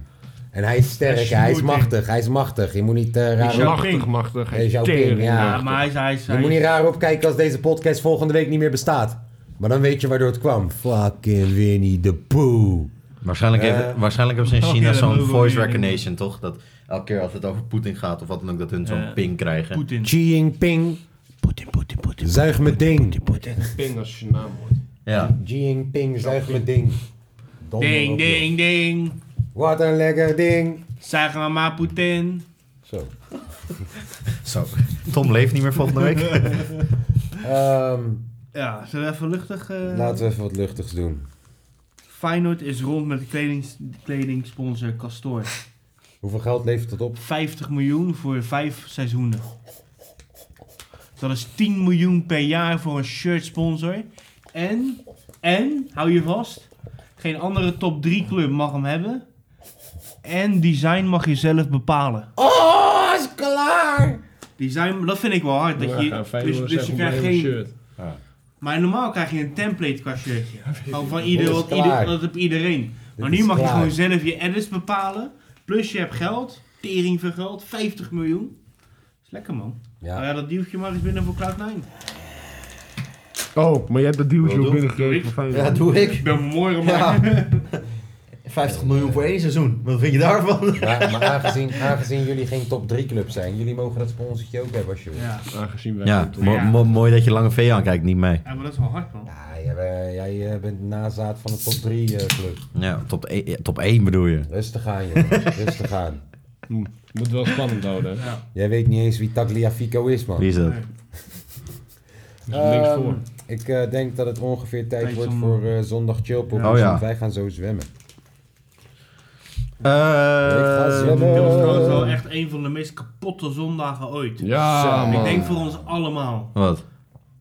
Speaker 2: En hij is sterk, hij is machtig, hij is machtig. Je moet niet eh, raar op...
Speaker 5: Machtig, machtig.
Speaker 2: Hij is jouw
Speaker 5: Tering.
Speaker 2: ping, ja.
Speaker 4: Ja, maar hij is... Hij is,
Speaker 2: Je
Speaker 4: hij
Speaker 2: moet
Speaker 4: is-
Speaker 2: niet raar opkijken als deze podcast volgende week niet meer bestaat. Maar dan weet je waardoor het kwam. Fucking Winnie the Pooh. Eh.
Speaker 1: waarschijnlijk, heeft, waarschijnlijk hebben ze in
Speaker 4: oh
Speaker 1: China
Speaker 4: ja, dat
Speaker 1: zo'n
Speaker 4: wil ik wel
Speaker 1: voice
Speaker 4: weer.
Speaker 1: recognition, toch? Dat elke keer als het over Poetin gaat of wat dan ook, dat hun zo'n
Speaker 4: Ja.
Speaker 1: ping krijgen.
Speaker 4: Poetin.
Speaker 2: Xi Jinping.
Speaker 4: Poetin, Poetin, Poetin.
Speaker 2: Zuig mijn ding.
Speaker 5: Ping als je naam hoort.
Speaker 1: Ja.
Speaker 2: Xi Jinping, zuig mijn ding. Donder
Speaker 4: Ding,
Speaker 2: op,
Speaker 4: ding, ding.
Speaker 2: joh. Wat een lekker ding.
Speaker 4: Zeg maar maar Poetin.
Speaker 2: Zo.
Speaker 1: Zo. Tom leeft niet meer volgende
Speaker 5: *laughs*
Speaker 1: week.
Speaker 2: Ehm,
Speaker 4: *laughs* Ja, zullen we even luchtig... eh,
Speaker 2: laten we even wat luchtigs doen.
Speaker 4: Feyenoord is rond met de kledings, kledingsponsor Castor.
Speaker 2: Hoeveel geld levert dat op?
Speaker 4: 50 miljoen voor vijf seizoenen. Dat is 10 miljoen per jaar voor een shirt sponsor. En, en, hou je vast, geen andere top 3 club mag hem hebben. En design mag je zelf bepalen.
Speaker 2: Oh, is klaar!
Speaker 4: Design, dat vind ik wel hard. Dat je, dus, dus je krijgt geen. Maar normaal krijg je een template qua
Speaker 5: *laughs*
Speaker 4: shirtje. Gewoon van ieder,
Speaker 2: Dit is
Speaker 4: wat ieder,
Speaker 2: klaar.
Speaker 4: dat op iedereen. Maar
Speaker 2: Dit
Speaker 4: nu
Speaker 2: is
Speaker 4: mag je
Speaker 2: klaar.
Speaker 4: gewoon zelf je edits bepalen. Plus je hebt geld, tering van geld, 50 miljoen. is lekker man. Nou
Speaker 2: Ja,
Speaker 4: ja, dat duwtje maar eens binnen voor Cloud9.
Speaker 5: Oh, maar je hebt dat duwtje
Speaker 1: Wil
Speaker 5: ook
Speaker 1: doen?
Speaker 5: binnengegeven. van Feyenoord.
Speaker 1: doe ik.
Speaker 4: Ik ben morgen maar.
Speaker 1: Ja. *laughs* 50 miljoen voor één seizoen. Wat vind je daarvan?
Speaker 2: maar, maar aangezien, aangezien jullie geen top 3 club zijn, jullie mogen dat sponsortje ook hebben als je wil. Ja,
Speaker 4: Ja.
Speaker 5: Aangezien wij
Speaker 1: Ja,
Speaker 5: niet-
Speaker 1: mo- mo- mooi dat je Lange V aankijkt, niet mij.
Speaker 4: ja, maar dat is wel hard man.
Speaker 2: jij, eh, jij eh, bent nazaat van de top 3 eh, club.
Speaker 1: Ja, top, e- ja, top 1 bedoel je.
Speaker 2: Rustig aan,
Speaker 4: *laughs*
Speaker 2: jongen. Rustig aan.
Speaker 5: Hm, Moet wel spannend houden. hè.
Speaker 2: Jij weet niet eens wie Tagliafico is, man.
Speaker 1: Wie is dat?
Speaker 5: Dus links voor.
Speaker 2: Ehm, Ik eh, denk dat het ongeveer tijd
Speaker 4: Tijd
Speaker 2: wordt
Speaker 4: om-
Speaker 2: voor eh, zondag chillpop.
Speaker 1: Oh ja.
Speaker 2: Want wij gaan zo zwemmen. ik ga
Speaker 1: Eh,
Speaker 2: zwemmen.
Speaker 4: Dat was trouwens wel echt een van de meest kapotte zondagen ooit.
Speaker 5: Ja,
Speaker 4: Ik
Speaker 5: man.
Speaker 4: denk voor ons allemaal.
Speaker 1: wat?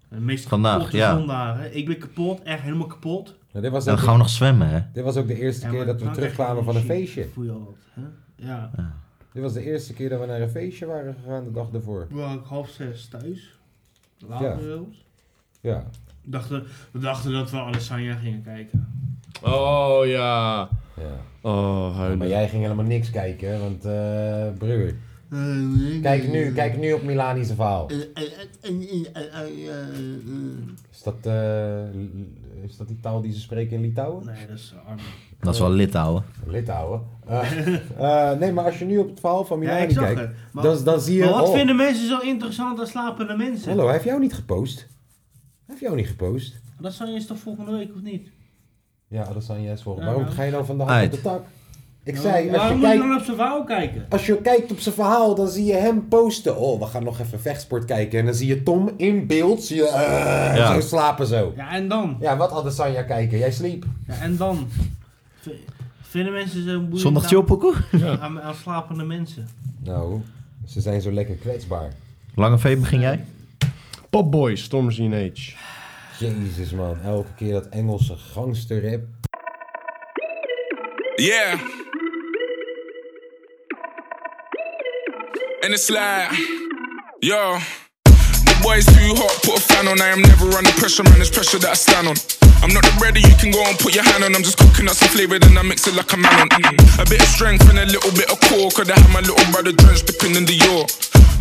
Speaker 4: De meest
Speaker 1: Vandaag,
Speaker 4: kapotte
Speaker 1: ja.
Speaker 4: zondagen. Ik ben kapot, echt helemaal kapot.
Speaker 2: Nou, dit, was
Speaker 1: Dan
Speaker 2: ook,
Speaker 1: gaan we nog zwemmen, hè?
Speaker 2: dit was ook de eerste
Speaker 4: Ja,
Speaker 2: keer
Speaker 4: maar
Speaker 2: dat we
Speaker 4: dan krijg je
Speaker 2: terugkwamen van een feestje.
Speaker 4: Voel je al wat, hè? Ja.
Speaker 2: Dit was de eerste keer dat we naar een feestje waren gegaan de dag daarvoor.
Speaker 4: We waren ook half zes thuis.
Speaker 2: Ja.
Speaker 4: Later zelfs.
Speaker 2: Ja.
Speaker 4: We dachten, we dachten dat we Alessandra gingen kijken.
Speaker 5: Oh, ja.
Speaker 2: ja.
Speaker 5: Oh,
Speaker 2: Maar
Speaker 5: huilen.
Speaker 2: jij ging helemaal niks kijken, hè, want eh broer.
Speaker 4: Eh,
Speaker 2: Kijk nu, kijk nu op Milani zijn verhaal.
Speaker 4: eh, eh, eh, eh, eh, eh, eh, eh.
Speaker 2: Is dat, eh, l- is dat die taal die ze spreken in Litouwen?
Speaker 4: Nee, dat is arm.
Speaker 1: Dat is wel lid, ouwe.
Speaker 2: Litouwen. Eh, *laughs* eh, nee, maar als je nu op het verhaal van
Speaker 4: Ja,
Speaker 2: Milani
Speaker 4: ik zag
Speaker 2: kijkt,
Speaker 4: het. Maar,
Speaker 2: dan, dan zie je...
Speaker 4: maar wat
Speaker 2: oh,
Speaker 4: vinden mensen zo interessant aan slapende mensen?
Speaker 2: Hallo, hij heeft jou niet gepost. Hij heeft jou niet gepost.
Speaker 4: Dat zijn is toch volgende week of niet?
Speaker 2: Ja, dat zijn juist volgens.
Speaker 4: Ja,
Speaker 2: Waarom
Speaker 4: ja.
Speaker 2: ga je nou van de hand
Speaker 1: Uit.
Speaker 2: op de tak? Ik zei, als
Speaker 4: Waarom
Speaker 2: je,
Speaker 4: moet je
Speaker 2: kijkt,
Speaker 4: dan op zijn vrouw kijken?
Speaker 2: als je kijkt op zijn verhaal, dan zie je hem posten. Oh, we gaan nog even vechtsport kijken. En dan zie je Tom in beeld. Zie je, eh,
Speaker 1: Ja.
Speaker 2: zo slapen zo.
Speaker 4: Ja, en dan?
Speaker 2: Ja, wat Adesanya kijken? Jij sliep.
Speaker 4: Ja, en dan? V- Vinden mensen zo boeiend
Speaker 1: Zondag
Speaker 4: aan-
Speaker 1: chillpokoe?
Speaker 4: *laughs* aan, aan slapende mensen?
Speaker 2: Nou, ze zijn zo lekker kwetsbaar.
Speaker 1: Lange V, begin jij?
Speaker 5: Popboy, Storms in Age.
Speaker 2: Jezus man, elke keer dat Engelse gangsterrap.
Speaker 9: Yeah. And it's like, yo, the boy's too hot, put a fan on. I am never under pressure, man. It's pressure that I stand on. I'm not the ready, you can go and put your hand on. I'm just cooking up some flavor, then I mix it like a man on. Mm. A bit of strength and a little bit of core. Could I have my little brother drenched dipping in the yaw?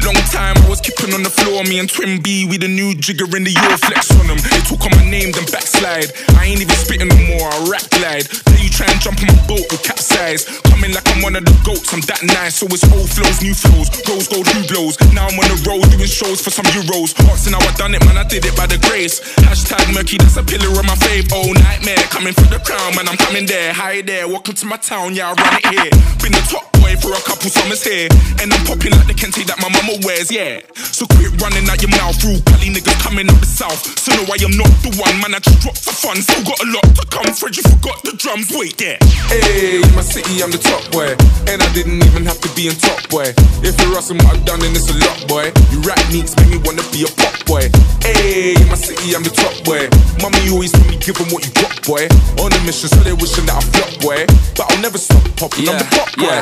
Speaker 9: Long time I was kipping on the floor. Me and Twin B, we the new jigger in the yaw. Flex on them. They talk on my name, then backslide. I ain't even spitting no more, I rap glide. Then you try and jump on my boat, we capsize. Coming like I'm one of the goats, I'm that nice. So it's old flows, new flows, rose gold, who blows. Now I'm on the road doing shows for some euros. Asking how I done it, man, I did it by the grace. Hashtag murky, that's a pillar of my fave. Oh, nightmare, coming for the crown, man, I'm coming there. Hi there, welcome to my town, yeah, I run it here. Been the top boy for a couple summers here. And I'm popping like the kente that my mama wears, yeah. So quit running out your mouth, real Cali niggas coming up the south. So no, I am not the one, man. I just dropped the fun. Still got a lot to come, Fred. You forgot the drums. Wait there.
Speaker 10: Hey, my city, I'm the top boy. And I didn't even have to be in top boy. If you're asking what I've done, then it's a lot, boy. You rap neeks make me wanna be a pop boy. Hey, my city, I'm the top boy. Mommy always told me give 'em what you got, boy. On a mission, so they wishing that I flop, boy. But I'll never stop popping, I'm the pop boy.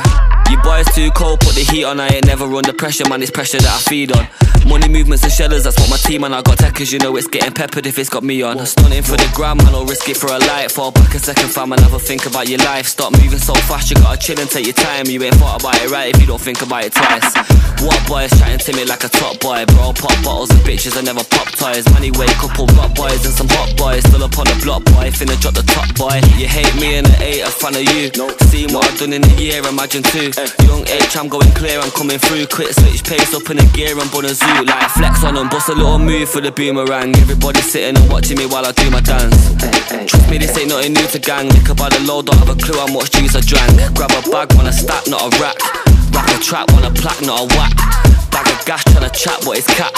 Speaker 11: Your boy's too cold, put the heat on. I ain't never under pressure, man. It's pressure that I feed on. Money movements and shellers, that's what my team and I got techers. You know it's getting peppered if it's got me on. Stunning for the gram, man. I'll risk it for a light. Fall back a second, fam, and have a think about your life. Stop moving so fast, you gotta chill and take your time. You ain't thought about it right if you don't think about it twice. What boys chatting to me like a top boy, bro? Pop bottles and bitches, I never pop toys. Money way, couple rock boys and some hot boys. Still up on the block, boy. Finna drop the top boy. You hate me and I ain't a fan of you. Seen what I've done in a year, imagine two. Young H, I'm going clear, I'm coming through. Quick switch pace up in the gear, I'm bun a zoo. Like flex on 'em, bust a little move for the boomerang. Everybody sitting and watching me while I do my dance. Trust me, this ain't nothing new to gang. Lick about the load, don't have a clue how much juice I drank. Grab a bag, want a stack, not a rack. Rack a trap, want a plaque, not a whack. Bag of gas, tryna chat, but it's cap.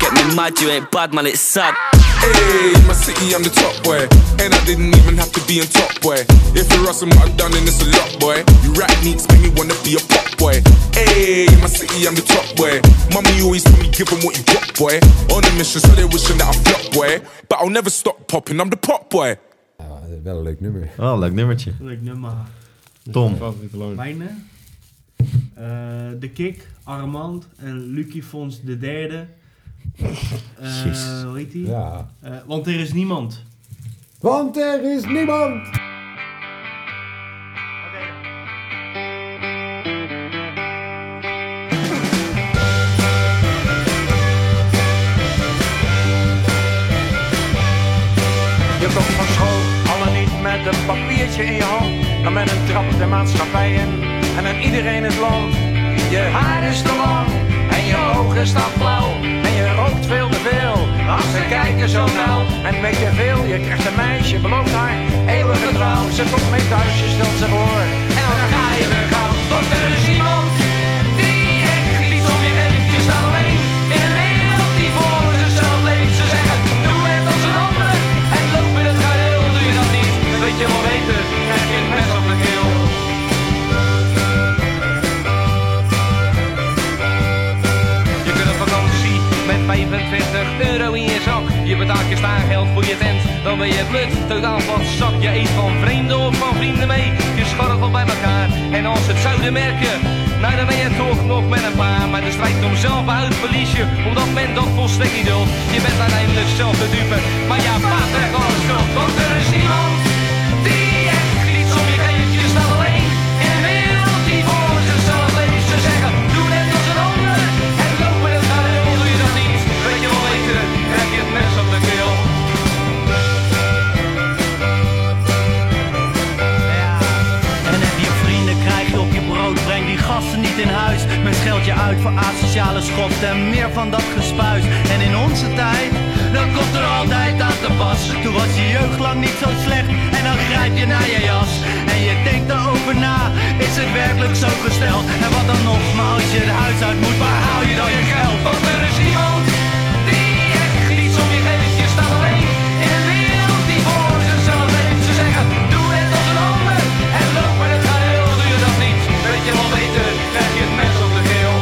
Speaker 11: Get me mad, you ain't bad, man, it's sad.
Speaker 10: Hey, my city, I'm the top boy. And I didn't even have to be in top boy. If you're asking what I've done, then it's a lot, boy. You rap neeks make me wanna be a pop boy. Hey, my city, I'm the top boy. Mommy always told me give 'em what you got, boy. On a mission, so they wishing that I flop, boy. But I'll never stop popping, I'm the pop boy.
Speaker 2: Ja, wel een leuk nummer.
Speaker 1: Oh, leuk nummertje.
Speaker 4: Leuk nummer.
Speaker 1: Tom.
Speaker 5: Favoriete loon.
Speaker 4: Mijne. Eh, de Kik, Armand en Lucky Fons de
Speaker 2: *laughs*
Speaker 4: derde. Eh,
Speaker 1: Jezus.
Speaker 4: hoe heet die?
Speaker 2: Ja.
Speaker 4: Eh, want er is niemand.
Speaker 2: Want er is niemand!
Speaker 12: Je komt van school, al en niet met een papiertje in je hand. Dan met een trap de maatschappij in en aan iedereen het land. Je haar is te lang en je ogen staan blauw. En je rookt veel te veel, ach ze kijken zo nauw. En weet je veel, je krijgt een meisje, belooft haar eeuwige trouw. Ze komt mee thuis, je stelt ze voor en dan ga je weer gauw. Want er is iemand die echt niet om je heen, je staat alleen. In een wereld die voor zichzelf leeft, ze zeggen doe het als een ander. En loop in het gareel, doe je dat niet, weet je wel beter, krijg je het mes op de keel. Je kunt op vakantie met 25 euro in je zak. Je betaalt je staargeld voor je tent, dan ben je blut. Totaal van zak, je eet van vreemden of van vrienden mee. Je scharrelt wel bij elkaar en als het zouden merken, nou dan ben je toch nog met een paar. Maar de strijd om zelf uit verlies je, omdat men dat volstrekt niet duldt. Je bent uiteindelijk zelf de dupe, maar ja, maat er gewoon schuld. Want er is iemand die echt iets om je geeft, je staat alleen. In een wereld die voor zichzelf leeft, ze zeggen, doe net als een ander. En loop in het gareel, doe je dat niet. Weet je wel beter, krijg je het mes op de keel.
Speaker 13: En heb je vrienden, krijg je op je brood. Breng die gasten niet in huis. Men scheldt je uit voor asociale schot en meer van dat gespuis. En in onze tijd, dan komt er altijd aan te pas. Toen was je jeugd lang niet zo slecht en dan grijp je naar je jas. En je denkt erover na, is het werkelijk zo gesteld? En wat dan nog, maar als je het huis uit moet, waar haal je dan je geld?
Speaker 12: Want er is iemand die echt iets om je geeft, je staat alleen. In een wereld die voor zichzelf leeft, ze zeggen, doe net als een ander. En loop in het gareel, doe je dat niet. Weet je wel beter, krijg je het mes op de keel.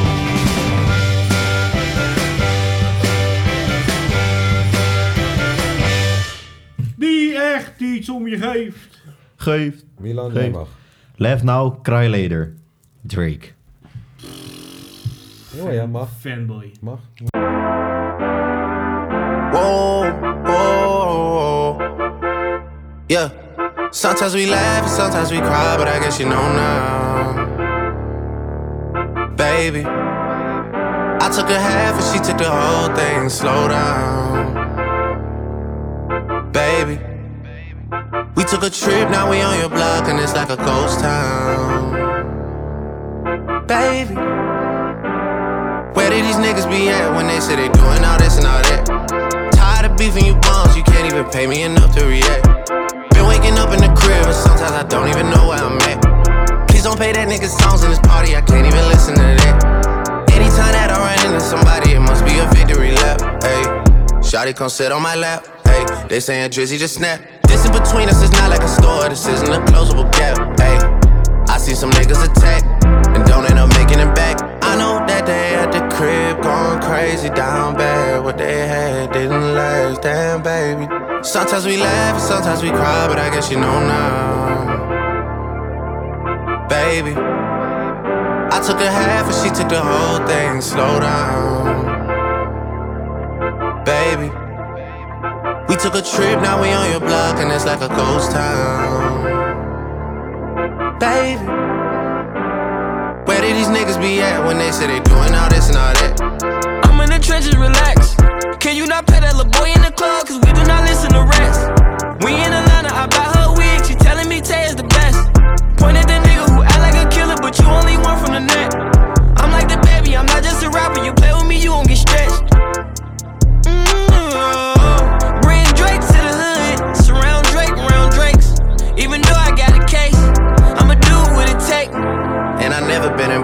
Speaker 4: Die echt iets om je geeft.
Speaker 1: Geef.
Speaker 2: Milan
Speaker 1: Hey.
Speaker 2: Lembach.
Speaker 1: Left now, cry later. Drake.
Speaker 2: Oh ja, mag.
Speaker 4: Fanboy.
Speaker 2: Mag.
Speaker 6: Whoa, whoa. Yeah. Sometimes we laugh and sometimes we cry, but I guess you know now. Baby. I took a half and she took the whole thing. Slow down. Baby. We took a trip, now we on your block and it's like a ghost town. Baby. Where did these niggas be at when they say they doing all this and all that? Tired of beefing you bums, you can't even pay me enough to react. Been waking up in the crib, and sometimes I don't even know where I'm at. Please don't pay that nigga songs in this party, I can't even listen to that. Anytime that I run into somebody, it must be a Shawty, come sit on my lap. Hey, they saying Drizzy just snap. This in between us is not like a store. This isn't a closable gap. Hey, I see some niggas attack and don't end up making it back. I know that they at the crib going crazy down bad. What they had didn't last. Damn, baby. Sometimes we laugh and sometimes we cry, but I guess you know now, baby. I took a half and she took the whole thing. Slow down, baby. We took a trip, now we on your block, and it's like a ghost town. Baby, where did these niggas be at when they say they doing all this and all that?
Speaker 14: I'm in the trenches, relax. Can you not play that little boy in the club? Cause we do not listen to rest. We in Atlanta, I buy her wig. She telling me Tay is the best. Point at the nigga who act like a killer, but you only one from the net. I'm like the baby, I'm not just a rapper. You play with me, you won't get stretched. Mm-hmm. Bring Drake to the hood. Surround Drake, round Drakes. Even though I got a case, I'ma do what it take.
Speaker 6: And I never been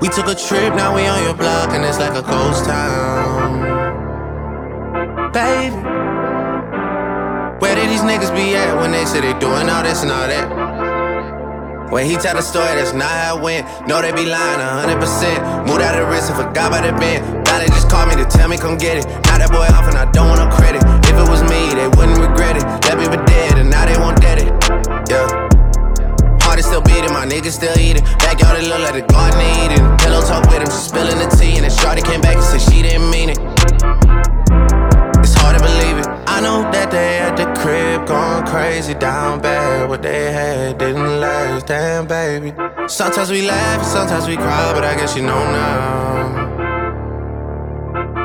Speaker 6: We took a trip, now we on your block, and it's like a ghost town. Baby, where did these niggas be at when they say they doing all this and all that? When he tell the story, that's not how it went. No, they be lying 100%. Moved out of risk and forgot about the bend. Now they just call me to tell me come get it. Now that boy off and I don't want no credit. If it was me, they wouldn't regret it. Let me be dead and now they won't dead it. Yeah. Heart is still beating, my niggas still eating. Backyard it look like the garden of Eden. Pillow talk with him, she spilling the tea. And then Shorty came back and said she didn't mean it. It's hard to believe it. I know that they at the crib going crazy down bad. What they had didn't last, damn baby. Sometimes we laugh, and sometimes we cry, but I guess you know now,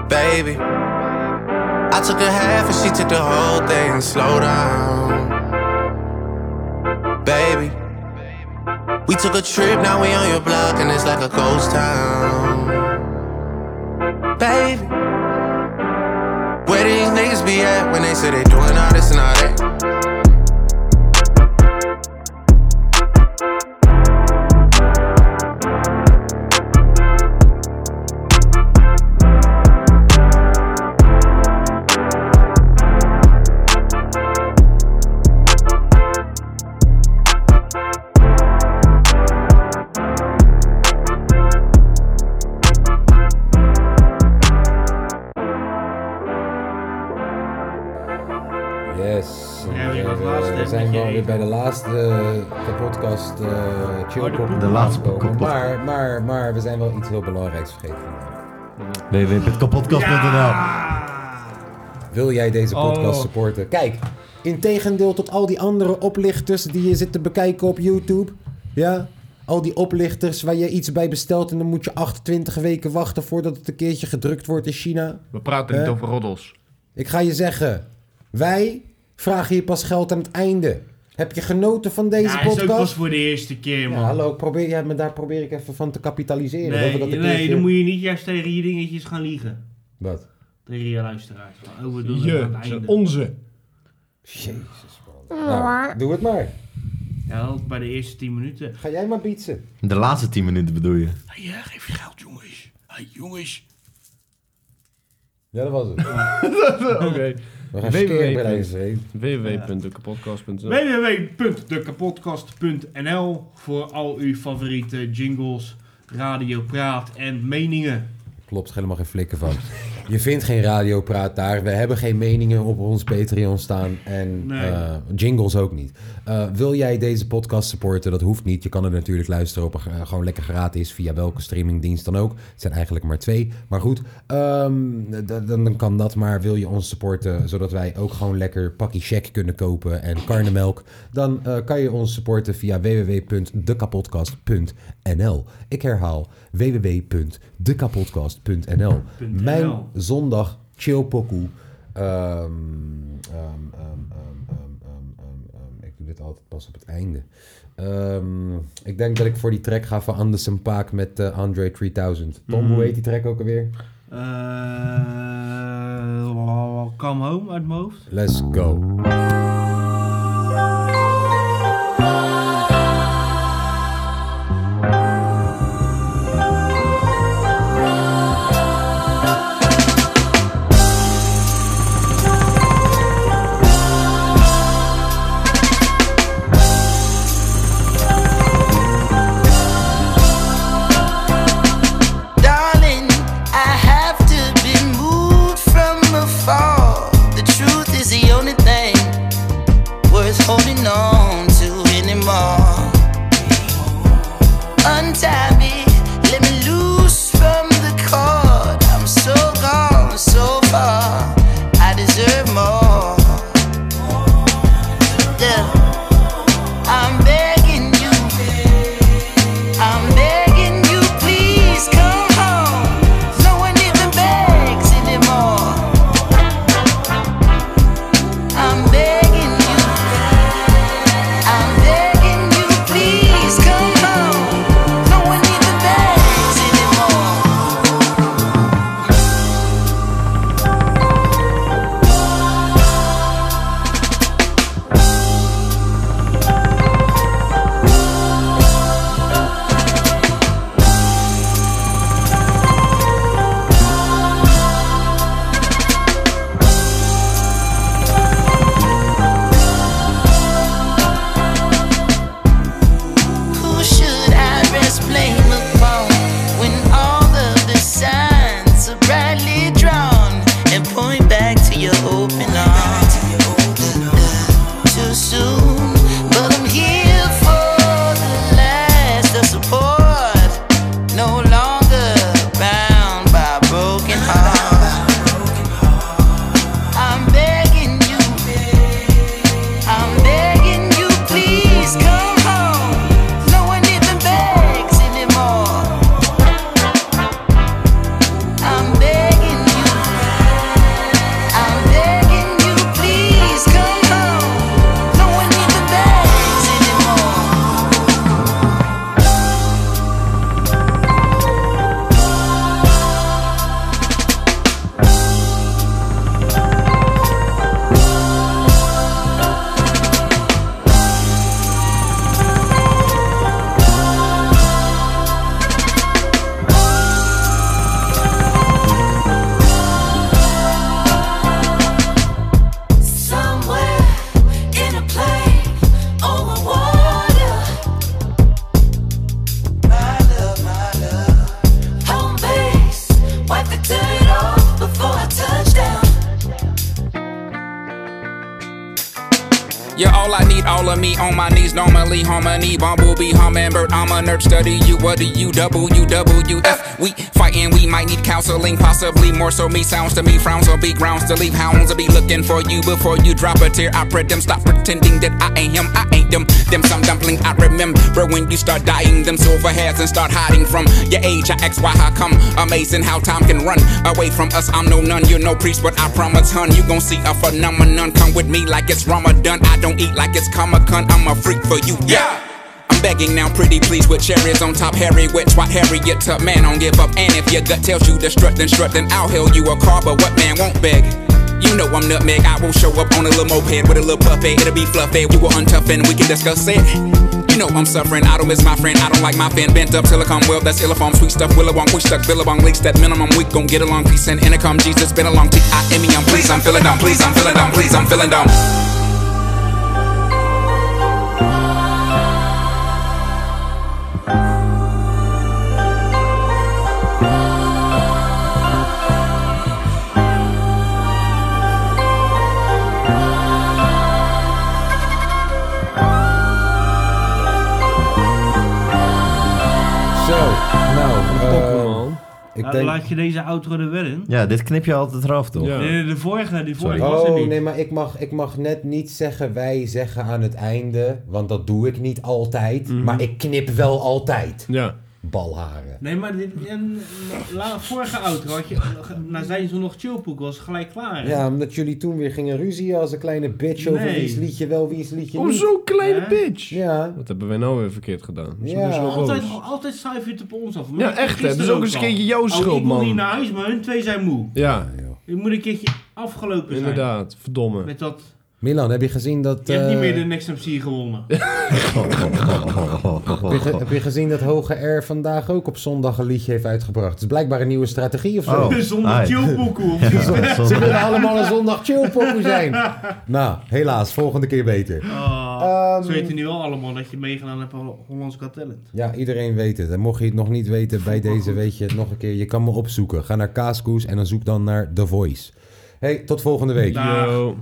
Speaker 6: baby. I took a half and she took the whole thing. Slow down, baby. We took a trip, now we on your block, and it's like a ghost town, baby. Where do these niggas be at when they say they doing all this and all that?
Speaker 2: Yes.
Speaker 4: Ja,
Speaker 2: En,
Speaker 4: je
Speaker 2: eh,
Speaker 4: was laatst, hè,
Speaker 2: we zijn gewoon
Speaker 4: met je
Speaker 2: weer
Speaker 4: eten.
Speaker 2: bij de laatste eh, de podcast eh
Speaker 4: Oh,
Speaker 2: Chill
Speaker 1: de
Speaker 2: Pop-
Speaker 1: de laatste
Speaker 2: gekomen.
Speaker 1: podcast.
Speaker 2: Maar, maar, maar we zijn wel iets heel belangrijks vergeten.
Speaker 1: www.kapotkast.nl
Speaker 2: Wil jij deze
Speaker 1: Oh.
Speaker 2: podcast supporten? Kijk, in tegendeel tot al die andere oplichters die je zit te bekijken op YouTube. Ja, al die oplichters waar je iets bij bestelt en dan moet je 28 weken wachten voordat het een keertje gedrukt wordt in China.
Speaker 5: We praten niet
Speaker 2: Hè?
Speaker 5: over roddels.
Speaker 2: Ik ga je zeggen, wij vragen je pas geld aan het einde. Heb je genoten van deze
Speaker 4: Ja, is ook pas
Speaker 2: podcast?
Speaker 4: voor de eerste keer,
Speaker 2: Ja,
Speaker 4: man.
Speaker 2: hallo, ik probeer, ja, maar daar probeer ik even van te kapitaliseren. dat we
Speaker 4: nee,
Speaker 2: dat een
Speaker 4: nee
Speaker 2: keertje-
Speaker 4: dan moet je niet juist tegen je dingetjes gaan liegen.
Speaker 2: Wat?
Speaker 4: Tegen je luisteraars. Van, Oh, we doen
Speaker 5: Je,
Speaker 4: het aan het
Speaker 5: ze-
Speaker 4: einde.
Speaker 5: onze.
Speaker 2: Jezus, man. Nou, doe het maar.
Speaker 4: Ja, ook bij de eerste 10 minuten.
Speaker 2: Ga jij maar bietsen.
Speaker 1: De laatste 10 minuten bedoel je?
Speaker 3: Ja, geef je geld, jongens. Hey, jongens.
Speaker 2: Ja, dat was het. *laughs*
Speaker 5: Oké.
Speaker 2: We gaan scheuren bij deze heen.
Speaker 5: www.dekapodcast.nl
Speaker 4: www.dekapodcast.nl voor al uw favoriete jingles, radiopraat en meningen.
Speaker 2: Klopt, helemaal geen flikken van. Je vindt geen radiopraat daar. We hebben geen meningen op ons Patreon staan. En
Speaker 4: Nee.
Speaker 2: eh, jingles ook niet. Eh, wil jij deze podcast supporten? Dat hoeft niet. Je kan er natuurlijk luisteren op een- eh, gewoon lekker gratis. Via welke streamingdienst dan ook. Het zijn eigenlijk maar twee. Maar goed, ehm, d- dan, dan kan dat. Maar wil je ons supporten zodat wij ook gewoon lekker pakkie check kunnen kopen en karnemelk? Dan eh, kan je ons supporten via www.dekapodcast.nl. Ik herhaal www.dekapodcast.nl. Mijn zondag chillpokoe. Ehm, ehm, ehm, ehm, ehm, ehm, ehm, ehm, ik doe dit altijd pas op het einde. Ehm, ik denk dat ik voor die track ga van Anders en Paak met eh, Andre 3000. Tom,
Speaker 4: Mhm.
Speaker 2: hoe heet die track ook alweer?
Speaker 4: Eh, come home uit mijn hoofd.
Speaker 2: Let's go.
Speaker 7: Darling, I have to be moved from afar. The truth is the only thing worth holding on to anymore. Untie me, let me loose from the cord. I'm so gone, so far. I deserve more. Yeah. I'm begging you. I'm begging you, please come home. No one even begs anymore. I'm begging you. I'm begging you, please come home. No one even begs anymore. Who should I rest blame upon when all of the signs are brightly drawn and point back to your open arms? Too soon, but I'm here for the last of support. No longer bound by a broken heart. I'm begging you, I'm begging you, please come home. No one even begs anymore. I'm begging you. I'm begging you, please come home. No one even begs anymore. Somewhere in a plane over water. My love, my love. Home base, wipe the dirt off before I touch down.
Speaker 15: Yeah, all I need, all of me on my knees. Normally, harmony, bumblebee, hummingbird. I'm a nerd, study you. What do you WWF? We fighting, we might need counseling, possibly more so. Me sounds to me, frowns will be grounds to leave. Hounds will be looking for you before you drop a tear. I pray them stop pretending that I ain't him. I ain't them. Them some dumpling. I remember when you start dying them silver hairs and start hiding from your age. I ask why, how come? Amazing how time can run away from us. I'm no nun, you're no priest, but I promise, hun, you gon' see a phenomenon. Come with me like it's Ramadan. I don't eat like it's Comic Con. I'm a freak for you. Yeah. I'm begging now, pretty please, with cherries on top. Harry wet, twat Harriet Tub. Man, don't give up. And if your gut tells you to strut, then strut, then I'll hail you a car. But what man won't beg? You know I'm nutmeg. I will show up on a little moped with a little puff head. It'll be fluffy. We will untuff and we can discuss it. You know I'm suffering. I don't miss my friend. I don't like my fan. Bent up telecom. Well, that's illiform. Sweet stuff. Willowong. We stuck. Billabong. Leaks that minimum. We gon' get along. Peace and intercom. Jesus. Been along. T-I-M-E. E, I'm please. I'm feeling down. Please. I'm feeling down. Please. I'm feeling down.
Speaker 2: Zo, nou. eh, ik
Speaker 4: Nou,
Speaker 2: denk...
Speaker 4: Laat je deze outro er wel in.
Speaker 1: Ja, dit knip je altijd eraf, toch?
Speaker 4: Nee, de vorige, die vorige was er
Speaker 2: Oh,
Speaker 4: niet.
Speaker 2: nee, maar ik mag, ik mag net niet zeggen wij zeggen aan het einde, want dat doe ik niet altijd, maar ik knip wel altijd.
Speaker 5: Mhm. Ja.
Speaker 2: balharen.
Speaker 4: Nee, maar dit, en, la, vorige outro had je, na zijn zo nog chillpoek was gelijk klaar. hè?
Speaker 2: Ja, omdat jullie toen weer gingen ruzie als een kleine bitch over
Speaker 4: Nee.
Speaker 2: wie's liedje wel, wie's liedje
Speaker 4: Om
Speaker 2: niet.
Speaker 4: zo'n kleine
Speaker 2: Hè?
Speaker 5: Oh, bitch.
Speaker 2: Ja.
Speaker 5: Wat hebben wij nou weer verkeerd gedaan? Ze
Speaker 4: Ja,
Speaker 5: doen ze wel
Speaker 4: altijd,
Speaker 5: boos.
Speaker 4: altijd schuift het op ons af.
Speaker 5: Ja, echt, hè? Dat is ook eens een keertje jouw schuld,
Speaker 4: Ik moet
Speaker 5: man.
Speaker 4: niet naar huis, maar hun twee zijn moe.
Speaker 5: Ja.
Speaker 4: Ik moet een keertje afgelopen zijn.
Speaker 5: Inderdaad, verdomme.
Speaker 4: Met dat,
Speaker 2: Milan, heb je gezien dat...
Speaker 4: je hebt niet
Speaker 2: eh,
Speaker 4: meer de Next MC
Speaker 5: *laughs*
Speaker 4: gewonnen.
Speaker 2: Heb je, ge- heb je gezien dat Hoge R vandaag ook op zondag een liedje heeft uitgebracht? Het is blijkbaar een nieuwe strategie of zo.
Speaker 4: *laughs*
Speaker 1: Oh, Zondag ai. chillpokoe, of *laughs* Ja,
Speaker 2: Ze-
Speaker 1: zondag.
Speaker 2: Ze willen allemaal een zondag chillpokoe
Speaker 4: *laughs*
Speaker 2: zijn. Nou, helaas, volgende keer beter.
Speaker 5: Ehm,
Speaker 4: Oh, ze weten nu wel allemaal dat je meegedaan hebt aan Hollands Got Talent.
Speaker 2: Ja, iedereen weet het. En mocht je het nog niet weten, bij deze weet je het nog een keer. Je kan me opzoeken. Ga naar Kaaskoes en dan zoek dan naar The Voice. Hey, tot volgende week.
Speaker 4: Dag. Yo.